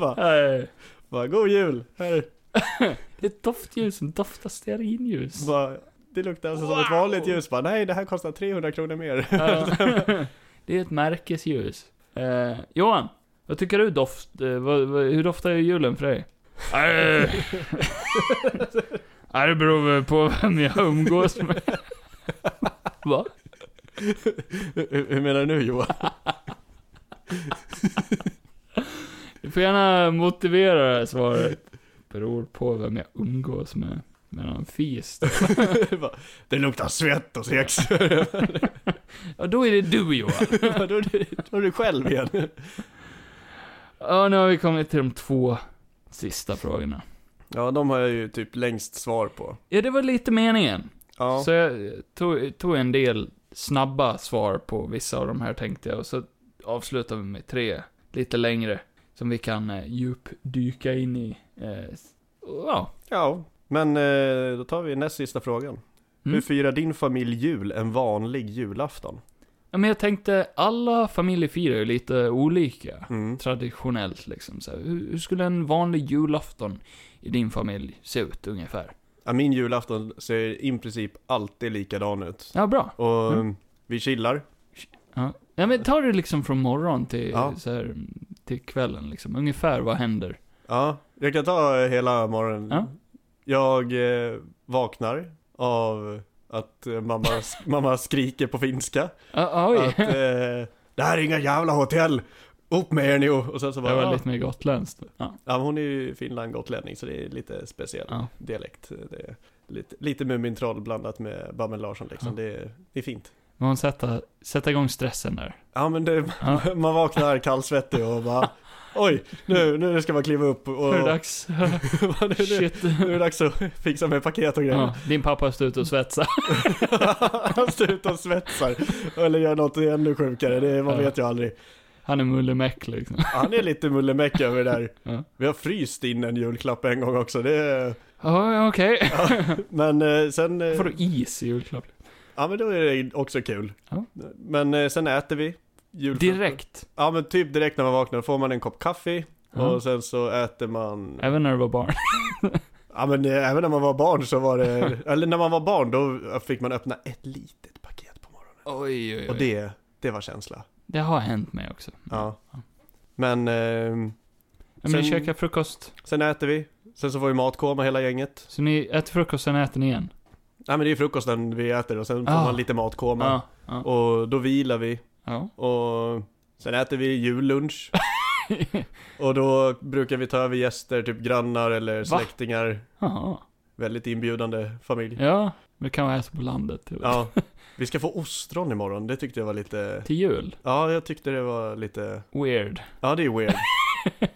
B: Bara- bara, bara, god jul! Här.
A: Ett doftljus som doftar stearinljus.
B: Bara, det luktar alltså som ett
A: Wow.
B: vanligt ljus. Bara, nej det här kostar 300 kronor mer.
A: Ja. Det är ett märkesljus. Eh, Johan, vad tycker du doft... Eh, vad, vad, hur doftar julen för dig? Nej, det beror väl på vem jag umgås med. Va?
B: hur, hur menar du nu Johan?
A: Du får gärna motivera det här svaret. Beror på vem jag umgås med. Men han fis.
B: Bara, det luktar svett och sex.
A: Ja, då är det du Johan.
B: Bara, då, är du- då är du själv igen.
A: Ja, nu har vi kommit till de två sista frågorna.
B: Ja, de har jag ju typ längst svar på.
A: Ja, det var lite meningen.
B: Ja.
A: Så jag tog, tog en del snabba svar på vissa av de här tänkte jag. Och så avslutar vi med tre lite längre. Som vi kan eh, djupdyka in i. Eh, s- ja.
B: Ja, men eh, då tar vi näst sista frågan. Hur
A: Mm.
B: firar din familj jul en vanlig julafton?
A: ja, men jag tänkte alla familjer firar ju lite olika.
B: Mm.
A: Traditionellt liksom. Så här, hur, hur skulle en vanlig julafton i din familj se ut ungefär?
B: Ja, min julafton ser i princip alltid likadan ut.
A: Ja, bra.
B: Och
A: Mm.
B: eh, vi chillar.
A: Ja. ja, men ta det liksom från morgon till,
B: Ja.
A: så här, till kvällen liksom. Ungefär vad händer?
B: Ja, jag kan ta eh, hela morgonen.
A: Ja.
B: Jag eh, vaknar av att eh, mamma, mamma skriker på finska.
A: Ah, oj!
B: Att eh, det här är inga jävla hotell! Upp med er nu! Och sen så
A: det
B: bara,
A: var
B: ja,
A: lite mer gotländskt. Ja.
B: ja, men hon är ju Finland gotlänning så det är lite speciell
A: Ja.
B: dialekt. Det är lite, lite Mumintroll blandat med Babbel Larsson liksom.
A: Ja.
B: Det, är, det är fint.
A: Men hon sätta, sätta igång stressen där.
B: Ja men det,
A: Ja.
B: man vaknar kallsvettig och bara Oj, nu, nu ska man kliva upp och...
A: Nu är det dags.
B: nu, nu,
A: Shit.
B: nu är det dags att fixa med paket och grejer.
A: Ja, din pappa står ute och svetsar.
B: Han står ute och svetsar. Eller gör något ännu sjukare, det man
A: Ja.
B: vet ju aldrig.
A: Han är mullemäck liksom.
B: Han är lite mullemäck över det där.
A: Ja.
B: Vi har fryst in en julklapp en gång också. Det är...
A: Ja, ja, okej.
B: Men eh, sen... eh,
A: Vadå is i julklapp?
B: Ja men då är det också kul.
A: Ja.
B: Men eh, sen äter vi. julklappar.
A: Direkt.
B: Ja men typ direkt när man vaknar får man en kopp kaffe.
A: Ja.
B: Och sen så äter man...
A: Även när du var barn.
B: Ja men eh, även när man var barn så var det... Eller när man var barn då fick man öppna ett litet paket på morgonen.
A: Oj, oj,
B: Och det, det var känsla.
A: Det har hänt mig också.
B: Ja. Men eh,
A: Men ni
B: Sen-
A: käkar frukost.
B: sen äter vi. Sen så får vi matkoma hela gänget.
A: Så ni äter frukost, sen äter ni igen?
B: Nej men det är frukosten vi äter och sen får
A: Ah.
B: man lite matkoma.
A: Ja. Ja.
B: Och då vilar vi.
A: ja.
B: Och sen äter vi jullunch. och då brukar vi ta över gäster, typ grannar eller släktingar.
A: ja.
B: Väldigt inbjudande familj.
A: ja. Men det kan man äta på landet. Typ.
B: Ja. Vi ska få ostron imorgon, det tyckte jag var lite...
A: Till jul.
B: Ja, jag tyckte det var lite...
A: Weird.
B: Ja, det är weird.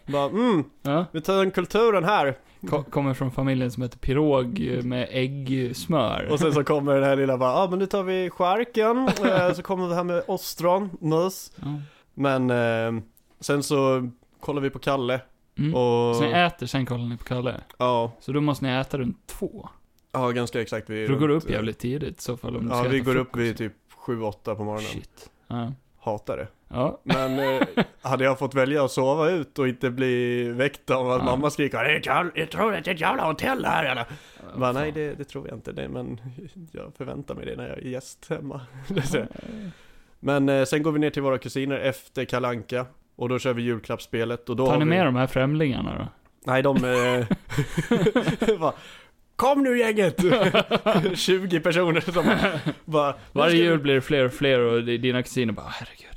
B: Bara, mm,
A: Ja.
B: vi tar den kulturen här.
A: Ko-
B: Mm.
A: kommer från familjen som heter pirog eh, med äggsmör.
B: Och sen så kommer den här lilla bara, ja ah, men nu tar vi skärken. Eh, Så kommer det här med ostron, möss.
A: Ja.
B: Men eh, sen så kollar vi på Kalle.
A: Mm.
B: Och...
A: Så ni äter, sen kollar ni på Kalle.
B: Ja,
A: Så då måste ni äta runt två.
B: ja, ganska exakt. Vi är
A: För då går du
B: runt,
A: upp jävligt tidigt i så fall om du
B: Ja,
A: ska
B: vi
A: äta
B: går upp
A: frukost.
B: vid typ 7-8 på morgonen.
A: Shit. Ja.
B: Hatar det.
A: ja.
B: Men eh, hade jag fått välja att sova ut och inte bli väckt av att
A: Ja.
B: mamma skriker "Det är kall- jag tror att det är ett jävla hotell här eller? Bara,
A: Fan.
B: nej det, det tror jag inte det, men jag förväntar mig det när jag är gäst hemma. Det ser jag. men eh, sen går vi ner till våra kusiner efter Kalanka och då kör vi julklappsspelet och då
A: Tar
B: har
A: ni
B: vi...
A: med de här främlingarna då?
B: Nej de... Eh... bara, Kom nu gänget! 20 personer som bara...
A: Varje jul blir det fler och fler och det- dina kusiner bara herregud.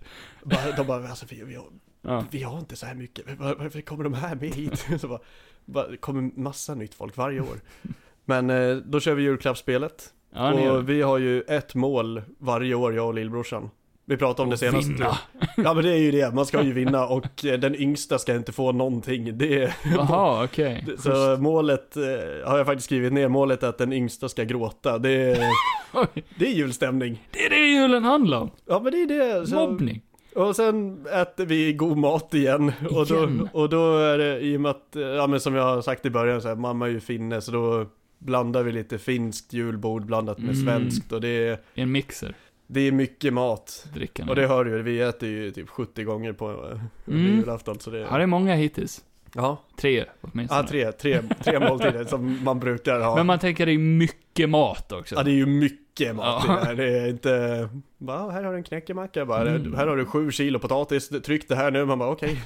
B: bara, de bara, alltså vi, vi, har,
A: Ja.
B: vi har inte så här mycket, Var- varför kommer de här med hit? Så bara, bara, det kommer massa nytt folk varje år. Men eh, då kör vi julklappsspelet.
A: Ja, ni gör det.
B: och vi har ju ett mål varje år, jag och lillbrorsan. Vi pratade om det typ.
A: Och
B: senast.
A: vinna.
B: Ja men det är ju det, man ska ju vinna och eh, den yngsta ska inte få någonting. Det är,
A: Jaha, okej.
B: så målet eh, har jag faktiskt skrivit ner, målet är att den yngsta ska gråta. Det är,
A: Oj,
B: det är julstämning.
A: Det är det julen handlar om!
B: Ja men det är det. Så-
A: Mobbning.
B: Och sen äter vi god mat igen. Och då,
A: Igen?
B: och då är det i och med att, eh, ja men som jag har sagt i början så här, mamma är ju finne så då blandar vi lite finskt julbord blandat med
A: Mm.
B: svenskt och det är,
A: I en mixer.
B: det är mycket mat.
A: Dricka
B: Och det hör du ju, vi äter ju typ 70 gånger på eh,
A: Mm.
B: julafton så det
A: Ja, det är många hittills.
B: Ja,
A: Tre åtminstone.
B: ja tre, tre, tre måltider som man brukar ha.
A: Men man tänker det är mycket mat också.
B: Ja det är ju mycket mat
A: Ja.
B: i det här. Det är inte, bara, här har du en knäckemacka bara,
A: Mm.
B: här har du sju kilo potatis, tryck det här nu, man bara okej.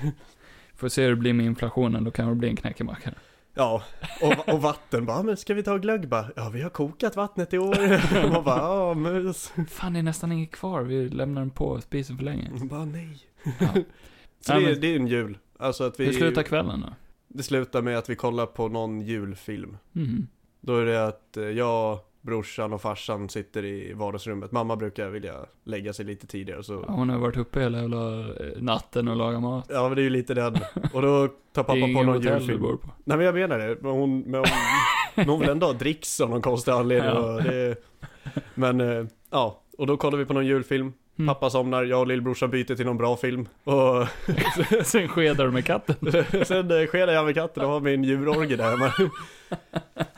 A: Får se hur det blir med inflationen, då kan det bli en knäckemacka.
B: Ja, och, och vatten bara, "Ah, men ska vi ta glögg bara? Ja, vi har kokat vattnet i år. Man bara, ja, mus.
A: Fan, det är nästan inget kvar. Vi lämnar den på spisen för länge.
B: Man bara, nej.
A: Ja.
B: Så
A: Ja,
B: det, är-
A: men-
B: det är en jul. Alltså att vi...
A: Hur slutar kvällen då?
B: Det slutar med att vi kollar på någon julfilm.
A: Mhm.
B: Då är det att eh, jag, brorsan och farsan sitter i vardagsrummet. Mamma brukar vilja lägga sig lite tidigare så...
A: Ja, Hon har varit uppe hela jävla eh, natten och lagat mat.
B: Ja, men det är ju lite den. Och då tar
A: det är
B: pappa på
A: ingen
B: någon
A: hotell du
B: julfilm.
A: bor på.
B: Nej men jag menar det, men hon, men hon, men hon vill ändå ha dricks av någon konstig anledning.
A: Ja.
B: Och det, men eh, ja, och då kollar vi på någon julfilm.
A: Mm.
B: Pappa somnar, jag och lillbrorsan byter till någon bra film. Och
A: Sen skedar du med katten.
B: sen eh, skedar jag med katten och har min djurorgie där hemma.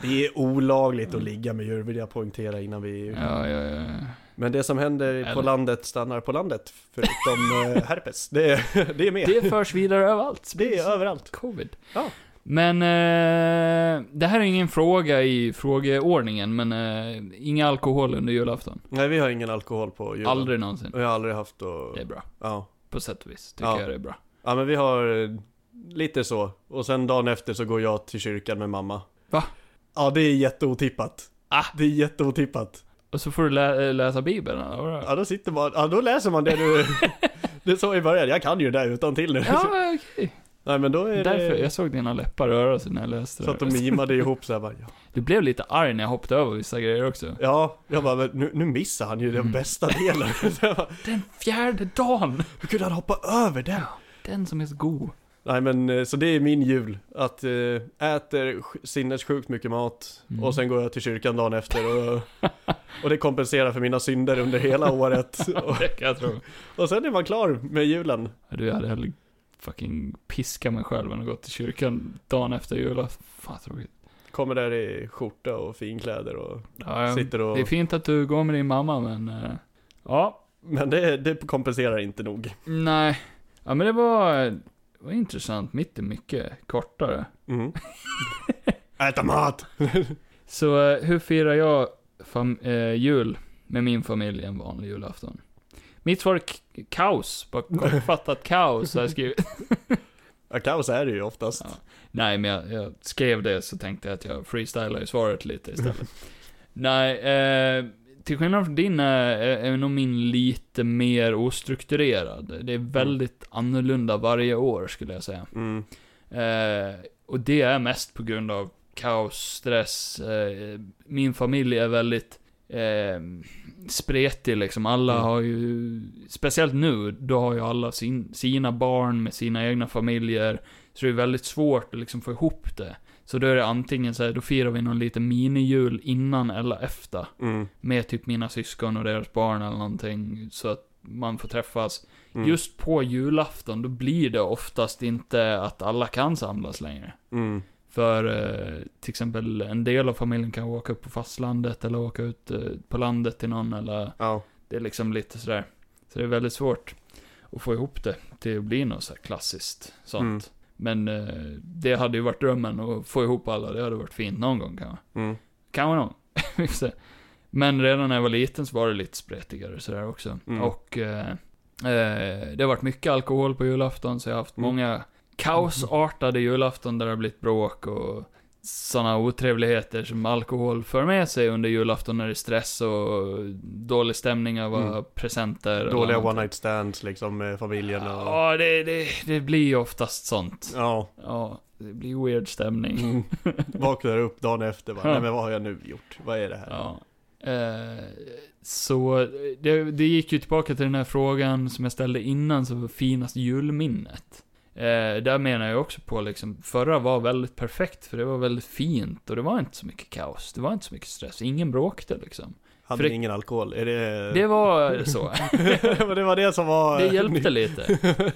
B: Det är olagligt att ligga med djur vill jag poängtera innan vi...
A: Ja, ja, ja.
B: Men det som händer på
A: Eller-
B: landet stannar på landet. Förutom eh, herpes. Det, är- det är med.
A: Det förs vidare överallt.
B: Det är överallt.
A: Covid.
B: Ja.
A: Men, eh, det här är ingen fråga i frågeordningen, men eh, inga alkohol under julafton.
B: Nej vi har ingen alkohol på julen.
A: Aldrig någonsin.
B: Och jag har aldrig haft och...
A: Det är bra.
B: Ja.
A: På sätt och vis tycker
B: Ja.
A: jag det är bra.
B: Ja men vi har eh, lite så. Och sen dagen efter så går jag till kyrkan med mamma.
A: Va?
B: Ja det är jätteotippat.
A: Ah.
B: Det är jätteotippat.
A: Och så får du lä- eh, läsa bibeln, eller? vadå?
B: Ja då sitter man, ja då läser man det du... det sa i början, jag kan ju det där utan till nu.
A: Ja, okej.
B: Nej men då är
A: Därför,
B: det...
A: jag såg dina läppar röra sig när jag läste
B: Så att de
A: det.
B: mimade ihop så här bara, ja.
A: Du blev lite arg när jag hoppade över vissa grejer också.
B: ja, jag bara, men nu, nu missar han ju
A: Mm.
B: den bästa delen. Så jag bara,
A: Den fjärde dagen!
B: Hur kunde han hoppa över den?
A: Den som är så god.
B: Nej men eh, så det är min jul. Att eh, äter sj- sinnessjukt mycket mat
A: Mm.
B: och sen går jag till kyrkan dagen efter och, och det kompenserar för mina synder under hela året. Och,
A: Det kan jag tro.
B: och sen är man klar med julen.
A: Du, jag hade hellre fucking piska mig själv än att gå till kyrkan dagen efter julafton. Fan tråkigt.
B: Kommer där i skjorta och finkläder och
A: Ja, jag-
B: sitter och...
A: Det är fint att du går med din mamma, men... eh, ja.
B: Men det, det kompenserar inte nog.
A: Nej. Ja, men det var, det var intressant. Mitt är mycket kortare.
B: Mm. Äta mat!
A: Så eh, hur firar jag fam- eh, jul med min familj en vanlig julafton? Mitt svar är k- kaos. Bara kortfattat kaos har jag skrivit.
B: Ja, kaos är det ju oftast.
A: Ja. Nej, men jag, jag skrev det så tänkte jag att jag freestylar i svaret lite istället. Nej, eh, till skillnad från din eh, är, är nog min lite mer ostrukturerad. Det är väldigt annorlunda varje år skulle jag säga.
B: Mm.
A: Eh, och det är mest på grund av kaos, stress. Eh, min familj är väldigt eh, spretig liksom. Alla
B: Mm.
A: har ju, speciellt nu, då har ju alla sin, sina barn med sina egna familjer. Så det är väldigt svårt att liksom få ihop det. Så då är det antingen så här, då firar vi någon liten minijul innan eller efter
B: Mm.
A: med typ mina syskon och deras barn eller någonting. Så att man får träffas.
B: Mm.
A: Just på julafton, då blir det oftast inte att alla kan samlas längre.
B: Mm.
A: För eh, till exempel en del av familjen kan åka upp på fastlandet eller åka ut eh, på landet till någon eller
B: Ja.
A: det är liksom lite sådär. Så det är väldigt svårt att få ihop det till att bli något så här klassiskt sånt. Men eh, det hade ju varit drömmen att få ihop alla, det hade varit fint någon gång kanske.
B: Mm.
A: Kanske någon. Vi får se. Men redan när jag var liten så var det lite spretigare sådär också.
B: Mm.
A: Och eh, eh, det har varit mycket alkohol på julafton, så jag har haft
B: Mm.
A: många kaosartade julafton där det har blivit bråk och sådana otrevligheter som alkohol för med sig under julafton när det är stress och dålig stämning över
B: Mm.
A: presenter. eller
B: Dåliga
A: någonting.
B: one night stands liksom med familjen och...
A: Ja, det, det, det blir ju oftast sånt.
B: Ja.
A: Ja, det blir weird stämning.
B: Mm. Vaknar upp dagen efter bara, nej men vad har jag nu gjort? Vad är det här?
A: Ja. Eh, så det, det gick ju tillbaka till den här frågan som jag ställde innan, som var finast julminnet. Eh, där menar jag också på liksom, förra var väldigt perfekt för det var väldigt fint och det var inte så mycket kaos, det var inte så mycket stress, ingen bråkte liksom.
B: Hade
A: för det-
B: ni ingen alkohol? Är det...
A: Det var så,
B: var... Eh. det var det som var...
A: det hjälpte lite.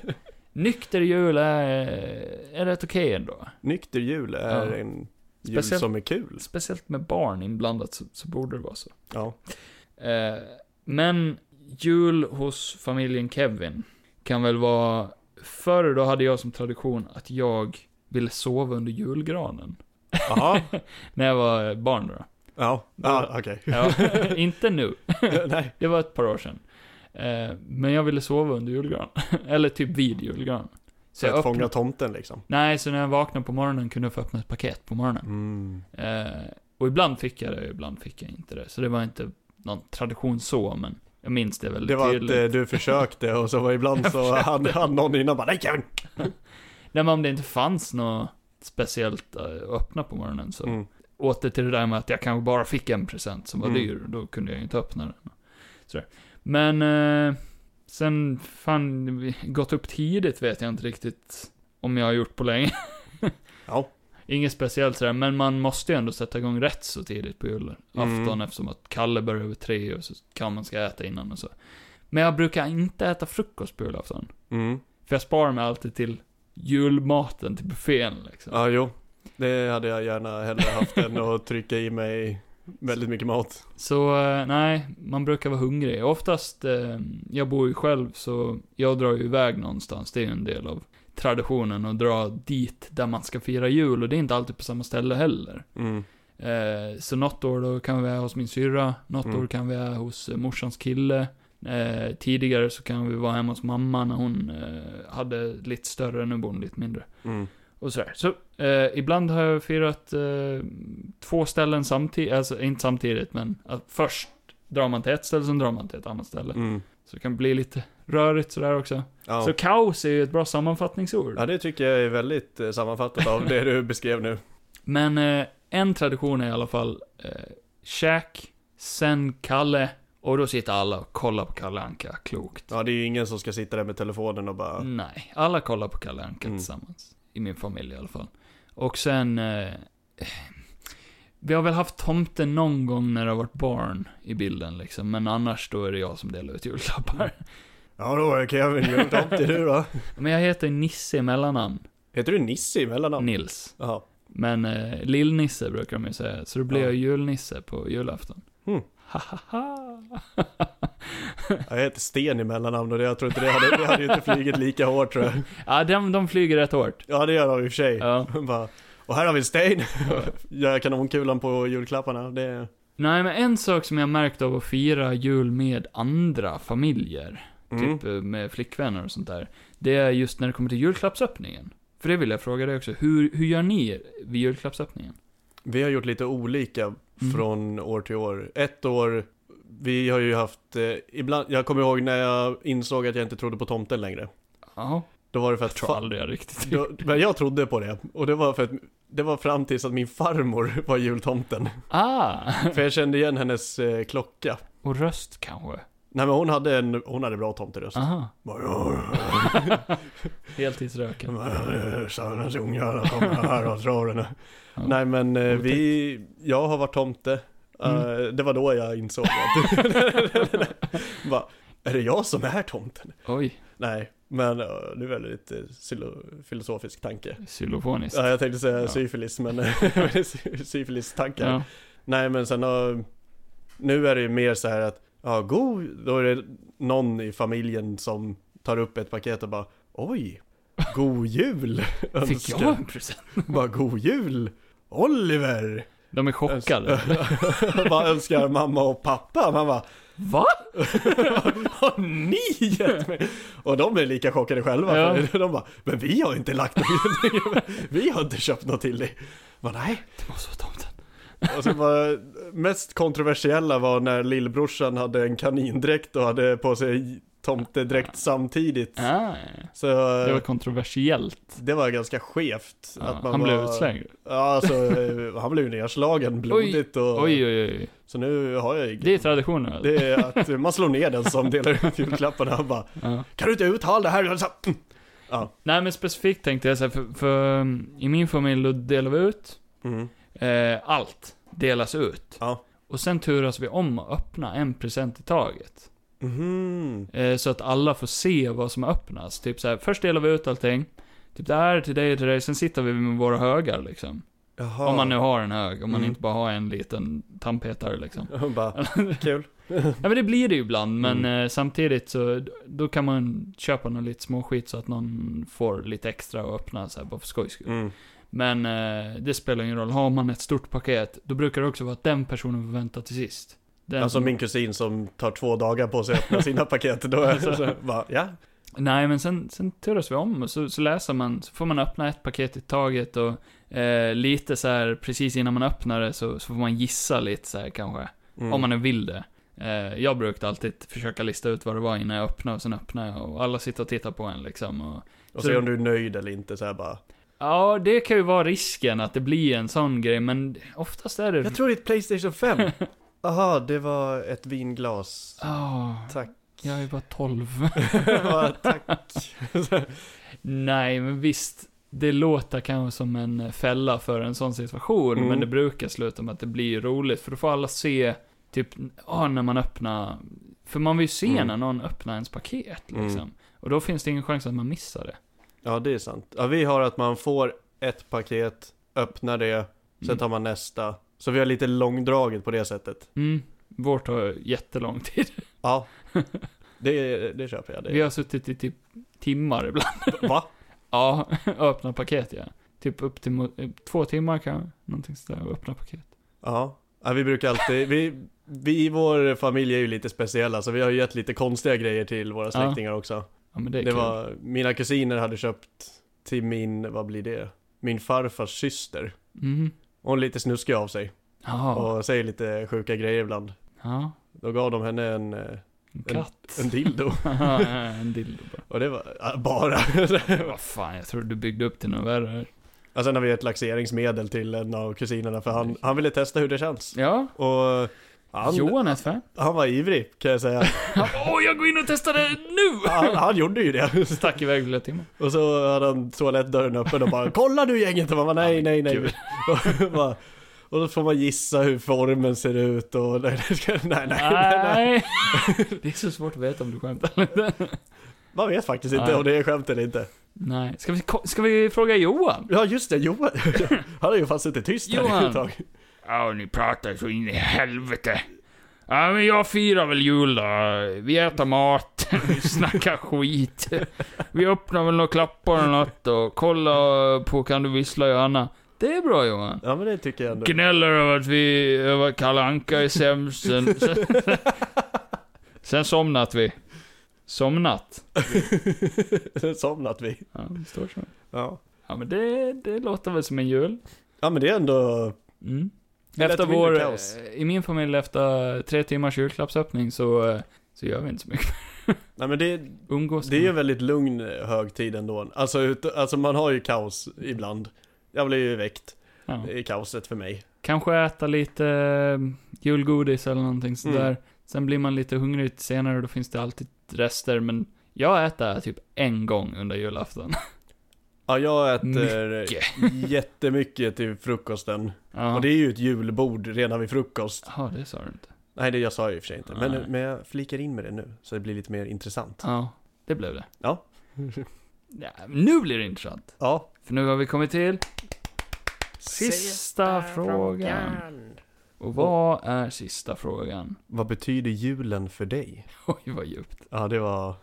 A: Nykter jul är, är rätt okej ändå.
B: Nykter jul är
A: Ja.
B: en jul
A: Speciellt-
B: som är kul.
A: Speciellt med barn inblandat så, så borde det vara så.
B: Ja.
A: Eh, men jul hos familjen Kevin kan väl vara... Förr då hade jag som tradition att jag ville sova under julgranen.
B: Jaha.
A: När jag var barn då.
B: Ja. Ja, okej.
A: Ja, inte nu.
B: nej.
A: Det var ett par år sedan. Eh, men jag ville sova under julgranen. Eller typ vid julgranen.
B: Så att
A: öppnade-
B: fånga tomten liksom.
A: Nej, så när jag vaknade på morgonen kunde jag få öppna ett paket på morgonen.
B: Mm.
A: Eh, och ibland fick jag det, ibland fick jag inte det. Så det var inte någon tradition så, men jag minns det väldigt
B: Det var att
A: tydligt.
B: eh, du försökte och så var ibland så hann han någon innan bara nej Kevin!
A: Nej men om det inte fanns något speciellt eh, att öppna på morgonen så.
B: Mm.
A: Åter till det där med att jag kanske bara fick en present som var
B: Mm.
A: dyr, då kunde jag ju inte öppna den. Sådär. Men eh, sen fan, gått upp tidigt vet jag inte riktigt om jag har gjort på länge.
B: Ja.
A: Inget speciellt sådär, men man måste ju ändå sätta igång rätt så tidigt på julafton
B: Mm.
A: eftersom att Kalle börjar över tre och så kan man ska äta innan och så. Men jag brukar inte äta frukost på julafton.
B: Mm.
A: För jag sparar mig alltid till julmaten, till buffén liksom.
B: Ja, jo. Det hade jag gärna hellre haft än att trycka i mig väldigt mycket mat.
A: Så eh, nej, man brukar vara hungrig. Oftast, eh, jag bor ju själv så jag drar ju iväg någonstans. Det är ju en del av traditionen att dra dit där man ska fira jul och det är inte alltid på samma ställe heller.
B: Mm.
A: Eh, så något år då kan vi vara hos min syrra, något
B: Mm.
A: år kan vi vara hos eh, morsans kille. Eh, tidigare så kan vi vara hemma hos mamma när hon eh, hade lite större, nu bor hon lite mindre.
B: Mm.
A: Och sådär. Så eh, ibland har jag firat eh, två ställen samtidigt, alltså inte samtidigt men att först drar man till ett ställe, sen drar man till ett annat ställe.
B: Mm.
A: Så det kan bli lite rörigt sådär också.
B: Ja.
A: Så kaos är ju ett bra sammanfattningsord.
B: Ja, det tycker jag är väldigt eh, sammanfattat av det du beskrev nu.
A: Men eh, en tradition är i alla fall eh, käk, sen Kalle Och då sitter alla och kollar på Kalle Anka klokt.
B: Ja, det är ju ingen som ska sitta där med telefonen och bara...
A: Nej, alla kollar på Kalle Anka
B: Mm.
A: tillsammans. I min familj i alla fall. Och sen... Eh, vi har väl haft tomten någon gång när det har varit barn i bilden liksom. Men annars då är det jag som delar ut julklappar.
B: Mm. Ja då kan jag väl göra upp till du då.
A: Men jag heter Nisse i mellannamn.
B: Heter du Nisse i mellannamn?
A: Nils.
B: Jaha.
A: Men eh, Lill-Nisse brukar de ju säga. Så då blir
B: Ja.
A: jag julnisse på julafton.
B: Mm.
A: Hahaha.
B: Ja, Jag heter Sten i mellannamn och det, jag tror inte det hade, det hade ju inte flugit lika hårt tror jag.
A: ja, de, de flyger rätt hårt.
B: Ja det gör de i och för sig.
A: Ja.
B: Bara, och här har vi en Sten.
A: Ja.
B: Gör kanonkulan på julklapparna. Det,
A: Nej, men en sak som jag märkt av att fira jul med andra familjer,
B: mm.
A: typ eh, med flickvänner och sånt där, det är just när det kommer till julklappsöppningen. För det vill jag fråga dig också, hur, hur gör ni vid julklappsöppningen?
B: Vi har gjort lite olika från år till år. Ett år, vi har ju haft, eh, ibland, jag kommer ihåg när jag insåg att jag inte trodde på tomten längre.
A: Ja,
B: Då var det för
A: jag
B: att
A: tror aldrig jag riktigt
B: då, men jag trodde på det. Och det var för att det var fram tills att min farmor var jultomten.
A: Ah!
B: För jag kände igen hennes eh, klocka.
A: Och röst kanske?
B: Nej men hon hade en, hon hade bra tomteröst.
A: Aha.
B: Bara,
A: Heltidsröken.
B: Sannas ungar, de här och trollen.
A: Ja.
B: Nej men eh, vi, jag har varit tomte. Eh,
A: Mm.
B: Det var då jag insåg att... Bara, är det jag som är tomten?
A: Oj,
B: Nej, men eh, det är väldigt eh, silo- filosofisk tanke.
A: xylofoniskt.
B: Ja, jag tänkte säga
A: Ja.
B: syfilis, men men det är syfilis-tankar.
A: Ja.
B: Nej men sen har, nu är det ju mer så här att, ja god, då är det någon i familjen som tar upp ett paket och bara, oj, god jul
A: Fick
B: önskar.
A: jag en present?
B: Bara god jul, Oliver!
A: De är chockade.
B: Vad önskar mamma och pappa? Man bara,
A: Va?
B: har ni gett mig? Och de är lika chockade själva.
A: Ja.
B: För de bara, men vi har inte lagt något, vi har inte köpt något till dig. Bara, nej.
A: Det måste vara tomten.
B: Och sen var, mest kontroversiella var när lillbrorsan hade en kanindräkt och hade på sig tomtedräkt samtidigt.
A: Ah,
B: Så
A: det var kontroversiellt.
B: det var ganska skevt.
A: Ja,
B: att man
A: han blev
B: var-
A: utslängd.
B: Ja, alltså eh, han blev ju nerslagen blodigt och...
A: Oj, oj, oj.
B: Så nu har jag ju...
A: Det är traditionen. eller?
B: Det är att man slår ner den som delar ut julklapparna och bara
A: Ja.
B: Kan du inte uttala det här? Så-
A: Nej men specifikt tänkte jag så här, för, för um, i min familj då delar vi ut,
B: Mm.
A: eh, allt delas ut.
B: Ja.
A: Och sen turas vi om att öppna en present i taget.
B: Mhm.
A: Eh, så att alla får se vad som öppnas. Typ så här, först delar vi ut allting. Typ det här till dig, till dig, sen sitter vi med våra högar liksom.
B: Jaha.
A: Om man nu har en hög, om man
B: Mm.
A: inte bara har en liten tandpetare liksom.
B: Hon bara, kul.
A: Ja men det blir det ju ibland, men
B: Mm.
A: eh, samtidigt så d- då kan man köpa någon lite småskit så att någon får lite extra att öppna så här, bara för skojs skull.
B: Mm.
A: Men eh, det spelar ingen roll, har man ett stort paket, då brukar det också vara att den personen får vänta till sist. Den
B: Alltså
A: som-
B: min kusin som tar två dagar på sig att öppna sina paket. Då är det så, bara, ja.
A: Nej men sen, sen turas vi om och så, så läser man, så får man öppna ett paket i taget och eh, lite så här precis innan man öppnar det så, så får man gissa lite så här kanske.
B: Mm.
A: Om man nu vill det. Eh, jag brukade alltid försöka lista ut vad det var innan jag öppnade och sen öppnade jag och alla sitter och tittar på en liksom. Och,
B: Och se om du är nöjd eller inte så här bara.
A: Ja, det kan ju vara risken att det blir en sån grej, men oftast är det...
B: Jag tror det är ett Playstation 5. Aha, det var ett vinglas.
A: Ah,
B: Tack.
A: jag är bara 12.
B: Bara, Tack.
A: Nej, men visst. Det låter kanske som en eh, fälla för en sån situation,
B: Mm.
A: men det brukar sluta med att det blir roligt, för då får alla se, typ, ah, när man öppnar... För man vill ju se
B: Mm.
A: när någon öppnar ens paket,
B: Mm.
A: liksom. Och då finns det ingen chans att man missar det.
B: Ja, det är sant. Ja, vi har att man får ett paket, öppnar det, sen
A: Mm.
B: tar man nästa. Så vi har lite långdraget på det sättet.
A: Mm. Vårt tar jättelång tid.
B: Ja, det, det köper jag. Det.
A: Vi har suttit i typ timmar ibland.
B: Va?
A: Ja, öppna paket, ja. Typ upp till mo- eh, två timmar kanske, någonting sådär, och öppna paket.
B: Ja. ja, vi brukar alltid, vi, vi i vår familj är ju lite speciella så vi har ju gett lite konstiga grejer till våra släktingar också.
A: Ja, men det är
B: Det,
A: kul.
B: var, mina kusiner hade köpt till min, vad blir det? Min farfars syster.
A: Mhm.
B: Hon är lite snuskig av sig
A: Ja,
B: och säger lite sjuka grejer ibland.
A: ja.
B: Då gav de henne en, eh,
A: En katt.
B: en dildo.
A: en dildo bara.
B: Och det var, ja, bara.
A: Vad fan, jag trodde du byggde upp till något värre. här.
B: och sen har vi ett laxeringsmedel till en av kusinerna för han, han ville testa hur det känns.
A: Ja,
B: Och Han,
A: Johan är ett fan.
B: han var ivrig kan jag säga.
A: Åh, jag går in och testar det nu!
B: Han, han gjorde ju det.
A: Stack iväg flera timmar.
B: Och så hade han toalettdörren öppen och bara Kolla nu gänget! Och man bara, nej, nej, nej. Och, bara, och då får man gissa hur formen ser ut och nej, nej, nej, nej, nej.
A: Nej. Det är så svårt att veta om du skämtar eller inte.
B: Man vet faktiskt inte
A: Nej.
B: om det är skämt eller inte.
A: Nej. Ska vi, ko- ska vi fråga Johan?
B: Ja just det, Johan. Han har ju fan suttit tyst här
A: Johan.
B: ett tag.
A: Ja, ni pratar så in i helvete. Ja, men jag firar väl jul då. Vi äter mat, vi snackar skit. Vi öppnar väl några klappar eller något och kollar på Kan du vissla Johanna. Det är bra Johan.
B: Ja men det tycker jag ändå.
A: Gnäller över att vi, över att Kalle Anka är sämst. Sen, sen, sen somnat vi. Somnat.
B: Somnat vi.
A: Ja, det står så.
B: Ja.
A: Ja, men det, det låter väl som en jul.
B: ja men det är ändå...
A: Mm.
B: Det lät
A: Efter
B: mindre
A: vår,
B: kaos.
A: eh, I min familj, efter tre timmars julklappsöppning så, eh, så gör vi inte så mycket.
B: Nej men det,
A: Umgås.
B: det är ju en väldigt lugn högtid ändå. Alltså, ut, alltså man har ju kaos ibland. Jag blir ju väckt
A: ja.
B: i kaoset för mig.
A: Kanske äta lite eh, julgodis eller någonting sådär.
B: Mm.
A: Sen blir man lite hungrig lite senare och då finns det alltid rester. Men jag äter typ en gång under julafton.
B: Ja jag äter jättemycket till frukosten.
A: Ja,
B: Och det är ju ett julbord redan vid frukost.
A: Jaha, det sa du inte.
B: Nej det jag sa jag i och för sig inte.
A: Nej.
B: Men, men jag flikar in med det nu. Så det blir lite mer intressant.
A: Ja, det blev det.
B: Ja.
A: Ja, nu blir det intressant.
B: Ja.
A: För nu har vi kommit till
B: Sist.
A: sista frågan. Och vad är sista frågan?
B: Vad betyder julen för dig?
A: Oj, vad djupt.
B: Ja det var...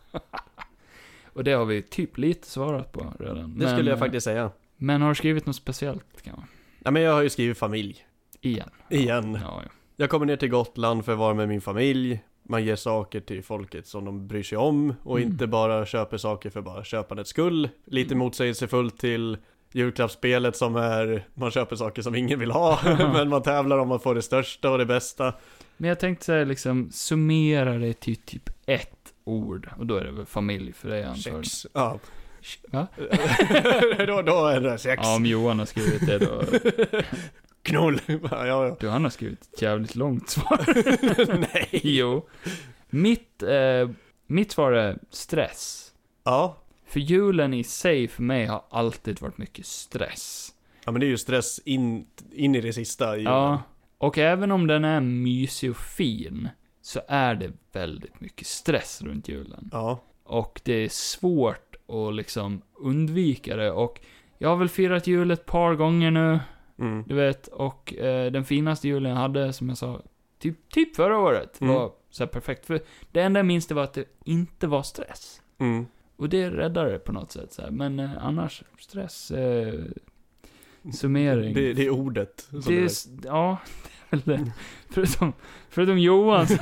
A: Och det har vi typ lite svarat på redan.
B: Det skulle jag
A: eh,
B: faktiskt säga.
A: Men har du skrivit något speciellt kanske?
B: Nej men jag har ju skrivit familj.
A: Igen.
B: Igen.
A: Ja, ja.
B: Jag kommer ner till Gotland för att vara med min familj. Man ger saker till folket som de bryr sig om och
A: Mm.
B: inte bara köper saker för bara köpandets skull. Lite motsägelsefullt till julklappsspelet som är man köper saker som ingen vill ha men man tävlar om att få det största och det bästa.
A: Men jag tänkte säga liksom, summera det till typ ett ord. Och då är det väl familj för dig antar jag.
B: Sex. Ja.
A: Va?
B: då, då är det sex.
A: Ja, om Johan har skrivit det då.
B: Knull. Ja, ja, ja.
A: Du, han har skrivit ett jävligt långt svar.
B: Nej.
A: Jo. Mitt, eh, mitt svar är stress.
B: Ja.
A: För julen i sig för mig har alltid varit mycket stress.
B: ja, men det är ju stress in, in i det sista. I
A: Ja. Och även om den är mysig och fin, så är det väldigt mycket stress runt julen.
B: ja.
A: Och det är svårt att liksom undvika det. Och jag har väl firat jul ett par gånger nu,
B: Mm.
A: du vet. Och eh, den finaste julen jag hade, som jag sa, typ, typ förra året,
B: Mm.
A: var så här perfekt. För det enda jag minns det var att det inte var stress.
B: Mm.
A: Och det räddar det på något sätt. Så här. Men eh, annars, stress, eh, summering.
B: Det, det är ordet. som
A: Det är,
B: är-
A: s- ja, det är väl det. Förutom, förutom Johans.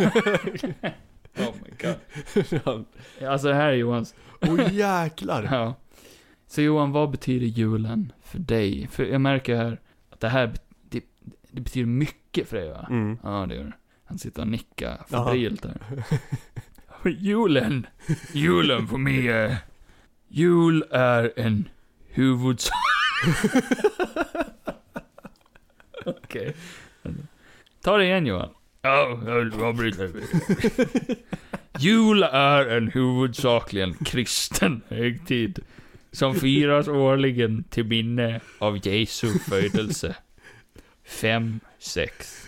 A: oh my god. Alltså det här är Johans.
B: Åh oh, jäklar!
A: Ja. Så Johan, vad betyder julen för dig? För jag märker här att det här bet- det, det betyder mycket för dig va?
B: Mm.
A: Ja, det gör det. Han sitter och nickar
B: Jaha.
A: febrilt där. Julen. Julen för mig är... Jul är en huvudsak. Okej. Ta det igen Johan. Ja, jag avbryter. Jul är en huvudsakligen kristen högtid som firas årligen till minne av Jesu födelse. 5, 6.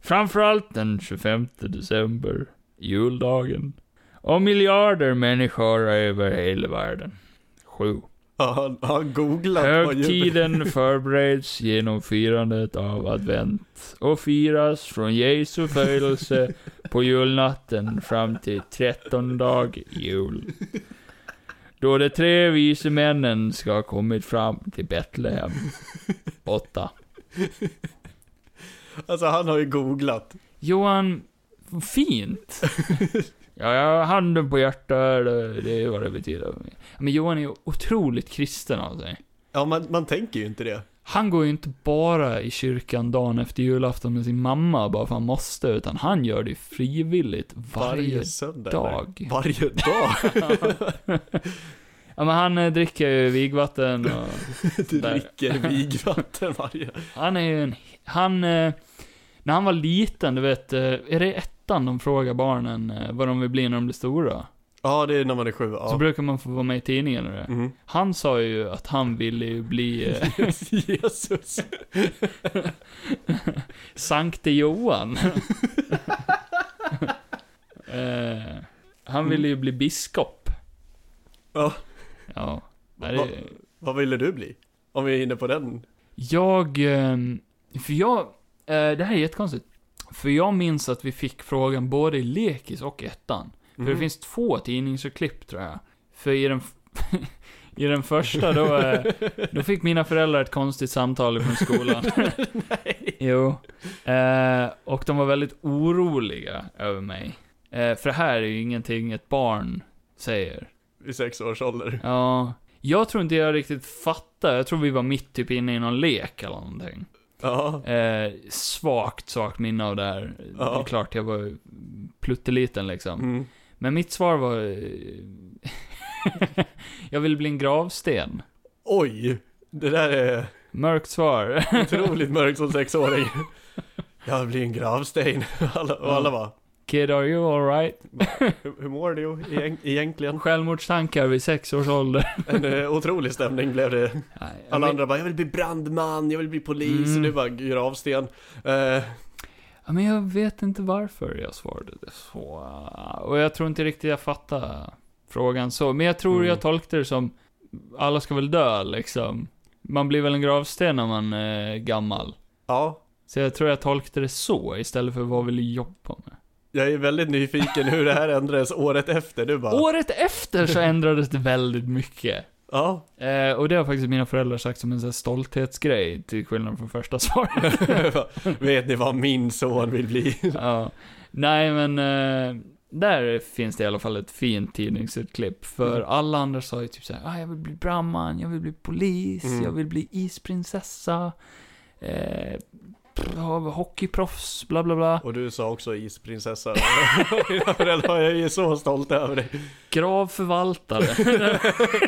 A: Framförallt den 25 december, juldagen. Och miljarder människor över hela världen. 7.
B: Ja, han, han googlat vad jul-
A: Högtiden förbereds genom firandet av advent och firas från Jesu födelse på julnatten fram till trettondag jul. Då de tre vise männen ska ha kommit fram till Betlehem. 8.
B: Alltså han har ju googlat.
A: Johan, fint. ja, jag har handen på hjärtat, det det är vad det betyder. Men Johan är ju otroligt kristen av sig.
B: Ja, man, man tänker ju inte det.
A: Han går ju inte bara i kyrkan dagen efter julafton med sin mamma bara för han måste, utan han gör det frivilligt varje
B: söndag.
A: dag.
B: eller? Varje dag?
A: Ja, men han eh, dricker ju vigvatten och
B: Du
A: Där.
B: dricker vigvatten varje...
A: han är ju en... Han... eh, När han var liten, du vet, eh, är det i ettan de frågar barnen eh, vad de vill bli när de blir stora?
B: Ja, det är när man är sju.
A: Så
B: Ja.
A: brukar man få vara med i tidningen och det.
B: Mm.
A: Han sa ju att han ville ju bli eh,
B: Jesus.
A: Sankte Johan. eh, han ville ju bli biskop.
B: Ja.
A: Ja. Nej,
B: Va-
A: det-
B: Vad ville du bli? Om vi är inne på den.
A: Jag, ehm, för jag, eh, det här är jättekonstigt. För jag minns att vi fick frågan både i lekis och ettan. För det
B: Mhm.
A: finns två tidningsurklipp tror jag. För i den, f- i den första då, eh, då fick mina föräldrar ett konstigt samtal från skolan. Jo. Eh, och de var väldigt oroliga över mig. Eh, för det här är ju ingenting ett barn säger.
B: Vid sex års ålder.
A: Ja. Jag tror inte jag riktigt fattar. Jag tror vi var mitt typ inne i någon lek eller någonting.
B: Ja.
A: Eh, svagt, svagt minne av det här. Det är
B: Ja.
A: klart, jag var plutteliten liksom.
B: Mm.
A: Men mitt svar var... eh, jag vill bli en gravsten.
B: Oj! Det där är
A: Mörkt svar.
B: otroligt mörkt som sexåring. Jag blir en gravsten. Alla, och alla bara,
A: Kid, are you alright?
B: hur, hur mår du egen- egentligen?
A: Självmordstankar vid sex års ålder.
B: En eh, otrolig stämning blev det.
A: Nej, jag
B: Alla
A: vill-
B: andra bara, jag vill bli brandman, jag vill bli polis.
A: Mm.
B: Och du bara, gravsten. Eh,
A: Ja, men jag vet inte varför jag svarade det så. Och jag tror inte riktigt jag fattar frågan så. Men jag tror
B: Mm.
A: jag tolkade det som, alla ska väl dö liksom. Man blir väl en gravsten när man är gammal.
B: ja,
A: Så jag tror jag tolkade det så istället för vad vill jag jobba med.
B: jag är väldigt nyfiken hur det här ändrades året efter. Du bara,
A: Året efter så ändrades det väldigt mycket.
B: ja.
A: Eh, och det har faktiskt mina föräldrar sagt som en sån här stolthetsgrej, till skillnad från första svaret.
B: Vet ni vad min son vill bli?
A: ja. Nej men, eh, där finns det i alla fall ett fint tidningsutklipp. För
B: Mm.
A: alla andra sa ju typ såhär, ah, jag vill bli brandman, jag vill bli polis,
B: Mm.
A: jag vill bli isprinsessa, eh, pff, hockeyproffs, bla bla bla.
B: Och du sa också isprinsessa. Mina föräldrar, jag är så stolt över dig.
A: Gravförvaltare.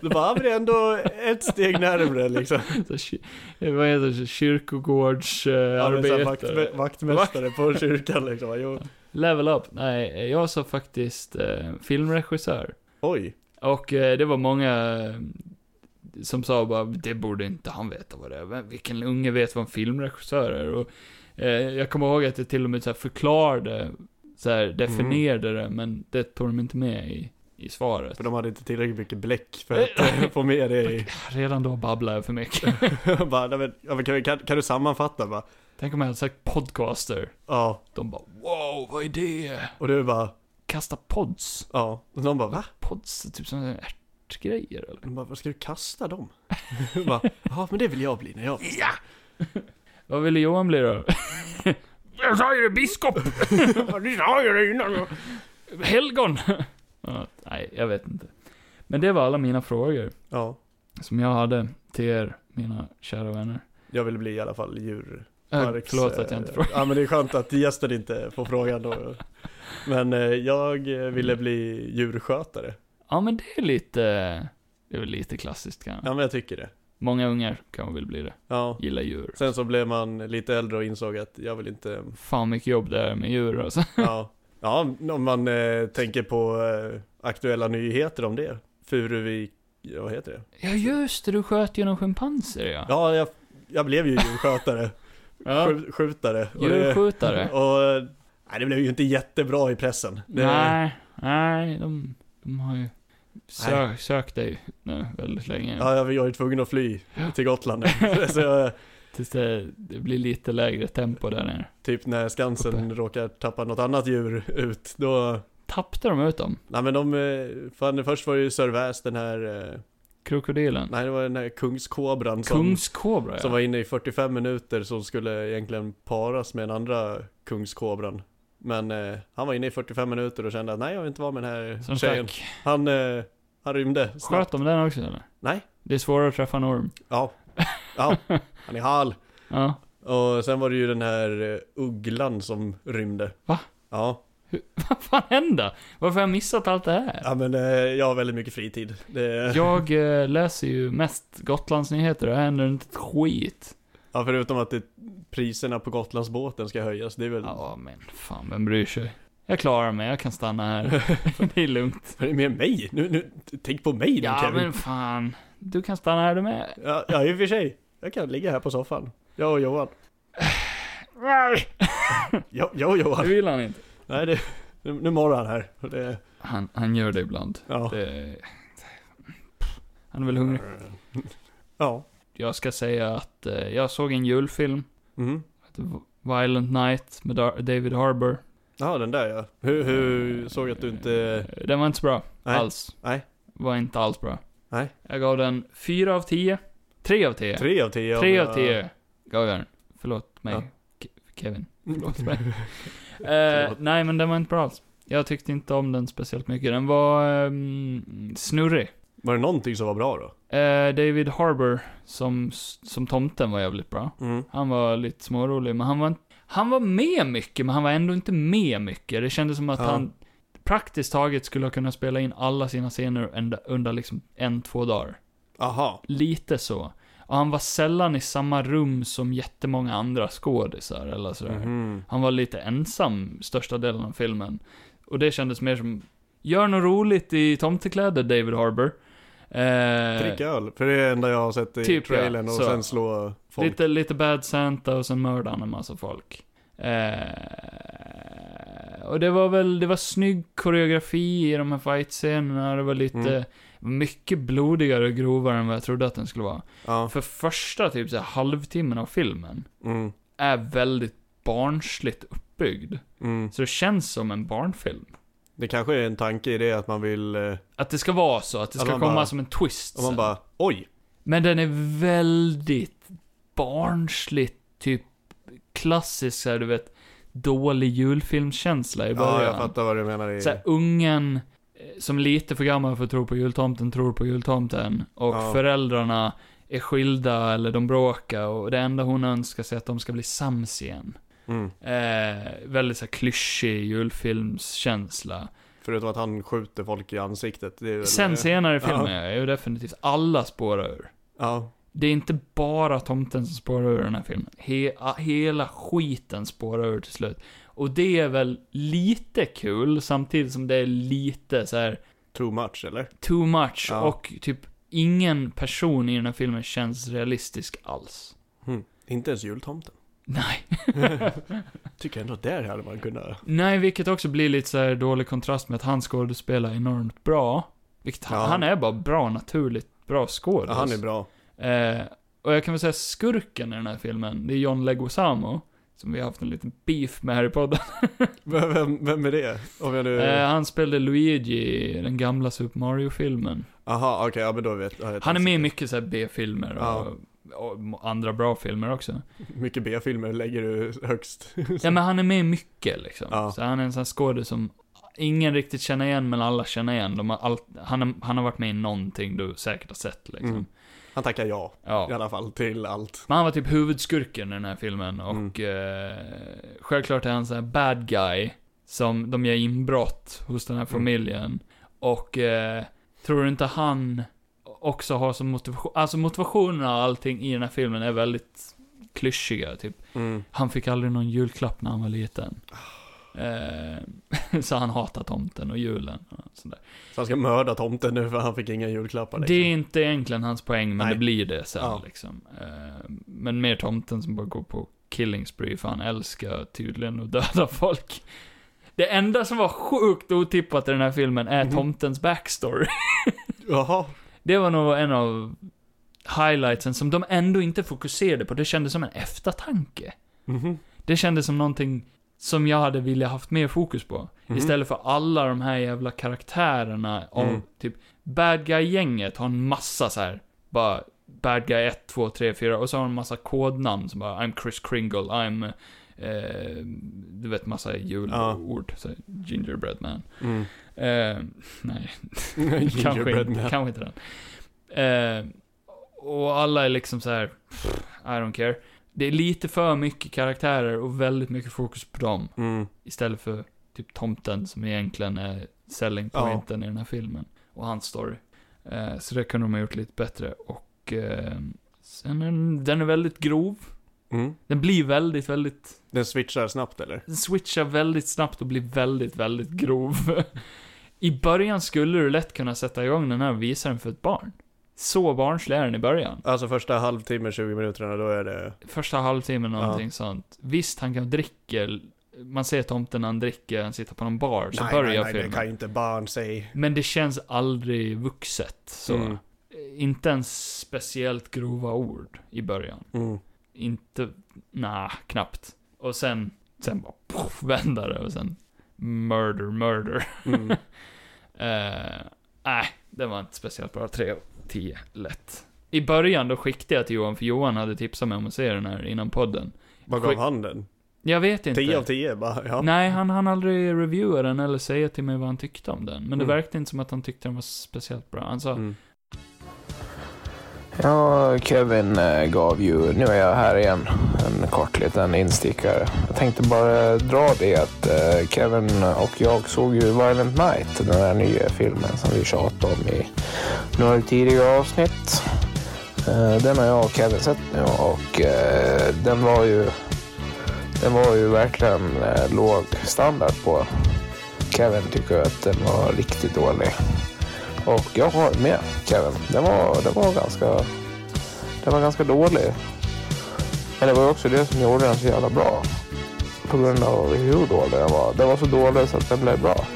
B: Du bara, men det är ändå ett steg närmre liksom.
A: Så ky- eh, Vad heter det? eh,
B: Ja, men så här vakt,
A: Kyrkogårdsarbete.
B: vaktmästare på kyrkan liksom. Jo.
A: Level up. Nej, jag sa faktiskt eh, filmregissör.
B: Oj.
A: Och eh, det var många eh, som sa bara, det borde inte han veta vad det är. Vem- Vilken unge vet vad en filmregissör är? Och, eh, jag kommer ihåg att jag till och med så här förklarade, så här, definierade det, men det tog de inte med i, i svaret.
B: För de hade inte tillräckligt mycket bläck för att eh, få med det i...
A: Redan då babblar jag för mycket.
B: bara, nej, men, ja, men kan, vi- kan, kan du sammanfatta bara?
A: Tänk om jag hade sagt podcaster.
B: Ja.
A: De bara, wow, vad är det?
B: Och du bara,
A: Kasta pods.
B: ja. Och de bara, va?
A: Pods är typ som ärtgrejer eller?
B: De bara, vad ska du kasta dem? Jag bara, ja men det vill jag bli när jag...
A: Vad ville Johan bli då? jag sa ju det, biskop!
B: Du sa ju det innan!
A: Helgon! Ja, Nej, jag vet inte. Men det var alla mina frågor
B: Ja.
A: som jag hade till er, mina kära vänner.
B: Jag vill bli i alla fall djur...
A: Äh,
B: Parks,
A: förlåt
B: eh,
A: att jag inte frågade.
B: Ja men det är skönt att gästen inte får frågan då. Men eh, jag eh, ville bli djurskötare.
A: Ja, men det är lite... Det är väl lite klassiskt kanske.
B: Ja men jag tycker det.
A: Många ungar kan väl bli det.
B: Ja.
A: Gillar djur.
B: Sen så blev man lite äldre och insåg att jag vill inte,
A: Fan mycket jobb det är med djur alltså.
B: ja. Ja, om man eh, tänker på eh, aktuella nyheter om det. Furuvik, ja, vad heter det?
A: Ja, just det, du sköt ju någon schimpanser ja.
B: Ja, jag, jag blev ju djurskötare,
A: ja.
B: Skjut- skjutare. Och det-
A: Djurskjutare.
B: Och, eh, nej, det blev ju inte jättebra i pressen. Det,
A: Nej, nej, de, de har ju sö sökt dig nu väldigt länge.
B: Ja, jag var ju tvungen att fly till Gotland. så jag,
A: Tills det, det blir lite lägre tempo där nere.
B: typ när Skansen
A: Uppe.
B: råkar tappa något annat djur ut, då...
A: Tappade de ut dem?
B: Nej men de, eh, fan först var det ju Sir Väs, den här, eh,
A: Krokodilen?
B: nej det var den här kungskobran som,
A: Kungskobra ja.
B: som var inne i 45 minuter som skulle egentligen paras med den andra kungskobran. Men eh, han var inne i 45 minuter och kände att nej jag vill inte vara med den här
A: Som
B: tjejen.
A: stack.
B: Han, eh, han rymde snabbt.
A: Sköt de den också eller?
B: Nej.
A: Det är svårare att träffa en orm.
B: Ja. Ja, han är hal.
A: Ja.
B: Och sen var det ju den här eh, ugglan som rymde.
A: Va?
B: Ja,
A: Vad fan hände? Varför har jag missat allt det här?
B: ja men eh, jag har väldigt mycket fritid. Det,
A: Jag eh, läser ju mest Gotlandsnyheter och här händer inte ett skit.
B: Ja, förutom att det, priserna på Gotlandsbåten ska höjas. Det är väl
A: Ja, men fan, vem bryr sig? Jag klarar mig, jag kan stanna här. det är lugnt.
B: Vad är det med mig? Nu, nu, tänk på mig nu
A: Ja,
B: Kevin.
A: men fan. Du kan stanna här du med.
B: Ja, ja, i och för sig. Jag kan ligga här på soffan. Jag och Johan.
A: Nej!
B: Jag, jag och
A: Det
B: Johan.
A: vill han inte.
B: Nej, det, nu, nu morrar han här. Och Det,
A: Han, han gör det ibland.
B: ja.
A: Det... Han är väl hungrig.
B: Ja.
A: Jag ska säga att eh, jag såg en julfilm.
B: Mm.
A: heter Violent Night med Dar- David Harbour.
B: Ja, den där ja. Hur, hur såg att du inte...
A: Eh, Den var inte så bra.
B: Nej.
A: Alls.
B: Nej.
A: Var inte alls bra.
B: Nej.
A: Jag gav den 4 av 10. 3 av 10.
B: Tre av tio. om
A: 3
B: jag-
A: av 10 gav jag den. Förlåt mig.
B: Ja.
A: Ke- Kevin.
B: Mm.
A: Förlåt mig. Eh, nej, men den var inte bra alls. Jag tyckte inte om den speciellt mycket. Den var ehm, snurrig.
B: Var det någonting som var bra då?
A: Eh, David Harbour som, som tomten var jävligt bra.
B: Mm.
A: Han var lite smårolig, men han var, han var med mycket, men han var ändå inte med mycket. Det kändes som att
B: Ja.
A: han praktiskt taget skulle ha kunnat spela in alla sina scener under, under liksom en, två dagar.
B: Aha.
A: Lite så. Och han var sällan i samma rum som jättemånga andra skådisar eller sådär.
B: Mhm.
A: Han var lite ensam största delen av filmen. Och det kändes mer som, gör något roligt i tomtekläder David Harbour. Eh,
B: Dricka öl. För det är det enda jag har sett i
A: Typ, ja.
B: trailern och
A: Så.
B: sen slå folk.
A: Lite, lite bad Santa och sen mördade han en massa folk. Eh, och det var väl, det var snygg koreografi i de här fightscenerna. Det var lite,
B: Mm.
A: mycket blodigare och grovare än vad jag trodde att den skulle vara.
B: Ja.
A: För första typ så här, halvtimmen av filmen
B: Mm.
A: är väldigt barnsligt uppbyggd.
B: Mm.
A: Så det känns som en barnfilm.
B: Det kanske är en tanke i det att man vill... eh,
A: Att det ska vara så, att det
B: Att
A: ska
B: man
A: komma
B: bara-
A: som en twist
B: Om man
A: sen.
B: bara, oj!
A: Men den är väldigt barnsligt, typ klassisk såhär, du vet, dålig julfilmskänsla i början.
B: Ja, jag fattar vad du menar. I...
A: Såhär, ungen eh, som är lite för gammal för att tro på jultomten tror på jultomten. Och
B: Ja.
A: föräldrarna är skilda eller de bråkar och det enda hon önskar sig är att de ska bli sams igen.
B: Mm.
A: Eh, väldigt såhär klyschig julfilmskänsla.
B: Förutom att han skjuter folk i ansiktet. Det är väl, eh,
A: Sen senare i filmen
B: Ja.
A: är ju definitivt alla spårar ur.
B: Ja.
A: Det är inte bara tomten som spårar ur den här filmen. He a- hela skiten spårar ur till slut. Och det är väl lite kul, samtidigt som det är lite så här
B: Too much eller?
A: too much
B: Ja.
A: och typ ingen person i den här filmen känns realistisk alls.
B: Hmm. Inte ens jultomten.
A: Nej.
B: Tycker ändå att där hade man kunnat...
A: Nej, vilket också blir lite så här dålig kontrast med att han skådespelar enormt bra. Vilket han,
B: Ja.
A: han är bara bra, naturligt bra skådis.
B: Ja, han är bra.
A: Eh, och jag kan väl säga skurken i den här filmen, det är John Leguizamo. Som vi har haft en liten beef med här i podden.
B: Vem, vem, vem är det? Om jag nu...
A: Eh, han spelade Luigi i den gamla Super Mario-filmen.
B: Aha, okej, ja men då vet jag. vet
A: Han är med i
B: inte.
A: mycket så här B-filmer och,
B: Ja.
A: och andra bra filmer också.
B: Mycket B-filmer lägger du högst.
A: Ja, men han är med i mycket liksom.
B: Ja.
A: Så han är en sån här skådis som ingen riktigt känner igen, men alla känner igen. De har allt, han, har, han har varit med i någonting du säkert har sett liksom.
B: Mm. Han tackar ja, i
A: Ja.
B: alla fall, till allt.
A: Men han var typ huvudskurken i den här filmen och eh, självklart är han så här bad guy som de gör inbrott hos den här familjen. Och eh, tror du inte han också har som motivation, alltså motivationen och allting i den här filmen är väldigt klyschiga typ.
B: Mm.
A: Han fick aldrig någon julklapp när han var liten. Eh, så han hatar tomten och julen och sådär.
B: Så han ska mörda tomten nu för han fick inga julklappar.
A: Det är inte egentligen hans poäng, men
B: liksom. Nej.
A: det blir det sen
B: Ja.
A: liksom. Eh, Men mer tomten som bara går på killing spree, för han älskar tydligen att döda folk. Det enda som var sjukt otippat i den här filmen är
B: Mhm.
A: tomtens backstory.
B: Jaha.
A: Det var nog en av highlightsen som de ändå inte fokuserade på. Det kändes som en eftertanke.
B: Mhm.
A: Det kändes som någonting som jag hade velat haft mer fokus på.
B: Mhm.
A: Istället för alla de här jävla karaktärerna av
B: Mm.
A: typ bad guy-gänget har en massa så här bara bad guy 1, 2, 3, 4 och så har de en massa kodnamn som bara I'm Chris Kringle, I'm eh, du vet massa julord, så här, gingerbread man.
B: Mm.
A: Eh, nej, kanske,
B: Gingerbread
A: inte,
B: man.
A: kanske inte den. Eh, och alla är liksom så här, pff, I don't care. Det är lite för mycket karaktärer och väldigt mycket fokus på dem.
B: Mm.
A: Istället för typ tomten som egentligen är selling
B: Ja.
A: pointen i den här filmen. Och hans story. Eh, så det kunde de ha gjort lite bättre. Och eh, sen är den, den är väldigt grov.
B: Mm.
A: Den blir väldigt, väldigt...
B: Den switchar snabbt eller?
A: Den switchar väldigt snabbt och blir väldigt, väldigt grov. I början skulle du lätt kunna sätta igång den här och visa den för ett barn. Så barnslig är den i början.
B: Alltså första halvtimmen, 20 minuterna, då är det...
A: Första halvtimmen någonting sånt. Visst, han kan dricka. Man ser tomten när han dricker, han sitter på någon bar, så börjar
B: nej, nej, det
A: filmen.
B: kan ju inte barn säga.
A: Men det känns aldrig vuxet. Så.
B: Mm.
A: Inte ens speciellt grova ord i början.
B: Mm.
A: Inte, nah, knappt. Och sen, sen bara poff, vända det och sen murder, murder.
B: Mm.
A: Eh, Nej, det var inte speciellt bra. 3 av 10, lätt. I början då skickade jag till Johan, för Johan hade tipsat mig om att se den här innan podden.
B: Vad gav
A: Skick-
B: han den?
A: Jag vet inte.
B: 10 av 10 bara, ja.
A: Nej, han hann aldrig reviewa den eller säga till mig vad han tyckte om den. Men det
B: Mm.
A: verkade inte som att han tyckte den var speciellt bra. Han sa,
B: Mm.
C: Ja, Kevin eh, gav ju, nu är jag här igen, en kort liten instickare. Jag tänkte bara dra det att eh, Kevin och jag såg ju Violent Night, den här nya filmen som vi tjatade om i några tidigare avsnitt. Eh, Den har jag och Kevin sett nu och eh, den var ju, den var ju verkligen eh, låg standard på. Kevin tycker att den var riktigt dålig. Och jag har med Kevin. Den var, den var ganska den var ganska dålig. Men det var ju också det som gjorde den så jävla bra. På grund av hur dålig den var. Den var så dålig så att den blev bra.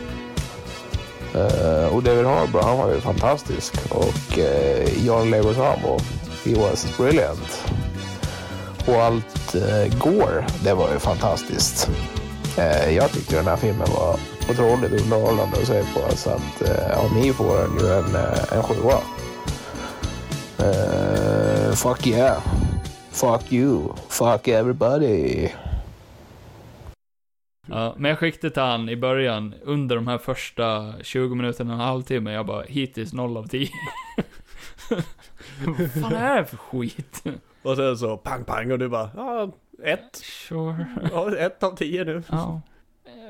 C: Eh, och David Harbour, han var ju fantastisk. Och eh, John Leguizamo, he was brilliant. Och allt uh, Gore, det var ju fantastiskt. Eh, jag tyckte den här filmen var otroligt underhållande att se på. Så att eh, om ni får den ju en, eh, en sjua. Eh, fuck yeah. Fuck you. Fuck everybody.
A: ja, men jag skickade till han i början, under de här första 20 minuterna och en halvtimme, jag bara, hittills 0 av 10. vad fan är det för skit?
B: Och sen så pang pang och du bara, ja, ett.
A: Sure.
B: Ja, ett av tio nu.
A: Ja.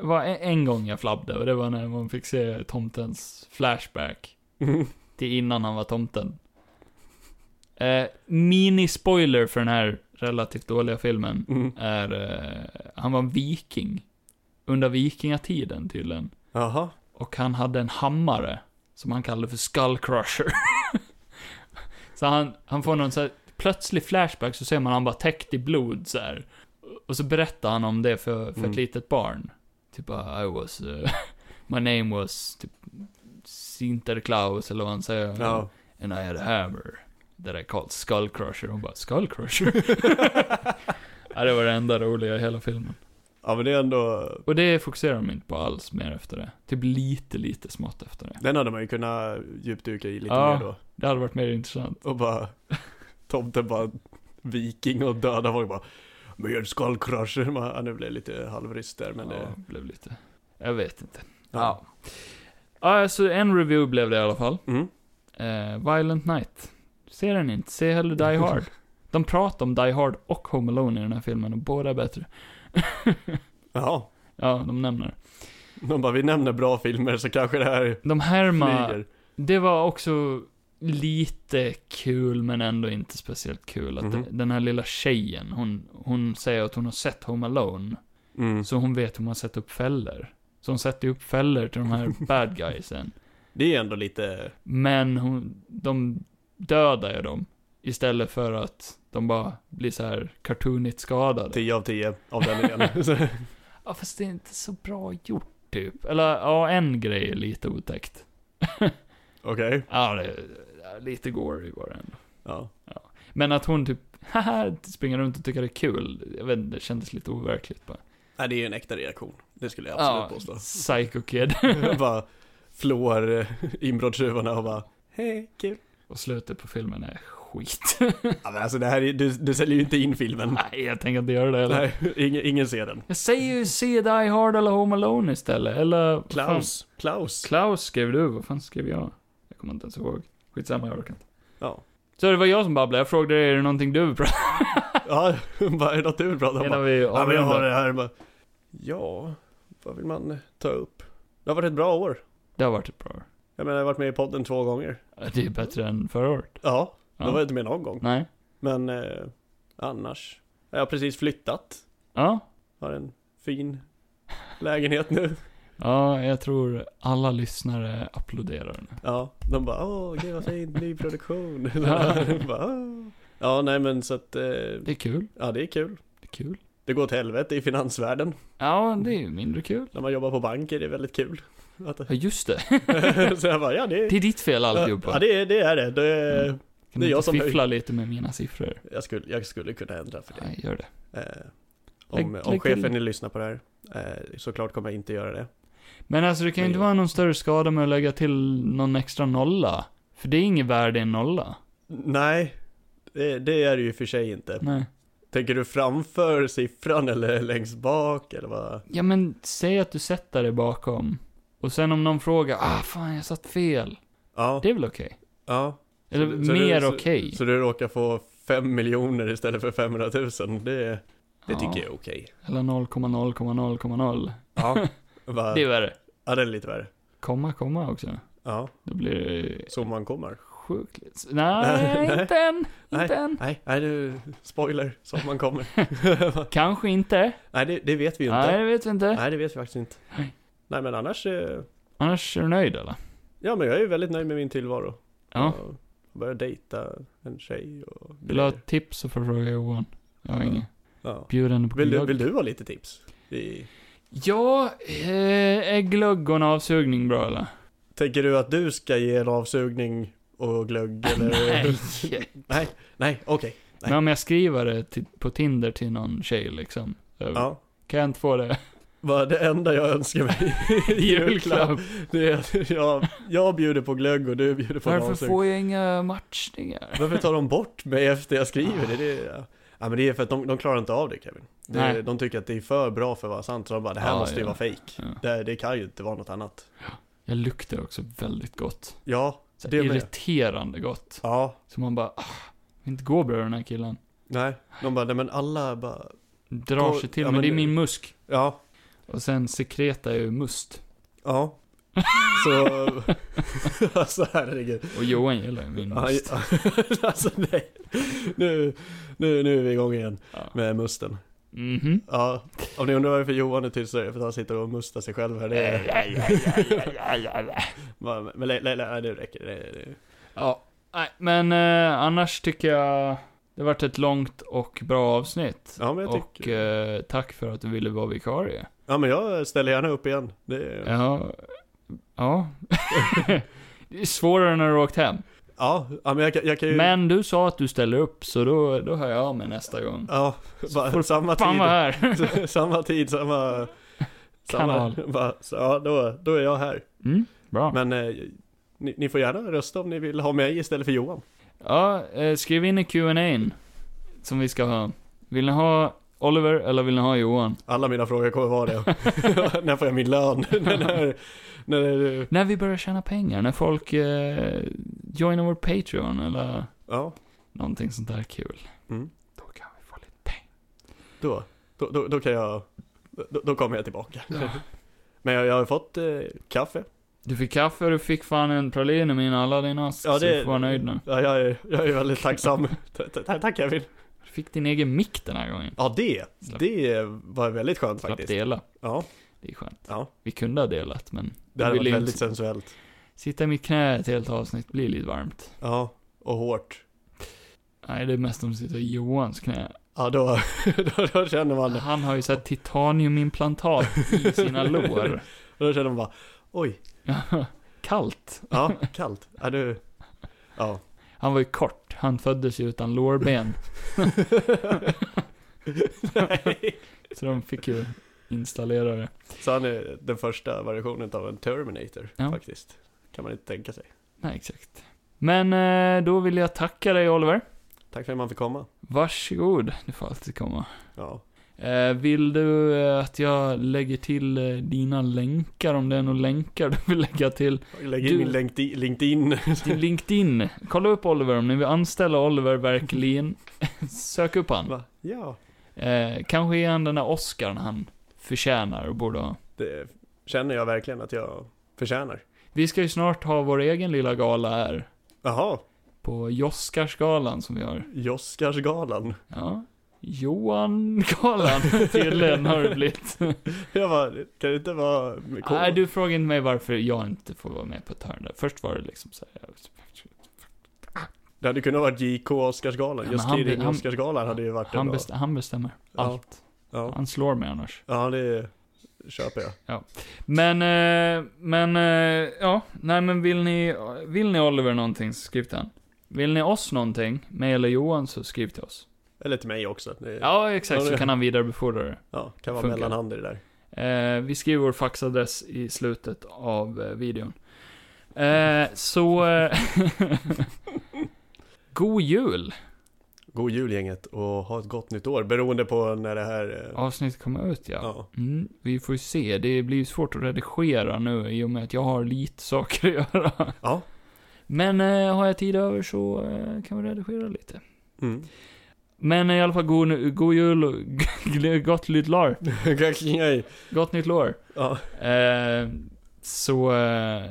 A: Det var en, en gång jag flabbade och det var när man fick se tomtens flashback.
B: Mm.
A: Till innan han var tomten. Eh, Mini-spoiler för den här relativt dåliga filmen
B: Mm.
A: är... Eh, han var en viking. Under vikingatiden tydligen.
B: Jaha.
A: Och han hade en hammare. Som han kallade för Skull Crusher. så han, han får någon så här plötslig flashback så ser man han bara täckt i blod så här. Och så berättar han om det för, för
B: Mm.
A: ett litet barn. Typ I was, eh, my name was typ Sinterklaus eller vad han säger.
B: Ja.
A: And I had a hammer. That I called Skull Crusher. Hon bara Skull Crusher? ja, det var det enda roliga i hela filmen.
B: Ja men det är ändå,
A: Och det fokuserar de inte på alls mer efter det. Typ lite, lite smått efter det.
B: den hade man ju kunnat djupdyka i lite
A: Ja.
B: mer då.
A: Det hade varit mer intressant.
B: Och bara, tomten bara viking och döda folk bara. Med skullcrusher. Man- Ja, nu blev jag lite halvryst där men
A: Men det
B: det.
A: blev lite... Jag vet inte. Ja. Ja, så en review blev det i alla fall.
B: Mm.
A: Eh, Violent Night. Se den inte. Se hellre Die Hard. De pratar om Die Hard och Home Alone i den här filmen och båda är bättre.
B: Ja.
A: Ja, de nämner det.
B: De bara, vi nämner bra filmer så kanske det här
A: De härmar...
B: flyger.
A: Det var också lite kul, men ändå inte speciellt kul. Att
B: Mhm.
A: det- den här lilla tjejen, hon, hon säger att hon har sett Home Alone.
B: Mm.
A: Så hon vet hur man sätter upp fällor. Så hon sätter ju upp fällor till de här bad guysen.
B: Det är ändå lite,
A: Men hon, de dödar ju dem. Istället för att de bara blir så här cartoonigt skadade.
B: 10 av 10 av den igen. Så-
A: Ja, fast det är inte så bra gjort typ. Eller ja, en grej är lite otäckt.
B: Okej.
A: Ja, det ja, lite gory var det ändå.
B: Ja.
A: Men att hon typ, haha, springer runt och tycker det är kul. Jag vet inte, det kändes lite overkligt bara.
B: Nej, det är ju en äkta reaktion. Det skulle jag absolut påstå.
A: Psycho Kid.
B: bara flår eh, inbrottstjuvarna och bara Hej, kul.
A: och slutet på filmen är skit.
B: Ja, men alltså det här är, du, du säljer ju inte in filmen.
A: Nej, jag tänker inte göra det heller.
B: Nej, ingen, ingen ser den.
A: Jag säger ju se Die Hard eller Home Alone istället, eller... vad fan-
B: Klaus. Klaus.
A: Klaus skrev du, vad fan skrev jag? Jag kommer inte ens ihåg. Skitsamma, jag orkar inte.
B: Ja.
A: Så det var jag som babblade, jag frågade dig, är det någonting du vill prata
B: Ja, bara är det något du vill prata
A: om?
B: om? Bara,
A: Innan vi
B: Ja, men jag har
A: avrundar.
B: det här. Bara, ja, vad vill man ta upp? Det har varit ett bra år.
A: Det har varit ett bra år.
B: Jag menar, jag har varit med i podden två gånger.
A: Ja, Det är bättre än förra året.
B: Ja, då
A: Ja.
B: var jag inte med någon gång.
A: Nej.
B: Men eh, annars. Jag har precis flyttat.
A: Ja.
B: Har en fin lägenhet nu.
A: Ja, jag tror alla lyssnare applåderar nu.
B: Ja, de bara åh gud vad fint, ny produktion.
A: Ja.
B: De bara, "Åh." ja, nej men så att, eh,
A: Det är kul.
B: ja det är kul.
A: Det är kul.
B: Det går åt helvete i finansvärlden.
A: Ja, det är ju mindre kul.
B: När man jobbar på bank är det väldigt kul. Att,
A: Ja, just det.
B: så jag bara, ja det
A: Det är ditt fel alltihopa.
B: Ja, det är det. Är det. det
A: Mm. kan du
B: det är jag
A: inte
B: som är-
A: fiffla lite med mina siffror?
B: jag, skulle, jag skulle kunna ändra för det.
A: Nej, gör det.
B: Eh, om,
A: Lägg-
B: om
A: lägg
B: chefen
A: till.
B: lyssnar på det här, eh, såklart kommer jag inte göra det.
A: Men alltså, det kan ju
B: Men
A: inte
B: ja.
A: vara någon större skada med att lägga till någon extra nolla. För det är inget värde i en nolla.
B: Nej, det, det är det ju för sig inte.
A: Nej.
B: Tänker du framför siffran eller längst bak eller vad?
A: Ja, men säg att du sätter dig bakom. Och sen om någon frågar, ah fan jag satt fel.
B: Ja,
A: Det är väl okej?
B: ja.
A: Eller
B: Så du-
A: mer
B: så-
A: okej.
B: Så du råkar få 5 miljoner istället för 500 000, det, det
A: Ja.
B: tycker jag är okej.
A: Eller 0,0,0,0.
B: Ja. Va?
A: Det är värre.
B: ja, det är lite värre.
A: Komma, komma också.
B: Ja,
A: Då blir det
B: så man kommer.
A: sjukt lite- Nej, inte än. Inte än.
B: Nej, nej du, spoiler, så man kommer.
A: Kanske inte.
B: nej, det, det vet vi ju inte.
A: Nej,
B: Nej.
A: det vet vi inte.
B: det vet vi faktiskt inte.
A: Nej.
B: Nej, men annars, eh,
A: Annars är du nöjd eller?
B: ja men jag är ju väldigt nöjd med min tillvaro.
A: Ja.
B: Jag börjar dejta en tjej och
A: Vill du ha ett tips så får du fråga Johan. Jag har
B: Ja.
A: inget.
B: ja.
A: Bjud henne på
B: vill, du,
A: glögg.
B: vill du ha lite tips? I,
A: Ja, eh, är glögg och en avsugning bra eller?
B: tänker du att du ska ge en avsugning och glögg eller?
A: Nej.
B: nej, okej. Nej.
A: Men om jag skriver det till, på Tinder till någon tjej liksom. så
B: Ja.
A: Kan jag inte få det?
B: Vad det enda jag önskar mig i julklapp, det är att jag, jag bjuder på glögg och du bjuder på en
A: Varför
B: avsugning.
A: får jag inga matchningar?
B: Varför tar de bort mig efter jag skriver det? det är, ja, men det är för att de, de klarar inte av det Kevin. Det,
A: Nej.
B: de tycker att det är för bra för att vara sant, så de bara det här
A: Ja,
B: måste ju
A: ja.
B: vara fejk.
A: Ja.
B: Det, det kan ju inte vara något annat.
A: Jag luktar också väldigt gott.
B: Ja,
A: Så
B: Det med.
A: irriterande gott.
B: ja,
A: Så man bara, ah, jag vill inte gå bredvid den här killen.
B: nej. De bara, nej men alla bara,
A: Drar
B: Då-
A: sig till,
B: ja,
A: men
B: men
A: det är
B: det-
A: min musk.
B: ja,
A: Och sen sekretar jag ju must.
B: ja. Så, alltså herregud.
A: Och Johan gillar ju min
B: Aj,
A: must.
B: alltså nej. Nu, nu, nu är vi igång igen
A: Ja.
B: med musten.
A: Mhm.
B: Ja, om ni undrar varför Johan är tyst så är det för att han sitter och mustar sig själv här. Det är... Men men, nej, nej, nej, det räcker. Det, det.
A: Ja. Nej, men eh, annars tycker jag det varit ett långt och bra avsnitt.
B: Ja, men jag tycker...
A: och eh, tack för att du ville vara vikarie.
B: Ja men jag ställer gärna upp igen. Det är... ja.
A: Ja. Ja. det är svårare när du har åkt hem.
B: Ja, men jag, kan- jag kan ju...
A: Men du sa att du ställer upp, så då, då hör jag av mig nästa gång.
B: Ja,
A: får
B: bara,
A: du
B: samma
A: Fan vad
B: tid.
A: här!
B: samma tid, samma...
A: Kanal.
B: samma bara, så, ja, då, då är jag här.
A: Mm, bra.
B: Men eh, ni, ni får gärna rösta om ni vill ha mig istället för Johan.
A: Ja, eh, skriv in i Q&A som vi ska ha. Vill ni ha Oliver eller vill ni ha Johan?
B: Alla mina frågor kommer vara det. när får jag min lön? när, när, när,
A: När vi börjar tjäna pengar, när folk eh, joinar vår Patreon eller
B: ja,
A: någonting sånt där kul.
B: Mm.
A: Då kan vi få lite pengar.
B: då, då, då, då kan jag... Då, då kommer jag tillbaka. Men jag, jag har fått eh, kaffe.
A: Du fick kaffe och du fick fan en pralin i min alla din ask,
B: Ja,
A: så
B: det-
A: du får vara nöjd nu.
B: Ja, jag, är, jag är väldigt tacksam. Ta- ta- ta- Tack Kevin.
A: Du fick din egen mick den här gången.
B: Ja det,
A: Slapp-
B: det var väldigt skönt
A: Slapp
B: faktiskt.
A: dela.
B: Ja,
A: Det är skönt.
B: Ja.
A: Vi kunde ha delat, men...
B: det hade
A: vi ville ju
B: varit väldigt
A: inte-
B: sensuellt.
A: Sitta i mitt knä ett helt avsnitt blir lite varmt.
B: Ja, och hårt.
A: Nej, det är mest om att sitta i Johans knä.
B: Ja då, då, då känner man,
A: Han har ju såhär titaniumimplantat i sina lår.
B: då känner man bara, oj,
A: Kallt.
B: ja, kallt. Ja du, ja.
A: Han var ju kort. Han föddes ju utan lårben.
B: Nej.
A: Så de fick ju installera det.
B: Så han är den första versionen av en Terminator
A: Ja.
B: faktiskt. Kan man inte tänka sig.
A: Nej, exakt. Men eh, då vill jag tacka dig Oliver.
B: Tack för att man fick komma.
A: Varsågod. Du får alltid komma.
B: Ja,
A: Eh, vill du eh, att jag lägger till eh, dina länkar, om det är några länkar du vill lägga till?
B: lägg in
A: Du-
B: min LinkedIn. LinkedIn.
A: Din LinkedIn. Kolla upp Oliver om ni vill anställa Oliver verkligen. Sök upp han.
B: Va? Ja,
A: Eh, kanske är han den där Oscarn han förtjänar och borde ha.
B: det känner jag verkligen att jag förtjänar.
A: Vi ska ju snart ha vår egen lilla gala här.
B: Jaha,
A: På Joskarsgalan som vi har.
B: Joskarsgalan.
A: Ja. Johan-galan tydligen har det blivit.
B: Jag bara, kan det inte vara med K?
A: Nej, du frågade inte mig varför jag inte får vara med på ett hörn där. Först var det liksom så här,
B: Det hade kunnat vara JK Oscarsgalan.
A: Ja, men
B: Just
A: han-
B: Kidding
A: han-
B: Oscarsgalan hade ju varit en
A: han,
B: bra.
A: best- han bestämmer
B: Ja.
A: allt.
B: Ja,
A: Han slår mig annars.
B: ja det köper jag.
A: Men, eh, men, eh, ja, nej men vill ni, vill ni Oliver någonting så skriv till han. Vill ni oss någonting, mig eller Johan, så skriv till oss.
B: Eller till mig också. Det, ja.
A: Ja, exakt,
B: Ja, det-
A: så kan han vidarebefordra det.
B: kan vara
A: Funkar.
B: mellanhand i det där.
A: Eh, vi skriver vår faxadress i slutet av eh, videon. Eh, så... Eh, God jul!
B: God jul gänget och ha ett gott nytt år beroende på när det här... eh,
A: Avsnittet kommer ut ja.
B: Ja.
A: Mm, vi får ju se, det blir ju svårt att redigera nu i och med att jag har lite saker att göra.
B: Ja.
A: Men eh, har jag tid över så eh, kan vi redigera lite.
B: Mm.
A: Men eh, i alla fall god, god jul och gott nytt lår.
B: Nej.
A: Gott nytt lår.
B: ja.
A: Eh, så eh,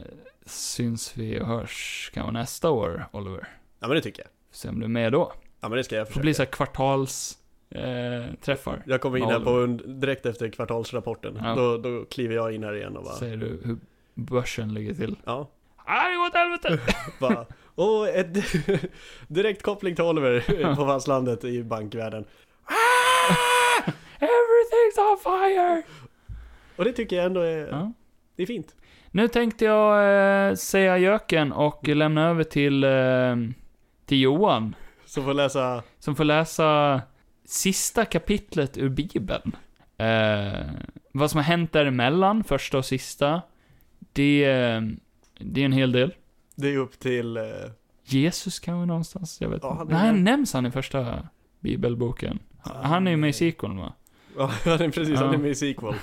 A: syns vi och hörs kanske nästa år, Oliver.
B: ja, men det tycker jag.
A: Se om du är med då.
B: Ja, men det ska jag
A: Det får bli
B: försöka.
A: så här kvartals eh, träffar.
B: Jag kommer in här på,
A: Noll.
B: und- direkt efter kvartalsrapporten.
A: Ja.
B: Då, då kliver jag in här igen och bara...
A: Säger du hur börsen ligger till.
B: Ja,
A: Aj, åt helvete!
B: bara... Och ett direkt koppling till Oliver på fastlandet i bankvärlden.
A: Everything's on fire!
B: Och det tycker jag ändå är,
A: Ja.
B: det är fint.
A: Nu tänkte jag eh, säga göken och lämna över till, eh, till Johan.
B: Så får läsa...
A: Som får läsa sista kapitlet ur Bibeln. Eh, vad som har hänt däremellan, första och sista. Det, eh, det är en hel del.
B: Det är upp till... eh,
A: Jesus kanske någonstans, jag vet
B: Ja,
A: inte.
B: han är
A: Nej,
B: med.
A: han nämns han i första bibelboken. Han är ju med i sequeln va?
B: Ja, han är precis. Han
A: Ja.
B: är med i sequel.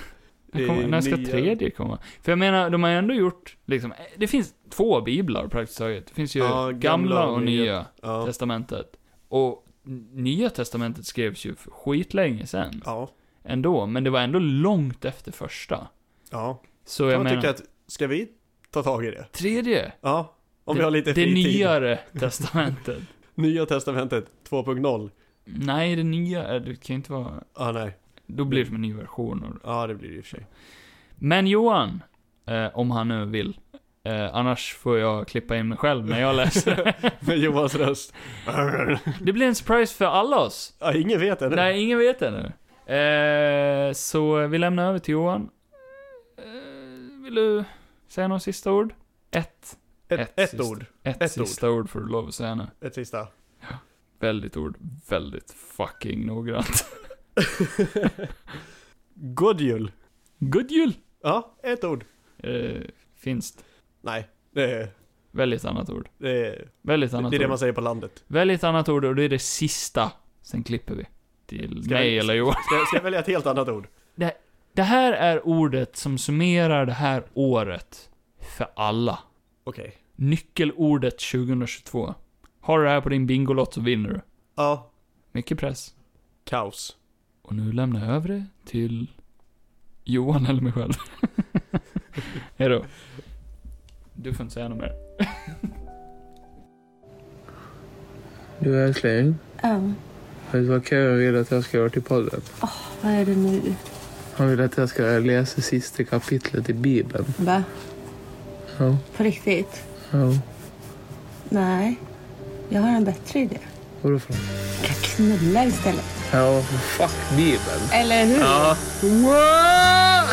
A: När kommer- när ska
B: nya-
A: tredje komma? För jag menar, de har ju ändå gjort, liksom, det finns två biblar praktiskt taget. Det finns ju
B: Ja,
A: gamla,
B: gamla och
A: och nya,
B: Ja.
A: testamentet. Och n- nya testamentet skrevs ju för skitlänge sen.
B: Ja.
A: Ändå, men det var ändå långt efter första.
B: Ja.
A: Så jag
B: Jag
A: menar,
B: tycker att, ska vi ta tag i det?
A: tredje,
B: Ja. Om vi
A: Det-
B: har lite
A: det
B: fritid.
A: nyare testamentet.
B: Nya testamentet 2.0.
A: Nej, det nya, är- det kan ju inte vara,
B: Ja, nej.
A: då blir det som en ny version. Och
B: Ja, det blir det i och för sig.
A: Men Johan, eh, om han nu vill. Eh, annars får jag klippa in mig själv när jag läser.
B: Med Johans röst.
A: det blir en surprise för alla oss.
B: Ja, ingen vet ännu.
A: Nej, ingen vet ännu. Eh, så vi lämnar över till Johan. Eh, vill du säga några sista ord? Ett,
B: Ett,
A: ett
B: ett,
A: sist.
B: ord.
A: ett,
B: Ett
A: sista ord. får du lov att säga nu.
B: Ett sista.
A: Väldigt ord, väldigt fucking noggrant.
B: God jul.
A: God jul!
B: Ja, ett ord.
A: Eh, finst.
B: Nej, det är...
A: Välj ett annat ord.
B: Det är,
A: Välj ett annat
B: det, är det
A: ord.
B: man säger på landet.
A: Välj ett annat ord och det är det sista. Sen klipper vi. Till
B: Ska
A: mig
B: jag-
A: eller Johan.
B: Ska, jag- ska jag välja ett helt annat ord?
A: Det här är ordet som summerar det här året. För alla.
B: Okej.
A: Nyckelordet 2022. Har du det här på din Bingolott så vinner du.
B: Ja,
A: Mycket press.
B: kaos.
A: Och nu lämnar jag över det till Johan eller mig själv. Hejdå. Du får inte säga något mer.
C: Du älskling,
H: Ja,
C: vet du vad Kevin vill att jag ska göra till podden?
H: vad är det nu?
C: Han vill att jag ska läsa sista kapitlet i Bibeln.
H: Va?
C: Ja,
H: På riktigt?
C: ja.
H: Nej, jag har en bättre idé.
C: Vadå för något?
H: Jag kan knulla istället.
C: Ja, fuck Bibeln.
H: Eller hur?
C: Ja.